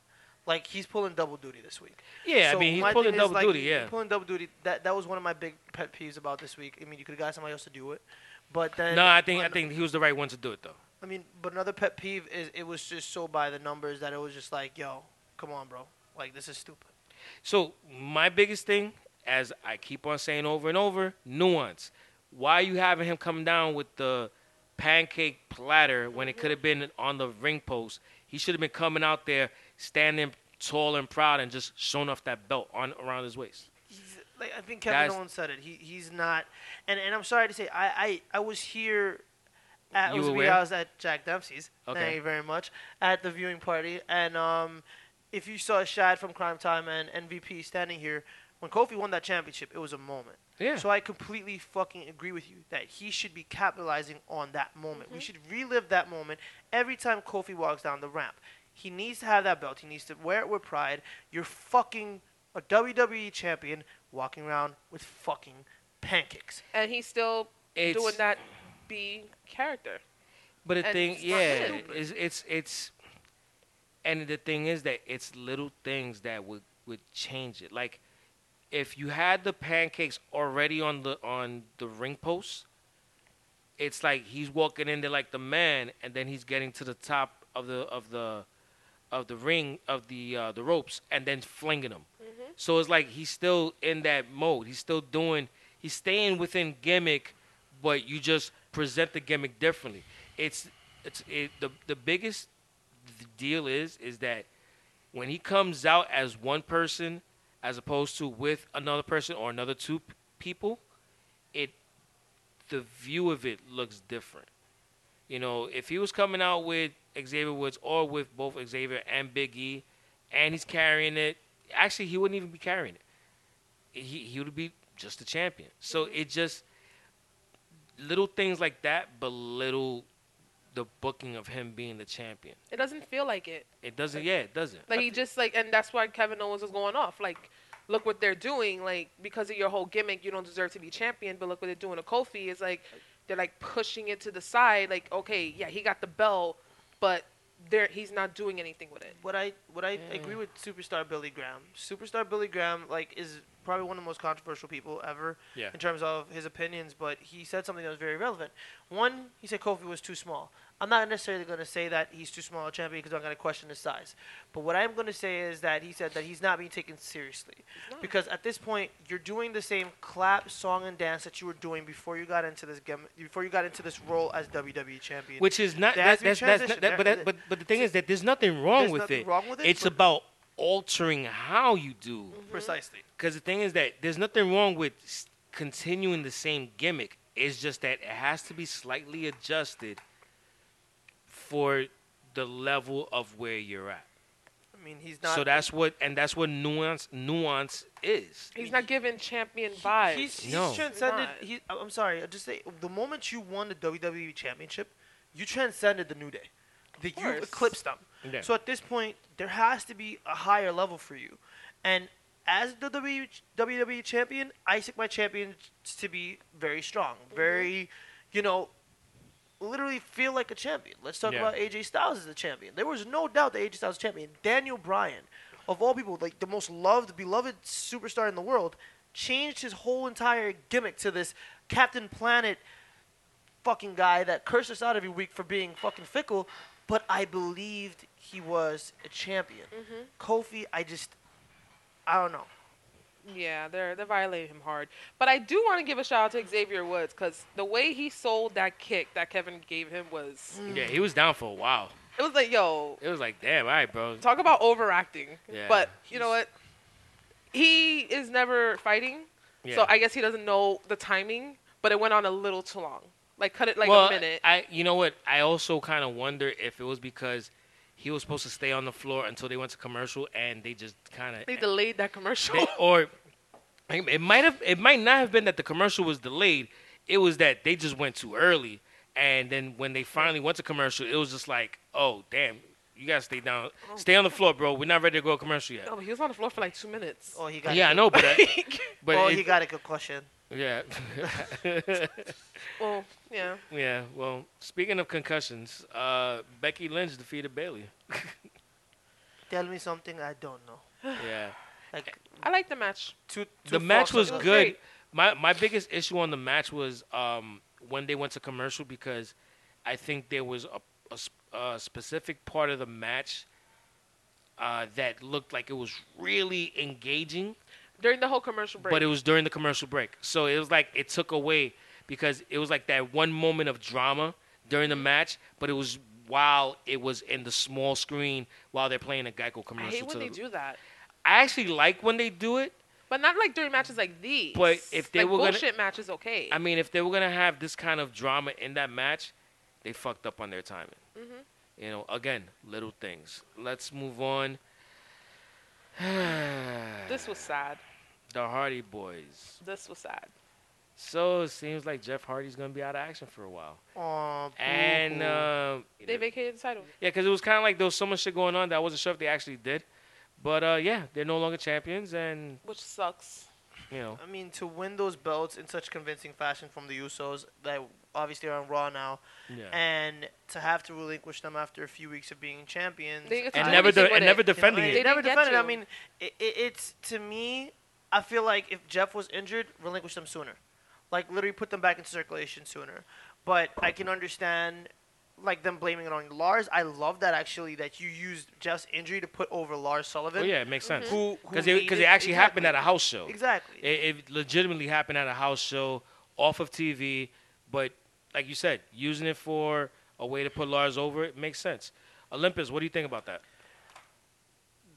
[SPEAKER 7] Like he's pulling double duty this week.
[SPEAKER 6] Yeah,
[SPEAKER 7] So
[SPEAKER 6] I mean
[SPEAKER 7] my
[SPEAKER 6] he's
[SPEAKER 7] thing
[SPEAKER 6] pulling
[SPEAKER 7] is,
[SPEAKER 6] double
[SPEAKER 7] like,
[SPEAKER 6] duty.
[SPEAKER 7] he-
[SPEAKER 6] Yeah,
[SPEAKER 7] he pulling double duty. That that was one of my big pet peeves about this week. I mean, you could have got somebody else to do it, but then
[SPEAKER 6] No, I think I
[SPEAKER 7] on-
[SPEAKER 6] think he was the right one to do it though.
[SPEAKER 7] I mean, but another pet peeve is it was just so by the numbers that it was just like, yo, come on, bro. Like this is stupid.
[SPEAKER 6] So my biggest thing, as I keep on saying over and over, nuance. Why you having him come down with the pancake platter when it could have been on the ring post? He should have been coming out there standing tall and proud and just showing off that belt on around his waist.
[SPEAKER 7] He's, like I think
[SPEAKER 6] Guys-
[SPEAKER 7] Kevin Owens said it. He he's not, and and I'm sorry to say, I I, I was here. At,
[SPEAKER 6] You
[SPEAKER 7] it was
[SPEAKER 6] were
[SPEAKER 7] me,
[SPEAKER 6] where?
[SPEAKER 7] I was at Jack Dempsey's.
[SPEAKER 6] Okay.
[SPEAKER 7] Thank you very much at the viewing party, and um, if you saw Shad from Crime Time and MVP standing here when Kofi won that championship, it was a moment.
[SPEAKER 6] Yeah.
[SPEAKER 7] So I completely fucking agree with you that he should be capitalizing on that moment. We should relive that moment every time Kofi walks down the ramp. He needs to have that belt. He needs to wear it with pride. You're fucking a WWE champion walking around with fucking pancakes.
[SPEAKER 8] And he's still
[SPEAKER 6] It's-
[SPEAKER 8] doing that B character.
[SPEAKER 6] But the
[SPEAKER 8] And
[SPEAKER 6] thing,
[SPEAKER 8] it's not
[SPEAKER 6] yeah,
[SPEAKER 8] stupid.
[SPEAKER 6] it's, it's it's and the thing is that it's little things that would would change it. Like if you had the pancakes already on the on the ring post, it's like he's walking in there like the man, and then he's getting to the top of the of the of the ring of the uh, the ropes, and then flinging them. So it's like he's still in that mode. He's still doing. He's staying within gimmick, but you just present the gimmick differently. It's it's it, the the biggest deal is is that when he comes out as one person, as opposed to with another person or another two p- people, it the view of it looks different. You know, if he was coming out with Xavier Woods or with both Xavier and Big E, and he's carrying it, actually he wouldn't even be carrying it. He he would be just the champion. So it just little things like that belittle the booking of him being the champion.
[SPEAKER 8] It doesn't feel like it.
[SPEAKER 6] It doesn't. Yeah, it doesn't.
[SPEAKER 8] Like he just like, and that's why Kevin Owens was going off. Like, look what they're doing. Like because of your whole gimmick, you don't deserve to be champion. But look what they're doing to Kofi. It's like they're like pushing it to the side. Like okay, yeah, he got the belt, but there he's not doing anything with it.
[SPEAKER 7] What I what I agree with superstar Billy Graham. Superstar Billy Graham like is probably one of the most controversial people ever
[SPEAKER 6] Yeah.
[SPEAKER 7] in terms of his opinions, but he said something that was very relevant. One, he said Kofi was too small. I'm not necessarily going to say that he's too small a champion because I'm going to question his size. But what I'm going to say is that he said that he's not being taken seriously. Because at this point, you're doing the same clap, song, and dance that you were doing before you got into this game, before you got into this role as WWE champion.
[SPEAKER 6] Which is not
[SPEAKER 7] There
[SPEAKER 6] that,
[SPEAKER 7] has to be
[SPEAKER 6] that's that's
[SPEAKER 7] transition.
[SPEAKER 6] not, that, but
[SPEAKER 7] There-
[SPEAKER 6] that, but but the thing is that there's nothing wrong
[SPEAKER 7] There's
[SPEAKER 6] with
[SPEAKER 7] nothing
[SPEAKER 6] it.
[SPEAKER 7] wrong with it,
[SPEAKER 6] It's
[SPEAKER 7] but-
[SPEAKER 6] about altering how you do.
[SPEAKER 7] precisely.
[SPEAKER 6] Because the thing is that there's nothing wrong with s- continuing the same gimmick. It's just that it has to be slightly adjusted for the level of where you're at.
[SPEAKER 7] I mean, he's not.
[SPEAKER 6] so that's what and that's what nuance nuance is.
[SPEAKER 8] He's not giving champion vibes.
[SPEAKER 7] He's, he's
[SPEAKER 6] No.
[SPEAKER 7] transcended.
[SPEAKER 8] Not.
[SPEAKER 7] He, I'm sorry. I just say the moment you won the WWE Championship, you transcended the New Day. The, you
[SPEAKER 8] course.
[SPEAKER 7] eclipsed them.
[SPEAKER 6] Yeah.
[SPEAKER 7] So at this point, there has to be a higher level for you. And as the W- WWE champion, I seek my champions to be very strong, very, you know, literally feel like a champion. Let's talk
[SPEAKER 6] Yeah.
[SPEAKER 7] about AJ Styles as a champion. There was no doubt that AJ Styles was champion. Daniel Bryan, of all people, like the most loved, beloved superstar in the world, changed his whole entire gimmick to this Captain Planet fucking guy that cursed us out every week for being fucking fickle, but I believed he was a champion. Kofi, I just, I don't know.
[SPEAKER 8] Yeah, they're they're violating him hard. But I do want to give a shout out to Xavier Woods because the way he sold that kick that Kevin gave him was
[SPEAKER 6] Yeah, he was down for a while.
[SPEAKER 8] it was like, yo,
[SPEAKER 6] It was like, damn, all right, bro.
[SPEAKER 8] talk about overacting.
[SPEAKER 6] Yeah.
[SPEAKER 8] But you know what? He is never fighting,
[SPEAKER 6] Yeah.
[SPEAKER 8] so I guess he doesn't know the timing. But it went on a little too long. Like cut it like
[SPEAKER 6] well,
[SPEAKER 8] a minute.
[SPEAKER 6] I you know what? I also kind of wonder if it was because he was supposed to stay on the floor until they went to commercial and they just kind of
[SPEAKER 8] they delayed that commercial.
[SPEAKER 6] they- or it it might have it might not have been that the commercial was delayed. It was that they just went too early, and then when they finally went to commercial, it was just like, oh damn, you gotta stay down,
[SPEAKER 7] Oh.
[SPEAKER 6] stay on the floor, bro. We're not ready to go to commercial yet.
[SPEAKER 8] no, but Oh, he was on the floor for like two minutes.
[SPEAKER 7] Oh, he got
[SPEAKER 6] yeah,
[SPEAKER 7] a,
[SPEAKER 6] I know, but I, but
[SPEAKER 7] oh,
[SPEAKER 6] it-
[SPEAKER 7] he got a concussion.
[SPEAKER 6] yeah,
[SPEAKER 8] Well, yeah.
[SPEAKER 6] yeah. Well, speaking of concussions, uh, Becky Lynch defeated Bailey.
[SPEAKER 7] Tell me something I don't know.
[SPEAKER 6] Yeah,
[SPEAKER 7] Like
[SPEAKER 8] I like the match.
[SPEAKER 7] two. two
[SPEAKER 6] the match was
[SPEAKER 7] false-
[SPEAKER 8] was
[SPEAKER 6] good.
[SPEAKER 8] great.
[SPEAKER 6] My my biggest issue on the match was um, when they went to commercial because I think there was a, a s- a specific part of the match uh, that looked like it was really engaging,
[SPEAKER 8] During the whole commercial break.
[SPEAKER 6] but it was during the commercial break. So it was like it took away because it was like that one moment of drama during the
[SPEAKER 8] Mm-hmm.
[SPEAKER 6] match, but it was while it was in the small screen while they're playing a Geico
[SPEAKER 8] I
[SPEAKER 6] commercial.
[SPEAKER 8] hate when
[SPEAKER 6] to-
[SPEAKER 8] they do that.
[SPEAKER 6] I actually like when they do it
[SPEAKER 8] But not like during matches like these.
[SPEAKER 6] But if they
[SPEAKER 8] like
[SPEAKER 6] were gonna-
[SPEAKER 8] bullshit matches, okay.
[SPEAKER 6] I mean, if they were gonna have this kind of drama in that match, they fucked up on their timing. You know, again, little things. Let's move on.
[SPEAKER 8] this was sad.
[SPEAKER 6] The Hardy Boys.
[SPEAKER 8] This was sad.
[SPEAKER 6] So it seems like Jeff Hardy's gonna be out of action for a while.
[SPEAKER 7] Aw,
[SPEAKER 6] And
[SPEAKER 7] boo-hoo.
[SPEAKER 6] uh,
[SPEAKER 8] They vacated the title.
[SPEAKER 6] yeah, because it was kind of like there was so much shit going on that I wasn't sure if they actually did. But uh, yeah, they're no longer champions, and
[SPEAKER 8] Which sucks.
[SPEAKER 6] you know,
[SPEAKER 7] I mean, to win those belts in such convincing fashion from the Usos that obviously are on Raw now,
[SPEAKER 6] yeah.
[SPEAKER 7] and to have to relinquish them after a few weeks of being champions,
[SPEAKER 8] They get to
[SPEAKER 6] And
[SPEAKER 8] do
[SPEAKER 6] never,
[SPEAKER 8] anything
[SPEAKER 6] de-
[SPEAKER 8] with
[SPEAKER 6] and
[SPEAKER 8] it.
[SPEAKER 6] never defending
[SPEAKER 7] They
[SPEAKER 6] it.
[SPEAKER 8] They
[SPEAKER 7] never
[SPEAKER 8] didn't get
[SPEAKER 7] defended. I
[SPEAKER 8] to.
[SPEAKER 7] mean, it, it, it's to me. I feel like if Jeff was injured, relinquish them sooner, like literally put them back in circulation sooner. But I can understand, like them blaming it on Lars. I love that actually that you used Jeff's injury to put over Lars Sullivan.
[SPEAKER 6] Oh yeah, it makes sense.
[SPEAKER 7] Who? who
[SPEAKER 6] Because it,
[SPEAKER 7] needed-
[SPEAKER 6] cause it actually happened at
[SPEAKER 7] exactly.
[SPEAKER 6] a house show.
[SPEAKER 7] Exactly.
[SPEAKER 6] It, it legitimately happened at a house show off of TV, but like you said, using it for a way to put Lars over it makes sense. Olympus, what do you think about that?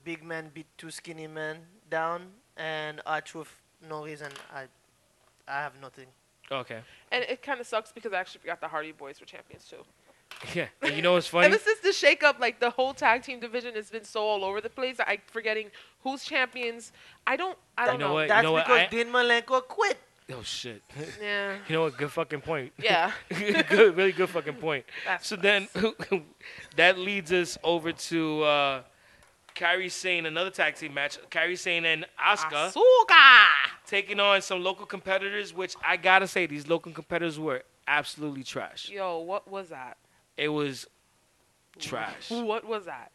[SPEAKER 7] Big man beat two skinny men down, and I truth no reason. I, I have nothing.
[SPEAKER 6] Okay.
[SPEAKER 8] And it kind of sucks because I actually forgot the Hardy Boys were champions too.
[SPEAKER 6] Yeah. And you know what's funny?
[SPEAKER 8] Ever since the shakeup, like the whole tag team division has been so all over the place. I forgetting who's champions. I don't. I
[SPEAKER 6] You
[SPEAKER 8] don't
[SPEAKER 6] know
[SPEAKER 8] know.
[SPEAKER 6] what?
[SPEAKER 7] That's
[SPEAKER 6] know
[SPEAKER 7] because
[SPEAKER 6] I-
[SPEAKER 7] Dean Malenko quit.
[SPEAKER 6] oh shit.
[SPEAKER 8] Yeah.
[SPEAKER 6] you know what? Good fucking point.
[SPEAKER 8] Yeah.
[SPEAKER 6] good, really good fucking point.
[SPEAKER 8] That
[SPEAKER 6] so
[SPEAKER 8] sucks.
[SPEAKER 6] then that leads us over to uh, Kyrie Sane, another tag team match. Kyrie Sane and Asuka.
[SPEAKER 8] Asuka.
[SPEAKER 6] taking on some local competitors, which I gotta say, these local competitors were absolutely trash.
[SPEAKER 8] Yo, what was that?
[SPEAKER 6] It was trash.
[SPEAKER 8] What was that?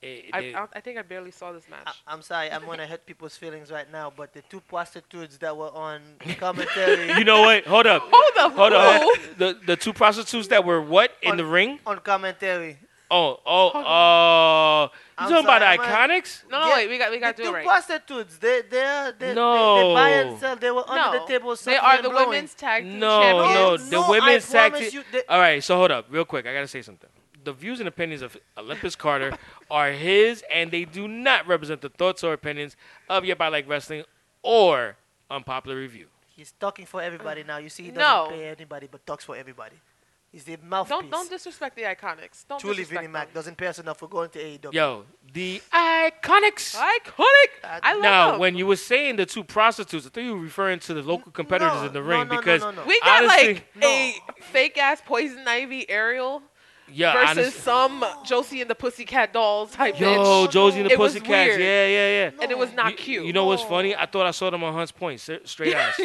[SPEAKER 6] It-
[SPEAKER 8] I,
[SPEAKER 6] they-
[SPEAKER 8] I, I think I barely saw this match.
[SPEAKER 7] I, I'm sorry, I'm gonna hurt people's feelings right now, but the two prostitutes that were on commentary
[SPEAKER 6] you know what? Hold up.
[SPEAKER 8] Hold the
[SPEAKER 6] Hold up.
[SPEAKER 8] who?
[SPEAKER 6] The the two prostitutes that were what in
[SPEAKER 7] On-
[SPEAKER 6] the ring?
[SPEAKER 7] on commentary.
[SPEAKER 6] Oh oh oh!
[SPEAKER 7] I'm
[SPEAKER 6] you talking
[SPEAKER 7] sorry,
[SPEAKER 6] about
[SPEAKER 7] I'm
[SPEAKER 6] iconics?
[SPEAKER 8] No, no,
[SPEAKER 7] Yeah,
[SPEAKER 8] wait. We got we got to
[SPEAKER 7] the two
[SPEAKER 8] do it right.
[SPEAKER 7] prostitutes, they they they, they,
[SPEAKER 6] No.
[SPEAKER 7] they buy and sell. They were under
[SPEAKER 8] no,
[SPEAKER 7] the table.
[SPEAKER 8] they
[SPEAKER 7] sucking
[SPEAKER 8] are
[SPEAKER 7] and
[SPEAKER 8] the
[SPEAKER 7] blowing.
[SPEAKER 8] women's tag team
[SPEAKER 6] No, no,
[SPEAKER 8] champions.
[SPEAKER 6] the
[SPEAKER 7] No, I
[SPEAKER 6] women's tag
[SPEAKER 7] promise
[SPEAKER 6] team-
[SPEAKER 7] you that-
[SPEAKER 6] All right, so hold up, real quick. I gotta say something. The views and opinions of Olympus Carter are his, and they do not represent the thoughts or opinions of Yep I Like Wrestling or Unpopular Review.
[SPEAKER 7] He's ducking for everybody now. You see, he doesn't
[SPEAKER 8] No.
[SPEAKER 7] pay anybody, but ducks for everybody. He's the mouthpiece.
[SPEAKER 8] Don't don't disrespect the iconics. Don't
[SPEAKER 7] Truly,
[SPEAKER 8] disrespect
[SPEAKER 7] Vinnie Mac
[SPEAKER 8] them.
[SPEAKER 7] doesn't pay us enough for going to E AEW.
[SPEAKER 6] Yo, the Iconics.
[SPEAKER 8] Iconic. I love
[SPEAKER 6] now,
[SPEAKER 8] them.
[SPEAKER 6] when you were saying the two prostitutes, I thought you were referring to the local competitors
[SPEAKER 7] no,
[SPEAKER 6] in the
[SPEAKER 7] no,
[SPEAKER 6] ring
[SPEAKER 7] no, no,
[SPEAKER 6] because
[SPEAKER 7] no, no.
[SPEAKER 8] we got
[SPEAKER 6] honestly-
[SPEAKER 8] like a fake ass poison ivy Ariel
[SPEAKER 6] yeah,
[SPEAKER 8] versus
[SPEAKER 6] honest,
[SPEAKER 8] some Josie and the Pussycat Dolls type
[SPEAKER 6] yo,
[SPEAKER 8] bitch,
[SPEAKER 6] Josie and the
[SPEAKER 8] It was
[SPEAKER 6] Pussycats,
[SPEAKER 8] weird.
[SPEAKER 6] yeah, yeah, yeah.
[SPEAKER 8] and it was not
[SPEAKER 6] you,
[SPEAKER 8] cute.
[SPEAKER 6] You know
[SPEAKER 7] Oh.
[SPEAKER 6] what's funny? I thought I saw them on Hunt's Point, Ser- straight ass,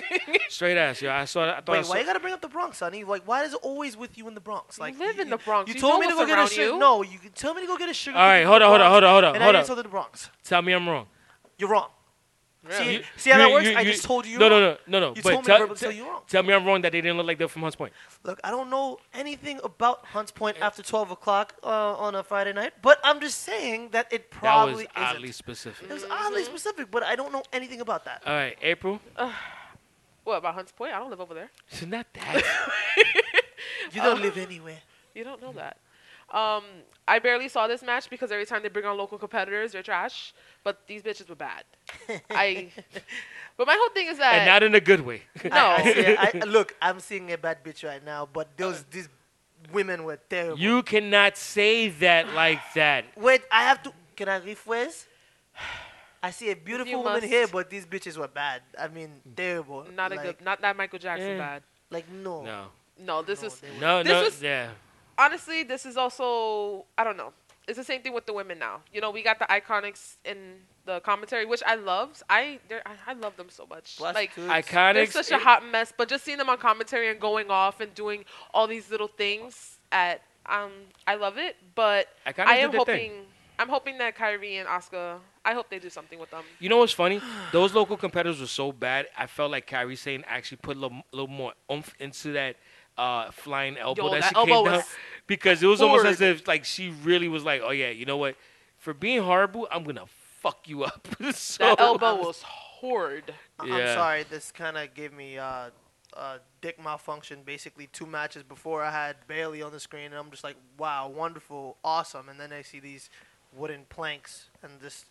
[SPEAKER 6] straight ass. Yo, I saw. I thought I
[SPEAKER 7] Wait,
[SPEAKER 6] saw,
[SPEAKER 7] why you gotta bring up the Bronx, honey? Like, why is it always with you in the Bronx? Like,
[SPEAKER 8] live in the Bronx.
[SPEAKER 7] You
[SPEAKER 8] You
[SPEAKER 7] told
[SPEAKER 8] know
[SPEAKER 7] me to
[SPEAKER 8] what's
[SPEAKER 7] go get a
[SPEAKER 8] around
[SPEAKER 7] sugar.
[SPEAKER 8] you.
[SPEAKER 7] No, you tell me to go get a sugar.
[SPEAKER 6] All
[SPEAKER 7] cookie
[SPEAKER 6] right,
[SPEAKER 7] in the
[SPEAKER 6] hold on, hold on,
[SPEAKER 7] Bronx,
[SPEAKER 6] hold on, hold on,
[SPEAKER 7] And
[SPEAKER 6] hold
[SPEAKER 7] I
[SPEAKER 6] on.
[SPEAKER 7] didn't tell you the Bronx.
[SPEAKER 6] Tell me I'm wrong.
[SPEAKER 7] You're wrong. See,
[SPEAKER 6] You-
[SPEAKER 7] see how that
[SPEAKER 6] you-
[SPEAKER 7] works?
[SPEAKER 6] you-
[SPEAKER 7] I
[SPEAKER 6] you-
[SPEAKER 7] just told you. you're
[SPEAKER 6] No, no,
[SPEAKER 7] wrong.
[SPEAKER 6] no, no, no.
[SPEAKER 7] You
[SPEAKER 6] but
[SPEAKER 7] told me
[SPEAKER 6] tell,
[SPEAKER 7] to verbally tell you wrong.
[SPEAKER 6] tell me I'm wrong that they didn't look like they're from Hunts Point.
[SPEAKER 7] Look, I don't know anything about Hunts Point after 12 o'clock uh, on a Friday night, but I'm just saying that it
[SPEAKER 6] That
[SPEAKER 7] probably
[SPEAKER 6] was oddly Uh,
[SPEAKER 7] isn't.
[SPEAKER 6] specific.
[SPEAKER 7] It was oddly
[SPEAKER 8] Mm-hmm.
[SPEAKER 7] specific, but I don't know anything about that.
[SPEAKER 6] All right, April.
[SPEAKER 8] What about Hunts Point? I don't live over there.
[SPEAKER 6] It's not that.
[SPEAKER 7] You
[SPEAKER 6] uh.
[SPEAKER 7] don't live anywhere.
[SPEAKER 8] You don't know that. Um, I barely saw this match because every time they bring on local competitors, they're trash. But these bitches were bad. I. But my whole thing is that
[SPEAKER 6] and not in a good way.
[SPEAKER 8] no,
[SPEAKER 7] I, I see it. I, look, I'm seeing a bad bitch right now, but those
[SPEAKER 6] Uh.
[SPEAKER 7] these women were terrible.
[SPEAKER 6] You cannot say that like that.
[SPEAKER 7] Wait, I have to. Can I rephrase? I see a beautiful woman
[SPEAKER 8] must.
[SPEAKER 7] here, but these bitches were bad. I mean, terrible.
[SPEAKER 8] not a
[SPEAKER 7] like,
[SPEAKER 8] good, not that Michael Jackson
[SPEAKER 6] Eh.
[SPEAKER 8] bad.
[SPEAKER 7] Like no.
[SPEAKER 6] No.
[SPEAKER 8] No, this
[SPEAKER 7] No,
[SPEAKER 8] is
[SPEAKER 7] they
[SPEAKER 6] No,
[SPEAKER 8] This
[SPEAKER 6] no,
[SPEAKER 8] was-
[SPEAKER 6] yeah.
[SPEAKER 8] honestly, this is also I don't know. It's the same thing with the women now. You know, we got the iconics in the commentary, which I loved. I they're- I- I love them so much. like
[SPEAKER 7] Prostitutes.
[SPEAKER 8] they're
[SPEAKER 6] Iconics.
[SPEAKER 8] such a hot mess. But just seeing them on commentary and going off and doing all these little things at um I love it. But
[SPEAKER 6] Iconics
[SPEAKER 8] I am
[SPEAKER 6] did their
[SPEAKER 8] hoping
[SPEAKER 6] thing.
[SPEAKER 8] I'm hoping that Kyrie and Oscar. I hope they do something with them.
[SPEAKER 6] You know what's funny? Those local competitors were so bad. I felt like Kyrie Sane actually put a little, little more oomph into that uh, flying elbow
[SPEAKER 8] Yo,
[SPEAKER 6] that,
[SPEAKER 8] that
[SPEAKER 6] she
[SPEAKER 8] elbow
[SPEAKER 6] came down
[SPEAKER 8] was
[SPEAKER 6] because it was almost as
[SPEAKER 8] horrid.
[SPEAKER 6] if like she really was like, oh yeah, you know what? For being horrible, I'm gonna fuck you up. so,
[SPEAKER 8] That elbow was horrid.
[SPEAKER 7] I-
[SPEAKER 6] Yeah.
[SPEAKER 7] I'm sorry. This kind of gave me uh, uh, dick malfunction. Basically, two matches before I had Bailey on the screen, and I'm just like, wow, wonderful, awesome. And then I see these wooden planks, and this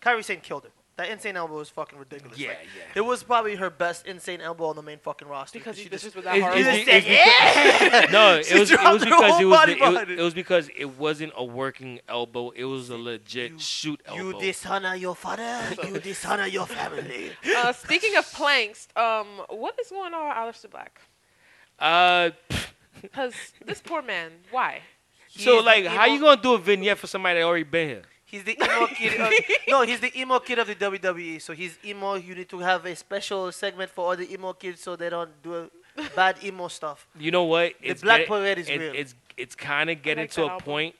[SPEAKER 7] Kyrie Sane killed her. That insane elbow was fucking ridiculous.
[SPEAKER 6] Yeah,
[SPEAKER 7] Like,
[SPEAKER 6] yeah.
[SPEAKER 7] It was probably her best insane elbe on the main fucking roster.
[SPEAKER 8] Because
[SPEAKER 7] she
[SPEAKER 8] these
[SPEAKER 7] just
[SPEAKER 8] bitches were that
[SPEAKER 6] It's-
[SPEAKER 8] horrible.
[SPEAKER 6] it's
[SPEAKER 7] You
[SPEAKER 6] be- it's because- no, it
[SPEAKER 7] She
[SPEAKER 6] was, it
[SPEAKER 7] dropped
[SPEAKER 6] was
[SPEAKER 7] her
[SPEAKER 6] because
[SPEAKER 7] whole
[SPEAKER 6] it was,
[SPEAKER 7] body
[SPEAKER 6] the- it, was,
[SPEAKER 7] behind it.
[SPEAKER 6] it was because it wasn't a working elbow. It was a legit shoot elbow.
[SPEAKER 7] You dishonor your father. you dishonor your family.
[SPEAKER 8] uh, speaking of planks, um, what is going on with Aleister Black?
[SPEAKER 6] uh,
[SPEAKER 8] Because this poor man, why?
[SPEAKER 7] He
[SPEAKER 6] so
[SPEAKER 7] is the
[SPEAKER 6] like, how
[SPEAKER 7] emo-
[SPEAKER 6] you gonna do a vignette for somebody that already been here?
[SPEAKER 7] He's the emo kid. Of, no, he's the emo kid of the WWE. So he's emo. You need to have a special segment for all the emo kids so they don't do bad emo stuff.
[SPEAKER 6] You know what?
[SPEAKER 7] The Black Parade is
[SPEAKER 6] it-
[SPEAKER 7] real.
[SPEAKER 6] It's it's kind of getting
[SPEAKER 8] like
[SPEAKER 6] to
[SPEAKER 8] that
[SPEAKER 6] a
[SPEAKER 8] album.
[SPEAKER 6] point.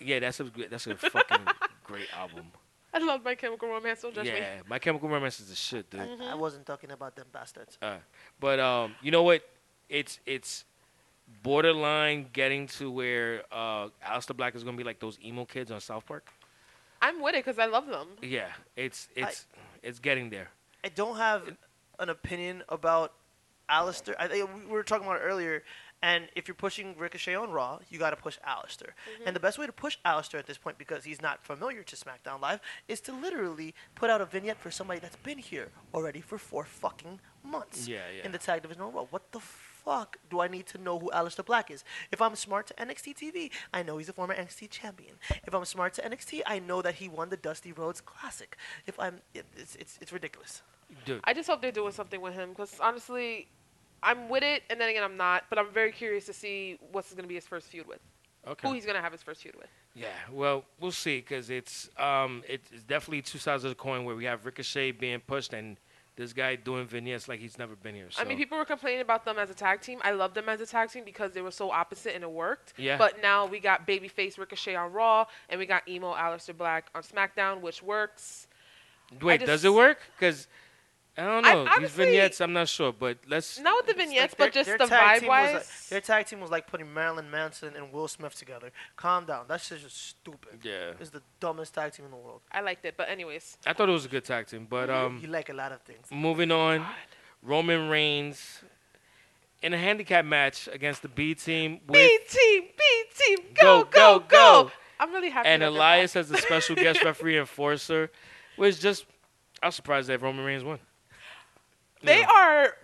[SPEAKER 6] Yeah, that's a great, that's a fucking great album.
[SPEAKER 8] I love My Chemical Romance. Don't judge me. Mm.
[SPEAKER 6] Yeah, My Chemical Romance is the shit, dude.
[SPEAKER 7] I wasn't talking about them bastards.
[SPEAKER 6] Uh, but um, you know what? It's it's borderline getting to where uh, Alistair Black is gonna be like those emo kids on South Park.
[SPEAKER 8] I'm with it because I love them.
[SPEAKER 6] Yeah, it's it's it's getting there.
[SPEAKER 7] I don't have an opinion about Alistair. I think we were talking about it earlier. And if you're pushing Ricochet on Raw, you got to push Alistair. And the best way to push Alistair at this point, because he's not familiar to SmackDown Live, is to literally put out a vignette for somebody that's been here already for four fucking months.
[SPEAKER 6] Yeah, yeah.
[SPEAKER 7] In the tag division on Raw. What the fuck do I need to know who Alistair Black is? If I'm smart to NXT TV, I know he's a former NXT champion. If I'm smart to NXT, I know that he won the Dusty Rhodes Classic. If I'm, it, it's, it's, it's ridiculous.
[SPEAKER 6] Dude,
[SPEAKER 8] I just hope they're doing something with him because honestly, I'm with it, and then again, I'm not. But I'm very curious to see what's going to be his first feud with. Who
[SPEAKER 6] okay.
[SPEAKER 8] he's going to have his first feud with.
[SPEAKER 6] Yeah, well, we'll see because it's um it's definitely two sides of the coin where we have Ricochet being pushed and this guy doing vignettes like he's never been here. So.
[SPEAKER 8] I mean, people were complaining about them as a tag team. I love them as a tag team because they were so opposite and it worked.
[SPEAKER 6] Yeah.
[SPEAKER 8] But now we got Babyface Ricochet on Raw, and we got Emo Aleister Black on SmackDown, which works.
[SPEAKER 6] Wait,
[SPEAKER 8] just-
[SPEAKER 6] does it work? Because I don't
[SPEAKER 8] I-
[SPEAKER 6] know. These
[SPEAKER 8] honestly-
[SPEAKER 6] vignettes, I'm not sure, but let's.
[SPEAKER 8] Not with the vignettes, but
[SPEAKER 7] Like,
[SPEAKER 8] just
[SPEAKER 7] their-
[SPEAKER 8] the
[SPEAKER 7] their
[SPEAKER 8] vibe
[SPEAKER 7] tag team was like-
[SPEAKER 8] wise.
[SPEAKER 7] their tag team was like putting Marilyn Manson and Will Smith together. Calm down. That's just stupid.
[SPEAKER 6] Yeah.
[SPEAKER 7] It's the dumbest tag team in the world.
[SPEAKER 8] I liked it, but anyways,
[SPEAKER 6] I thought it was a good tag team, but
[SPEAKER 7] you
[SPEAKER 6] um,
[SPEAKER 7] like a lot of things.
[SPEAKER 6] moving on, Roman Reigns in a handicap match against the B team
[SPEAKER 8] B
[SPEAKER 6] with
[SPEAKER 8] team, B team,
[SPEAKER 6] Go,
[SPEAKER 8] go,
[SPEAKER 6] go,
[SPEAKER 8] go, go.
[SPEAKER 6] go.
[SPEAKER 8] I'm really happy.
[SPEAKER 6] and
[SPEAKER 8] that they're
[SPEAKER 6] Elias
[SPEAKER 8] back.
[SPEAKER 6] as the special guest referee enforcer, which just I was surprised that Roman Reigns won.
[SPEAKER 8] They are.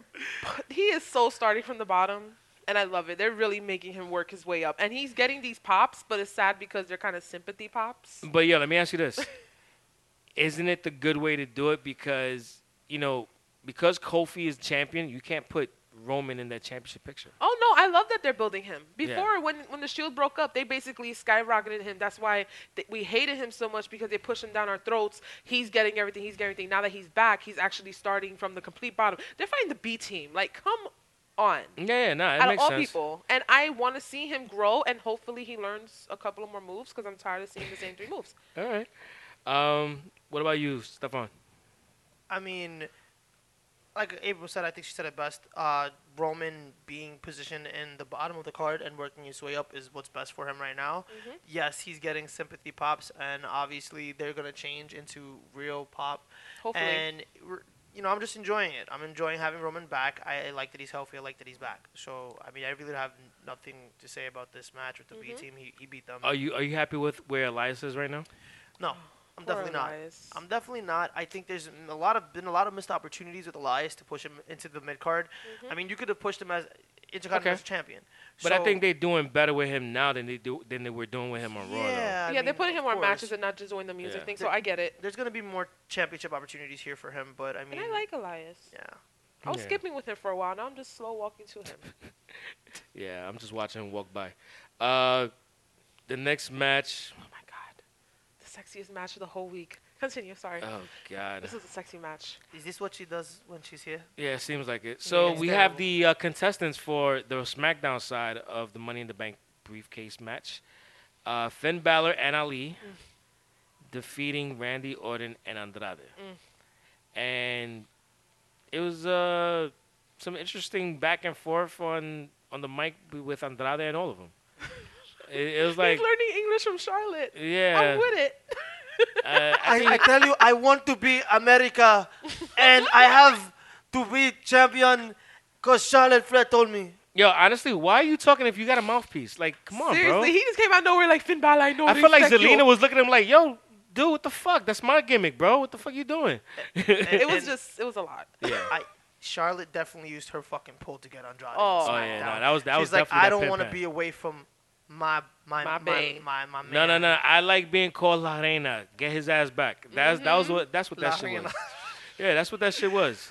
[SPEAKER 8] He is so starting from the bottom, and I love it. They're really making him work his way up, and he's getting these pops, but it's sad because they're kind of sympathy pops.
[SPEAKER 6] But yeah, let me ask you this: Isn't it the good way to do it? Because you know, because Kofi is champion, you can't put Roman in that championship picture.
[SPEAKER 8] Oh no, I love that they're building him.
[SPEAKER 6] Yeah.
[SPEAKER 8] Before, when when the Shield broke up, they basically skyrocketed him. That's why th- we hated him so much because they pushed him down our throats. He's getting everything. He's getting everything. Now that he's back, he's actually starting from the complete bottom. They're fighting the B team. Like, come on.
[SPEAKER 6] Yeah, yeah, nah,
[SPEAKER 8] out
[SPEAKER 6] it
[SPEAKER 8] of
[SPEAKER 6] makes
[SPEAKER 8] all
[SPEAKER 6] sense.
[SPEAKER 8] people. And I want to see him grow, and hopefully he learns a couple of more moves because I'm tired of seeing the same three moves.
[SPEAKER 6] All right. Um, what about you, Stefan?
[SPEAKER 7] I mean, like April said, I think she said it best. Uh, Roman being positioned in the bottom of the card and working his way up is what's best for him right now. Yes, he's getting sympathy pops, and obviously they're gonna change into real pop.
[SPEAKER 8] Hopefully.
[SPEAKER 7] And we're- you know, I'm just enjoying it. I'm enjoying having Roman back. I I like that he's healthy. I like that he's back. So I mean, I really have nothing to say about this match with the
[SPEAKER 8] Mm-hmm.
[SPEAKER 7] B team. He, he beat them.
[SPEAKER 6] Are you are you happy with where Elias is right now?
[SPEAKER 7] No, I'm
[SPEAKER 8] Poor
[SPEAKER 7] definitely not.
[SPEAKER 8] Elias.
[SPEAKER 7] I'm definitely not. I think there's m- a lot of been a lot of missed opportunities with Elias to push him into the mid card.
[SPEAKER 8] Mm-hmm.
[SPEAKER 7] I mean, you could have pushed him as Intercontinental champion.
[SPEAKER 6] But I
[SPEAKER 7] So,
[SPEAKER 6] think they're doing better with him now than they do than they were doing with him on Raw. though.
[SPEAKER 7] yeah,
[SPEAKER 8] yeah,
[SPEAKER 7] I
[SPEAKER 8] they're
[SPEAKER 7] mean,
[SPEAKER 8] putting
[SPEAKER 7] of
[SPEAKER 8] him on
[SPEAKER 7] course.
[SPEAKER 8] matches and not just doing the music
[SPEAKER 6] Yeah.
[SPEAKER 8] thing, so I get it.
[SPEAKER 7] There's gonna be more championship opportunities here for him, but I mean,
[SPEAKER 8] And I like Elias.
[SPEAKER 7] yeah,
[SPEAKER 8] I was
[SPEAKER 6] Yeah.
[SPEAKER 8] skipping with him for a while. Now I'm just slow walking to him.
[SPEAKER 6] Yeah, I'm just watching him walk by. Uh, the next match.
[SPEAKER 8] Oh my god, the sexiest match of the whole week. Continue. Sorry,
[SPEAKER 6] Oh God.
[SPEAKER 8] this is a sexy match.
[SPEAKER 7] is this what she does when she's here?
[SPEAKER 6] Yeah, it seems like it. So
[SPEAKER 8] it's
[SPEAKER 6] we have the uh, contestants for the SmackDown side of the Money in the Bank briefcase match. Uh, Finn Balor and Ali
[SPEAKER 8] Mm.
[SPEAKER 6] defeating Randy Orton and Andrade,
[SPEAKER 8] Mm.
[SPEAKER 6] and it was uh, some interesting back and forth on on the mic with Andrade and all of them. it, it was like,
[SPEAKER 8] He's learning English from Charlotte.
[SPEAKER 6] yeah,
[SPEAKER 8] I'm with it.
[SPEAKER 6] uh, I
[SPEAKER 7] I, I
[SPEAKER 6] think
[SPEAKER 7] tell you, I want to be America, and I have to be champion, cause Charlotte Flair told me.
[SPEAKER 6] Yo, honestly, why are you talking if you got a mouthpiece? Like, come on,
[SPEAKER 8] Seriously,
[SPEAKER 6] bro.
[SPEAKER 8] he just came out of nowhere like Finn Balor. I know.
[SPEAKER 6] I
[SPEAKER 8] they
[SPEAKER 6] feel like
[SPEAKER 8] expect you."
[SPEAKER 6] Zelina was looking at him like, yo, dude, what the fuck? That's my gimmick, bro. What the fuck you doing?
[SPEAKER 8] It was
[SPEAKER 7] And-
[SPEAKER 8] just. It was a lot.
[SPEAKER 7] I Charlotte definitely used her fucking pull to get Andrade.
[SPEAKER 8] Oh.
[SPEAKER 7] Oh,
[SPEAKER 6] Oh,
[SPEAKER 7] oh
[SPEAKER 6] yeah, no, that was- that
[SPEAKER 7] She's
[SPEAKER 6] was
[SPEAKER 7] like,
[SPEAKER 6] definitely
[SPEAKER 7] I
[SPEAKER 6] that
[SPEAKER 7] don't
[SPEAKER 6] pimp
[SPEAKER 7] want to
[SPEAKER 6] hand."
[SPEAKER 7] be away from my my
[SPEAKER 8] My
[SPEAKER 7] my
[SPEAKER 8] bae.
[SPEAKER 7] my, my, my man.
[SPEAKER 6] No, no, no. I like being called La Reina. Get his ass back. That's that
[SPEAKER 8] Mm-hmm.
[SPEAKER 6] was what that's what
[SPEAKER 7] La
[SPEAKER 6] that shit
[SPEAKER 7] Reina.
[SPEAKER 6] was. Yeah, that's what that shit was.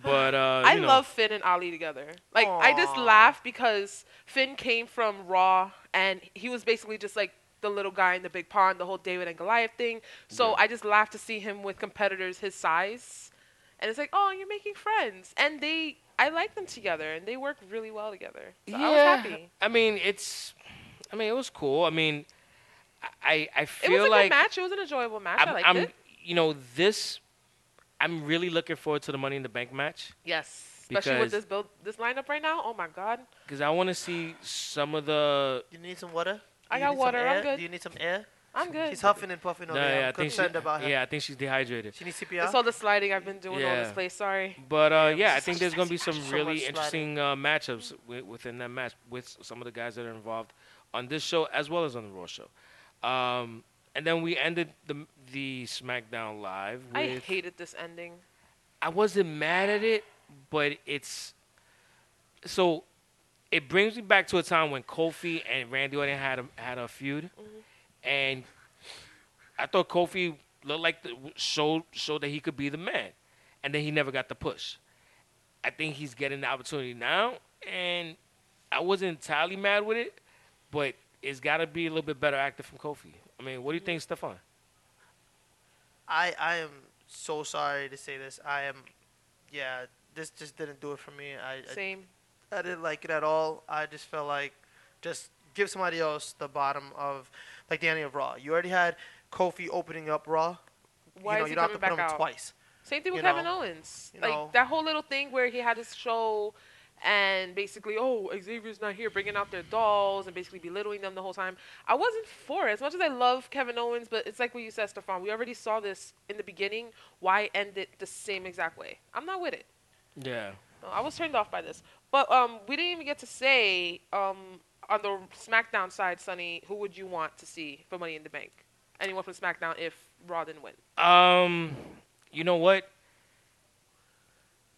[SPEAKER 6] But uh,
[SPEAKER 8] I
[SPEAKER 6] you know,
[SPEAKER 8] love Finn and Ali together. Like I just
[SPEAKER 7] Aw.
[SPEAKER 8] laugh because Finn came from Raw and he was basically just like the little guy in the big pond, the whole David and Goliath thing. So I just laugh to see him with competitors his size, and it's like, oh, you're making friends, and they. I like them together, and they work really well together. So I was happy.
[SPEAKER 6] I mean, it's. I mean, it was cool. I mean, I I I
[SPEAKER 8] It
[SPEAKER 6] feel
[SPEAKER 8] was a
[SPEAKER 6] like
[SPEAKER 8] good match. It was an enjoyable match. i
[SPEAKER 6] I'm,
[SPEAKER 8] liked
[SPEAKER 6] I'm
[SPEAKER 8] it.
[SPEAKER 6] you know this. I'm really looking forward to the Money in the Bank match.
[SPEAKER 8] Yes, especially with
[SPEAKER 6] because-
[SPEAKER 8] this build, this lineup right now. Oh my God,
[SPEAKER 6] because I want to see some of the.
[SPEAKER 7] You need some water? Do
[SPEAKER 8] I
[SPEAKER 7] you
[SPEAKER 8] got
[SPEAKER 7] need some
[SPEAKER 8] water, I'm
[SPEAKER 7] air?
[SPEAKER 8] good.
[SPEAKER 7] Do you need some air?
[SPEAKER 8] I'm good.
[SPEAKER 7] She's huffing and puffing over
[SPEAKER 6] No,
[SPEAKER 7] there.
[SPEAKER 6] yeah,
[SPEAKER 7] I'm
[SPEAKER 6] I think she,
[SPEAKER 7] concerned about her.
[SPEAKER 6] yeah, I think she's dehydrated.
[SPEAKER 7] She needs
[SPEAKER 8] It's
[SPEAKER 7] CPR.
[SPEAKER 8] all the sliding I've been doing all this
[SPEAKER 6] Yeah.
[SPEAKER 8] place. Sorry.
[SPEAKER 6] But uh, yeah, I
[SPEAKER 7] it's
[SPEAKER 6] think
[SPEAKER 7] such
[SPEAKER 6] there's
[SPEAKER 7] a
[SPEAKER 6] going to be
[SPEAKER 7] sexy
[SPEAKER 6] some
[SPEAKER 7] match. So
[SPEAKER 6] really
[SPEAKER 7] much
[SPEAKER 6] interesting uh, matchups wi- within that match with s- some of the guys that are involved on this show as well as on the Raw show. Um, and then we ended the the SmackDown Live. With,
[SPEAKER 8] I hated this ending.
[SPEAKER 6] I wasn't mad at it, but it's so it brings me back to a time when Kofi and Randy Orton had a, had a feud, and I thought Kofi looked like the, showed showed that he could be the man, and then he never got the push. I think he's getting the opportunity now, and I wasn't entirely mad with it, but it's got to be a little bit better acting from Kofi. I mean, what do you think, Stefan?
[SPEAKER 7] I, I am so sorry to say this. I am, yeah, this just didn't do it for me. I, I
[SPEAKER 8] Same.
[SPEAKER 7] I didn't like it at all. I just felt like just give somebody else the bottom of like the ending of Raw. You already had Kofi opening up Raw.
[SPEAKER 8] Why
[SPEAKER 7] you know,
[SPEAKER 8] is he
[SPEAKER 7] you don't have to
[SPEAKER 8] coming
[SPEAKER 7] put
[SPEAKER 8] back
[SPEAKER 7] him
[SPEAKER 8] out?
[SPEAKER 7] twice.
[SPEAKER 8] Same thing
[SPEAKER 7] you
[SPEAKER 8] with Kevin
[SPEAKER 7] know,
[SPEAKER 8] Owens.
[SPEAKER 7] you
[SPEAKER 8] Like
[SPEAKER 7] know.
[SPEAKER 8] that whole little thing where he had his show and basically, oh, Xavier's not here, bringing out their dolls and basically belittling them the whole time. I wasn't for it. As much as I love Kevin Owens, but it's like what you said, Stefan. We already saw this in the beginning. Why end it the same exact way? I'm not with it.
[SPEAKER 6] Yeah,
[SPEAKER 8] No, I was turned off by this. But um, we didn't even get to say um, on the SmackDown side, Sonny, who would you want to see for Money in the Bank? Anyone from SmackDown if Raw didn't win?
[SPEAKER 6] Um, you know what?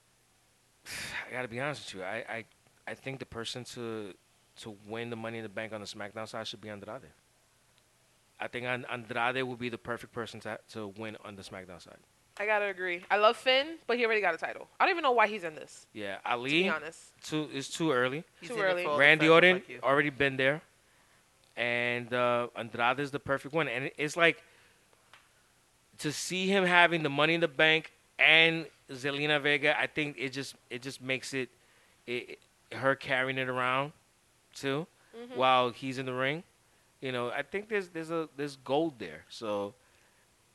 [SPEAKER 6] I gotta be honest with you. I, I, I think the person to to win the Money in the Bank on the SmackDown side should be Andrade. I think An- Andrade would be the perfect person to to win on the SmackDown side.
[SPEAKER 8] I gotta agree. I love Finn, but he already got a title. I don't even know why he's in this.
[SPEAKER 6] Yeah,
[SPEAKER 8] To be
[SPEAKER 6] Ali.
[SPEAKER 8] honest,
[SPEAKER 6] Too it's too early.
[SPEAKER 7] He's
[SPEAKER 8] Too
[SPEAKER 7] in it for
[SPEAKER 8] early.
[SPEAKER 7] all the
[SPEAKER 6] Randy
[SPEAKER 7] fans
[SPEAKER 6] Orton
[SPEAKER 7] like you.
[SPEAKER 6] already been there, and uh, Andrade is the perfect one. And it- it's like to see him having the Money in the Bank and Zelina Vega. I think it just it just makes it, it it- her carrying it around too
[SPEAKER 7] Mm-hmm.
[SPEAKER 6] while he's in the ring. You know, I think there's there's a there's gold there. So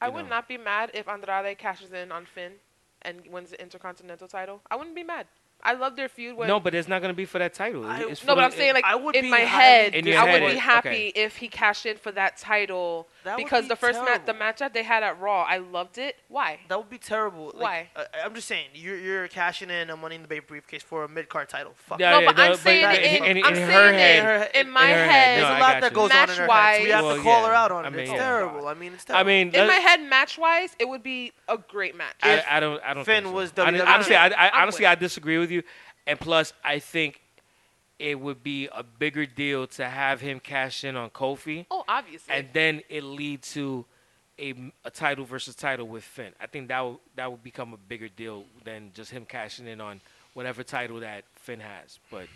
[SPEAKER 8] I
[SPEAKER 6] you
[SPEAKER 8] would
[SPEAKER 6] know.
[SPEAKER 8] not be mad if Andrade cashes in on Finn and wins the Intercontinental title. I wouldn't be mad. I love their feud. When,
[SPEAKER 6] no, but it's not gonna be for that title.
[SPEAKER 7] I-
[SPEAKER 6] It's
[SPEAKER 8] no, but
[SPEAKER 6] for the-
[SPEAKER 8] I'm saying like
[SPEAKER 7] I would
[SPEAKER 8] in
[SPEAKER 7] be
[SPEAKER 8] my
[SPEAKER 7] highly
[SPEAKER 8] head,
[SPEAKER 6] In your
[SPEAKER 8] I would
[SPEAKER 6] head,
[SPEAKER 8] be
[SPEAKER 6] it-
[SPEAKER 8] happy
[SPEAKER 6] okay.
[SPEAKER 8] if he cashed in for that title
[SPEAKER 7] That would
[SPEAKER 8] because
[SPEAKER 7] be
[SPEAKER 8] the first match, the
[SPEAKER 7] terrible.
[SPEAKER 8] matchup they had at Raw, I loved it. Why?
[SPEAKER 7] That would be terrible. Like,
[SPEAKER 8] Why?
[SPEAKER 7] I, I'm just saying, you're, you're cashing in a Money in the Bank briefcase for a mid card title. Fuck.
[SPEAKER 6] Yeah,
[SPEAKER 8] no,
[SPEAKER 6] yeah,
[SPEAKER 8] but I'm
[SPEAKER 6] no, Uh, but
[SPEAKER 8] saying
[SPEAKER 7] that-
[SPEAKER 8] it.
[SPEAKER 7] in-
[SPEAKER 8] I'm
[SPEAKER 7] in
[SPEAKER 8] saying
[SPEAKER 7] her
[SPEAKER 8] it
[SPEAKER 7] head-
[SPEAKER 8] in
[SPEAKER 6] in
[SPEAKER 8] my
[SPEAKER 6] her head,
[SPEAKER 8] head.
[SPEAKER 6] no,
[SPEAKER 7] There's
[SPEAKER 6] I
[SPEAKER 7] a lot
[SPEAKER 6] got
[SPEAKER 7] that
[SPEAKER 6] you.
[SPEAKER 7] goes on in her head. So we have
[SPEAKER 6] Well,
[SPEAKER 7] to call
[SPEAKER 6] yeah.
[SPEAKER 7] her out on
[SPEAKER 6] I
[SPEAKER 7] it.
[SPEAKER 6] mean,
[SPEAKER 7] it's
[SPEAKER 6] yeah.
[SPEAKER 7] terrible. I mean, it's
[SPEAKER 6] I
[SPEAKER 7] terrible.
[SPEAKER 6] mean,
[SPEAKER 8] in
[SPEAKER 6] let-
[SPEAKER 8] my head, match wise, it would be a great match.
[SPEAKER 6] I, I don't. I don't.
[SPEAKER 7] Finn
[SPEAKER 6] think so.
[SPEAKER 7] was
[SPEAKER 6] Hon-
[SPEAKER 7] WWE
[SPEAKER 6] honestly, I, I
[SPEAKER 8] I'm
[SPEAKER 6] honestly
[SPEAKER 8] with
[SPEAKER 6] I disagree with you, and plus I think it would be a bigger deal to have him cash in on Kofi,
[SPEAKER 8] oh, obviously.
[SPEAKER 6] and then it lead to a, a title versus title with Finn. I think that would that would become a bigger deal than just him cashing in on whatever title that Finn has. But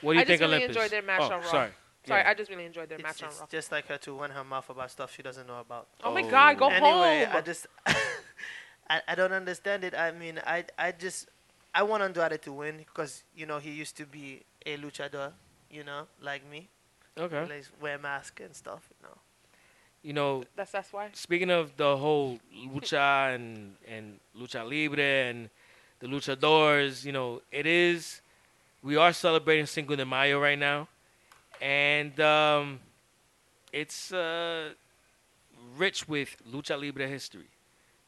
[SPEAKER 6] what do you
[SPEAKER 8] I just
[SPEAKER 6] think,
[SPEAKER 8] really
[SPEAKER 6] Olympus?
[SPEAKER 8] enjoyed their match
[SPEAKER 6] oh,
[SPEAKER 8] on Raw.
[SPEAKER 6] Sorry.
[SPEAKER 8] Sorry,
[SPEAKER 6] Yeah.
[SPEAKER 8] I just really enjoyed their
[SPEAKER 7] it's,
[SPEAKER 8] match on
[SPEAKER 7] it's
[SPEAKER 8] Raw.
[SPEAKER 7] just like her to run her mouth about stuff she doesn't know about.
[SPEAKER 8] Oh my God, go
[SPEAKER 7] anyway,
[SPEAKER 8] home.
[SPEAKER 7] I just I, I don't understand it. I mean, I I just I want Andrade to win because you know he used to be a luchador, you know, like me,
[SPEAKER 6] okay.
[SPEAKER 7] like wear mask and stuff, you know.
[SPEAKER 6] You know,
[SPEAKER 8] That's that's why.
[SPEAKER 6] speaking of the whole lucha and and lucha libre and the luchadors, you know, it is we are celebrating Cinco de Mayo right now, and um, it's uh, rich with lucha libre history.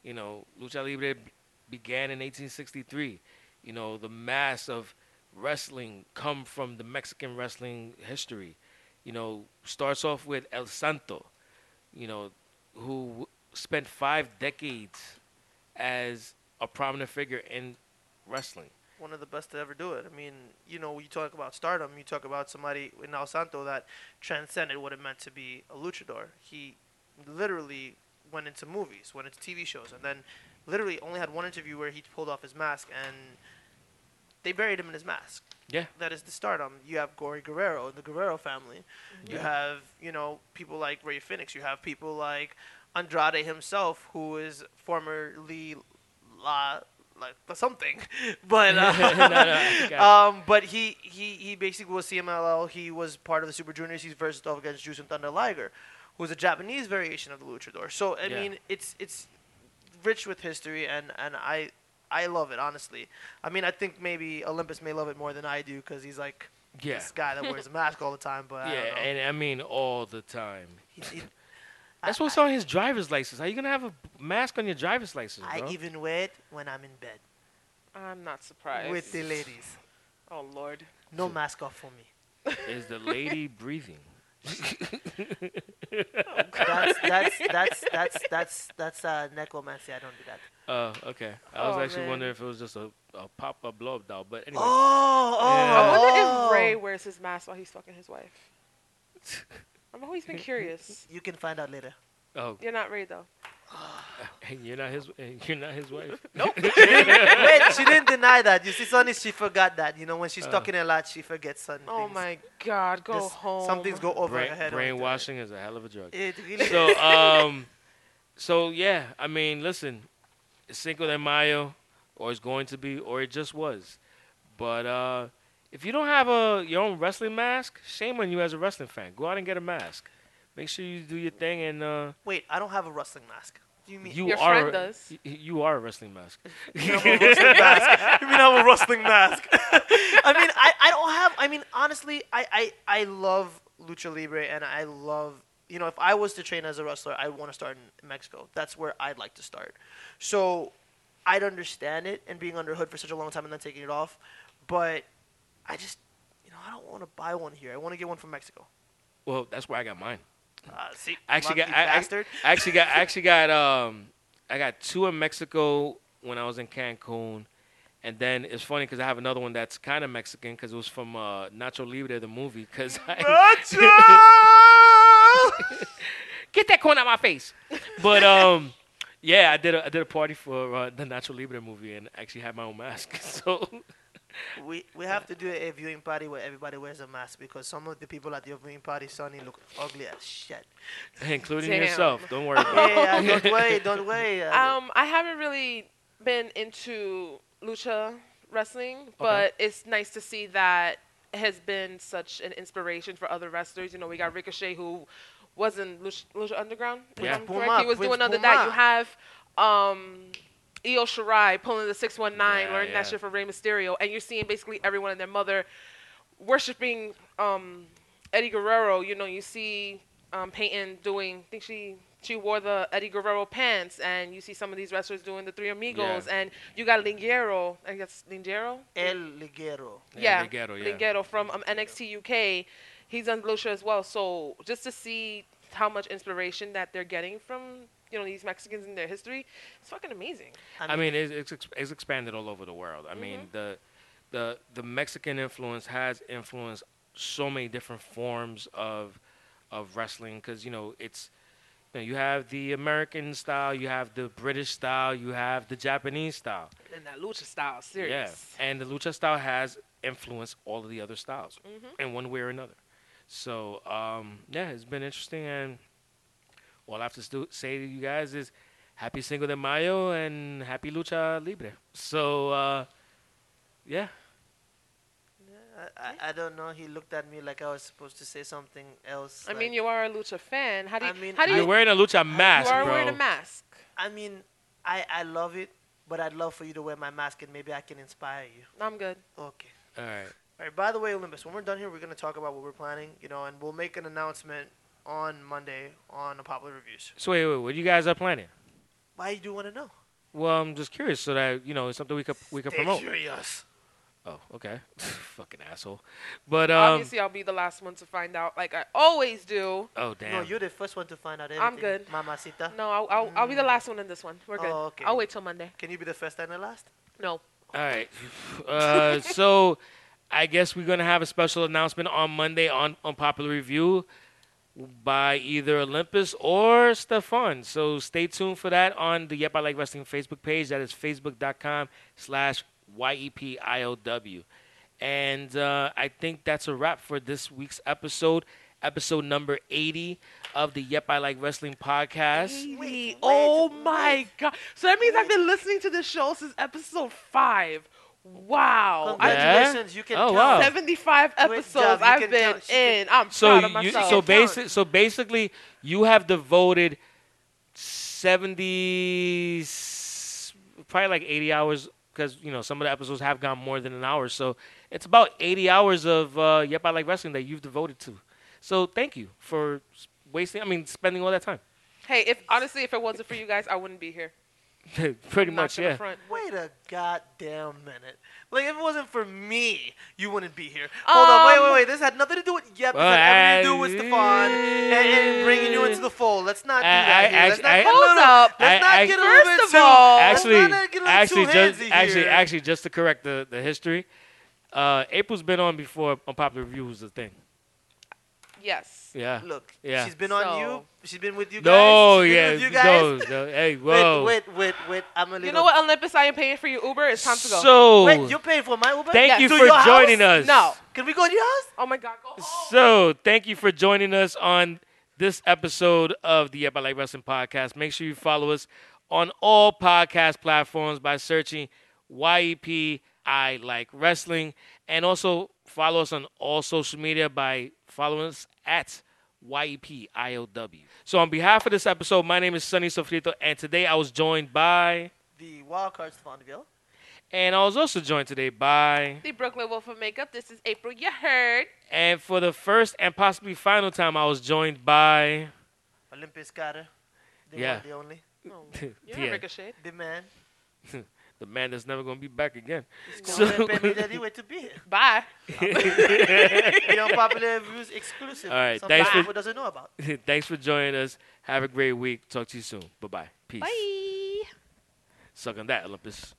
[SPEAKER 6] You know, lucha libre b- began in 1863. You know, the mass of wrestling come from the Mexican wrestling history. You know, starts off with El Santo. You know, who w- spent five decades as a prominent figure in wrestling.
[SPEAKER 7] one of the best to ever do it. I mean, you know, you talk about stardom, you talk about somebody in El Santo that transcended what it meant to be a luchador. He literally went into movies, went into TV shows, and then literally only had one interview where he pulled off his mask and they buried him in his mask.
[SPEAKER 6] Yeah.
[SPEAKER 7] That is the stardom. You have Gory Guerrero, the Guerrero family. You have, you know, people like Ray Phoenix. You have people like Andrade himself, who is formerly La, like something, but
[SPEAKER 6] No, no,
[SPEAKER 7] uh,
[SPEAKER 6] I got
[SPEAKER 7] um, but he, he he basically was CMLL. He was part of the Super Juniors. He's versed off against Juice and Thunder Liger, who's a Japanese variation of the Luchador. So I
[SPEAKER 6] Yeah.
[SPEAKER 7] mean, it's it's rich with history, and and I I love it honestly. I mean, I think maybe Olympus may love it more than I do because he's like
[SPEAKER 6] you. yeah.
[SPEAKER 7] this guy that wears a mask all the time. But I don't
[SPEAKER 6] Yeah,
[SPEAKER 7] know.
[SPEAKER 6] and I mean all the time.
[SPEAKER 7] He- he-
[SPEAKER 6] That's what's on his driver's license. How you gonna have a mask on your driver's license,
[SPEAKER 7] I
[SPEAKER 6] bro?
[SPEAKER 7] even wear it when I'm in bed
[SPEAKER 8] I'm not surprised.
[SPEAKER 7] with the ladies.
[SPEAKER 8] oh Lord.
[SPEAKER 7] No mask off for me.
[SPEAKER 6] Is the lady breathing?
[SPEAKER 7] that's that's that's that's that's that's uh, necromancy. I don't do that.
[SPEAKER 6] Uh, okay. I was
[SPEAKER 8] Oh,
[SPEAKER 6] actually
[SPEAKER 8] man.
[SPEAKER 6] wondering if it was just a, a pop up blow up doll, but anyway.
[SPEAKER 7] Oh, oh.
[SPEAKER 6] Yeah.
[SPEAKER 8] I wonder
[SPEAKER 7] oh.
[SPEAKER 8] if Ray wears his mask while he's fucking his wife. I've always been curious.
[SPEAKER 7] You can find out later.
[SPEAKER 6] Oh,
[SPEAKER 8] You're not Ray though.
[SPEAKER 6] and you're not his. And you're not his wife.
[SPEAKER 7] Wait, she didn't deny that. You see, Sonny, she forgot that. You know, when she's
[SPEAKER 6] Uh.
[SPEAKER 7] stuck in a lot, she forgets some
[SPEAKER 8] Oh
[SPEAKER 7] things.
[SPEAKER 8] my God, go
[SPEAKER 7] This-
[SPEAKER 8] home.
[SPEAKER 7] Some things go over
[SPEAKER 6] Brain,
[SPEAKER 7] her head.
[SPEAKER 6] brainwashing is a hell of a drug.
[SPEAKER 7] It really.
[SPEAKER 6] so um, so yeah, I mean, listen, it's Cinco de Mayo, or it's going to be, or it just was. But uh, if you don't have a your own wrestling mask, shame on you as a wrestling fan. Go out and get a mask. Make sure you do your thing, and uh,
[SPEAKER 7] Wait, I don't have a wrestling mask. Do you mean?
[SPEAKER 6] you
[SPEAKER 8] Your
[SPEAKER 6] are
[SPEAKER 8] friend
[SPEAKER 6] a-
[SPEAKER 8] does.
[SPEAKER 6] y- you are a wrestling mask.
[SPEAKER 7] you mean I have a wrestling mask? I mean, I, I don't have. I mean, honestly, I, I, I love lucha libre, and I love. You know, if I was to train as a wrestler, I'd want to start in Mexico. That's where I'd like to start. So, I'd understand it and being under a hood for such a long time and then taking it off, but I just, you know, I don't want to buy one here. I want to get one from Mexico.
[SPEAKER 6] Well, that's where I got mine.
[SPEAKER 7] Uh, see,
[SPEAKER 6] I actually got
[SPEAKER 7] lucky
[SPEAKER 6] I, I-
[SPEAKER 7] bastard.
[SPEAKER 6] I actually got I actually got um I got two in Mexico when I was in Cancun, And then it's funny because I have another one that's kind of Mexican because it was from uh, Nacho Libre, the movie. Because
[SPEAKER 1] Ah!
[SPEAKER 6] get that corn out my face. But um, yeah, I did a, I did a party for uh, the Nacho Libre movie and actually had my own mask. So
[SPEAKER 7] We we have to do a viewing party where everybody wears a mask because some of the people at your viewing party, Sonny, look ugly as shit.
[SPEAKER 6] including
[SPEAKER 8] Damn.
[SPEAKER 6] yourself, don't worry. About it.
[SPEAKER 7] Yeah, yeah, don't worry, don't worry. Uh,
[SPEAKER 8] Um, I haven't really been into lucha wrestling, but it's nice to see that has been such an inspiration for other wrestlers. You know, we got Ricochet who was in Lucha, lucha Underground. if
[SPEAKER 6] Yeah.
[SPEAKER 8] I'm
[SPEAKER 7] Puma,
[SPEAKER 8] correct. He was
[SPEAKER 7] with
[SPEAKER 8] doing under that. You
[SPEAKER 7] Puma.
[SPEAKER 8] have um, Io Shirai pulling the 619,
[SPEAKER 6] Yeah,
[SPEAKER 8] learning that
[SPEAKER 6] yeah.
[SPEAKER 8] shit from Rey Mysterio, and you're seeing basically everyone and their mother worshiping um, Eddie Guerrero. You know, you see um, Peyton doing. I think she she wore the Eddie Guerrero pants, and you see some of these wrestlers doing the Three Amigos,
[SPEAKER 6] Yeah.
[SPEAKER 8] and you got Lingero. I guess Lingero.
[SPEAKER 7] El Liguero.
[SPEAKER 6] Yeah,
[SPEAKER 8] Yeah,
[SPEAKER 6] Ligero, yeah.
[SPEAKER 8] Ligero from um, NXT UK. He's on Lucha as well. So just to see how much inspiration that they're getting from you know these Mexicans in their history, it's fucking amazing.
[SPEAKER 6] I mean, Mm-hmm. it's, it's, ex- it's expanded all over the world. I mean, the the the Mexican influence has influenced so many different forms of of wrestling because you know it's you, know, you have the American style, you have the British style, you have the Japanese style.
[SPEAKER 8] And that Lucha style, serious.
[SPEAKER 6] Yeah, and the lucha style has influenced all of the other styles
[SPEAKER 8] Mm-hmm.
[SPEAKER 6] in one way or another. So um, yeah, it's been interesting, and all I have to stu- say to you guys is happy Cinco de Mayo and happy Lucha Libre. So uh, yeah,
[SPEAKER 7] I, I, I don't know. He looked at me like I was supposed to say something else.
[SPEAKER 8] I
[SPEAKER 7] like-
[SPEAKER 8] mean, you are a Lucha fan. How do you?
[SPEAKER 7] I mean,
[SPEAKER 8] how do
[SPEAKER 7] I-
[SPEAKER 8] you?
[SPEAKER 6] you're wearing a lucha mask,
[SPEAKER 8] you are
[SPEAKER 6] bro.
[SPEAKER 8] wearing a mask.
[SPEAKER 7] I mean, I I love it, but I'd love for you to wear my mask and maybe I can inspire you.
[SPEAKER 8] I'm good.
[SPEAKER 7] Okay.
[SPEAKER 6] All right,
[SPEAKER 7] All right. By the way, Olympus, when we're done here, we're gonna talk about what we're planning, you know, and we'll make an announcement on Monday on the popular reviews.
[SPEAKER 6] so wait, wait, what you guys are planning?
[SPEAKER 7] Why you do want to know?
[SPEAKER 6] Well, I'm just curious, so that you know, it's something we could we could
[SPEAKER 7] Stay
[SPEAKER 6] promote.
[SPEAKER 7] curious.
[SPEAKER 6] Oh, okay, fucking asshole. But um,
[SPEAKER 8] Obviously, I'll be the last one to find out, like I always do.
[SPEAKER 6] oh damn.
[SPEAKER 7] No, you're the first one to find out anything.
[SPEAKER 8] I'm good.
[SPEAKER 7] Mamacita.
[SPEAKER 8] No, I'll, I'll, I'll be the last one in this one. We're good.
[SPEAKER 7] Oh, okay.
[SPEAKER 8] I'll wait till Monday.
[SPEAKER 7] Can you be the first and the last?
[SPEAKER 8] No.
[SPEAKER 6] All right. Uh, so I guess we're going to have a special announcement on Monday on Unpopular Review by either Olympus or Stefan. So stay tuned for that on the Yep I Like Wrestling Facebook page. That is facebook.com slash E YEPIOW. And uh, I think that's a wrap for this week's episode, episode number 80 of the Yep I Like Wrestling podcast.
[SPEAKER 8] Wait, oh my god. So that means I've been listening to this show since episode five. Wow. I-
[SPEAKER 7] Congratulations, you can
[SPEAKER 6] Oh,
[SPEAKER 7] count.
[SPEAKER 6] wow.
[SPEAKER 8] 75
[SPEAKER 7] job.
[SPEAKER 8] episodes
[SPEAKER 7] You
[SPEAKER 8] I've
[SPEAKER 7] can
[SPEAKER 8] been
[SPEAKER 7] count. She can-
[SPEAKER 8] in. I'm
[SPEAKER 6] So
[SPEAKER 8] proud of
[SPEAKER 6] you,
[SPEAKER 8] myself.
[SPEAKER 6] so basic, so basically, you have devoted seventy, probably like eighty hours, because you know some of the episodes have gone more than an hour. So it's about eighty hours of uh, Yep I Like Wrestling that you've devoted to. So thank you for s- wasting. I mean, spending all that time.
[SPEAKER 8] hey, if honestly, if it wasn't for you guys, I wouldn't be here.
[SPEAKER 6] Pretty
[SPEAKER 8] I'm not
[SPEAKER 6] much,
[SPEAKER 8] gonna
[SPEAKER 6] yeah.
[SPEAKER 8] front.
[SPEAKER 7] Wait a goddamn minute. Like, if it wasn't for me, you wouldn't be here. Hold on, wait,
[SPEAKER 8] Um,
[SPEAKER 7] wait, wait. This had nothing to do with Yep. This
[SPEAKER 6] Well,
[SPEAKER 7] had everything to
[SPEAKER 6] I-
[SPEAKER 7] do with Stefan and, and bringing you into the fold. Let's not do
[SPEAKER 6] I-
[SPEAKER 7] that.
[SPEAKER 6] I-
[SPEAKER 7] here. Let's
[SPEAKER 6] actu-
[SPEAKER 7] not
[SPEAKER 6] I-
[SPEAKER 7] get a little-
[SPEAKER 8] Hold up.
[SPEAKER 6] I-
[SPEAKER 7] Let's not
[SPEAKER 6] I-
[SPEAKER 7] get a
[SPEAKER 8] First
[SPEAKER 7] little bit
[SPEAKER 8] of
[SPEAKER 7] too,
[SPEAKER 8] all-
[SPEAKER 7] let's
[SPEAKER 6] actually,
[SPEAKER 7] Oh, not get a little
[SPEAKER 6] actually,
[SPEAKER 7] too
[SPEAKER 6] just
[SPEAKER 7] handsy
[SPEAKER 6] actually,
[SPEAKER 7] here.
[SPEAKER 6] actually, just to correct the, the history, uh, April's been on before. Unpopular review was the thing.
[SPEAKER 8] Yes.
[SPEAKER 6] Yeah.
[SPEAKER 7] Look,
[SPEAKER 6] Yeah.
[SPEAKER 7] she's been on
[SPEAKER 8] So-
[SPEAKER 7] you. She's been with you guys.
[SPEAKER 6] No,
[SPEAKER 7] she's been
[SPEAKER 6] yeah,
[SPEAKER 7] with you guys.
[SPEAKER 6] no, no. Hey, whoa.
[SPEAKER 7] Wait, wait, wait, wait. I'm a little.
[SPEAKER 8] You know what, Olympus? I am paying for your Uber. It's time to go.
[SPEAKER 6] So,
[SPEAKER 7] Wait, you're paying for my Uber?
[SPEAKER 6] thank
[SPEAKER 8] Yes.
[SPEAKER 6] you
[SPEAKER 7] To
[SPEAKER 6] for
[SPEAKER 7] your
[SPEAKER 6] joining
[SPEAKER 7] house?
[SPEAKER 6] us.
[SPEAKER 8] No.
[SPEAKER 7] Can we go to your house?
[SPEAKER 8] Oh my God. Go home.
[SPEAKER 6] So, thank you for joining us on this episode of the Yep I Like Wrestling podcast. Make sure you follow us on all podcast platforms by searching YEP I Like Wrestling. And also follow us on all social media by following us at E YEP IOW. So, on behalf of this episode, my name is Sonny Sofrito, and today I was joined by,
[SPEAKER 7] The wild card's Fondville.
[SPEAKER 6] and I was also joined today by.
[SPEAKER 8] The Brooklyn Wolf of Makeup. This is April. You heard.
[SPEAKER 6] And for the first and possibly final time, I was joined by
[SPEAKER 7] Olympus Carter. The
[SPEAKER 6] Yeah.
[SPEAKER 7] one, the only.
[SPEAKER 8] You're
[SPEAKER 6] Yeah.
[SPEAKER 8] yeah. Ricochet.
[SPEAKER 7] The man.
[SPEAKER 6] the man that's never going to be back again.
[SPEAKER 7] So
[SPEAKER 6] So-
[SPEAKER 7] pay me that he went to be here.
[SPEAKER 8] Bye.
[SPEAKER 7] The unpopular views exclusive.
[SPEAKER 6] All right,
[SPEAKER 7] Something
[SPEAKER 6] thanks for-
[SPEAKER 7] people doesn't know about.
[SPEAKER 6] Thanks for joining us. Have a great week. Talk to you soon. Bye bye. Peace.
[SPEAKER 8] Bye.
[SPEAKER 6] Suck on that, Olympus.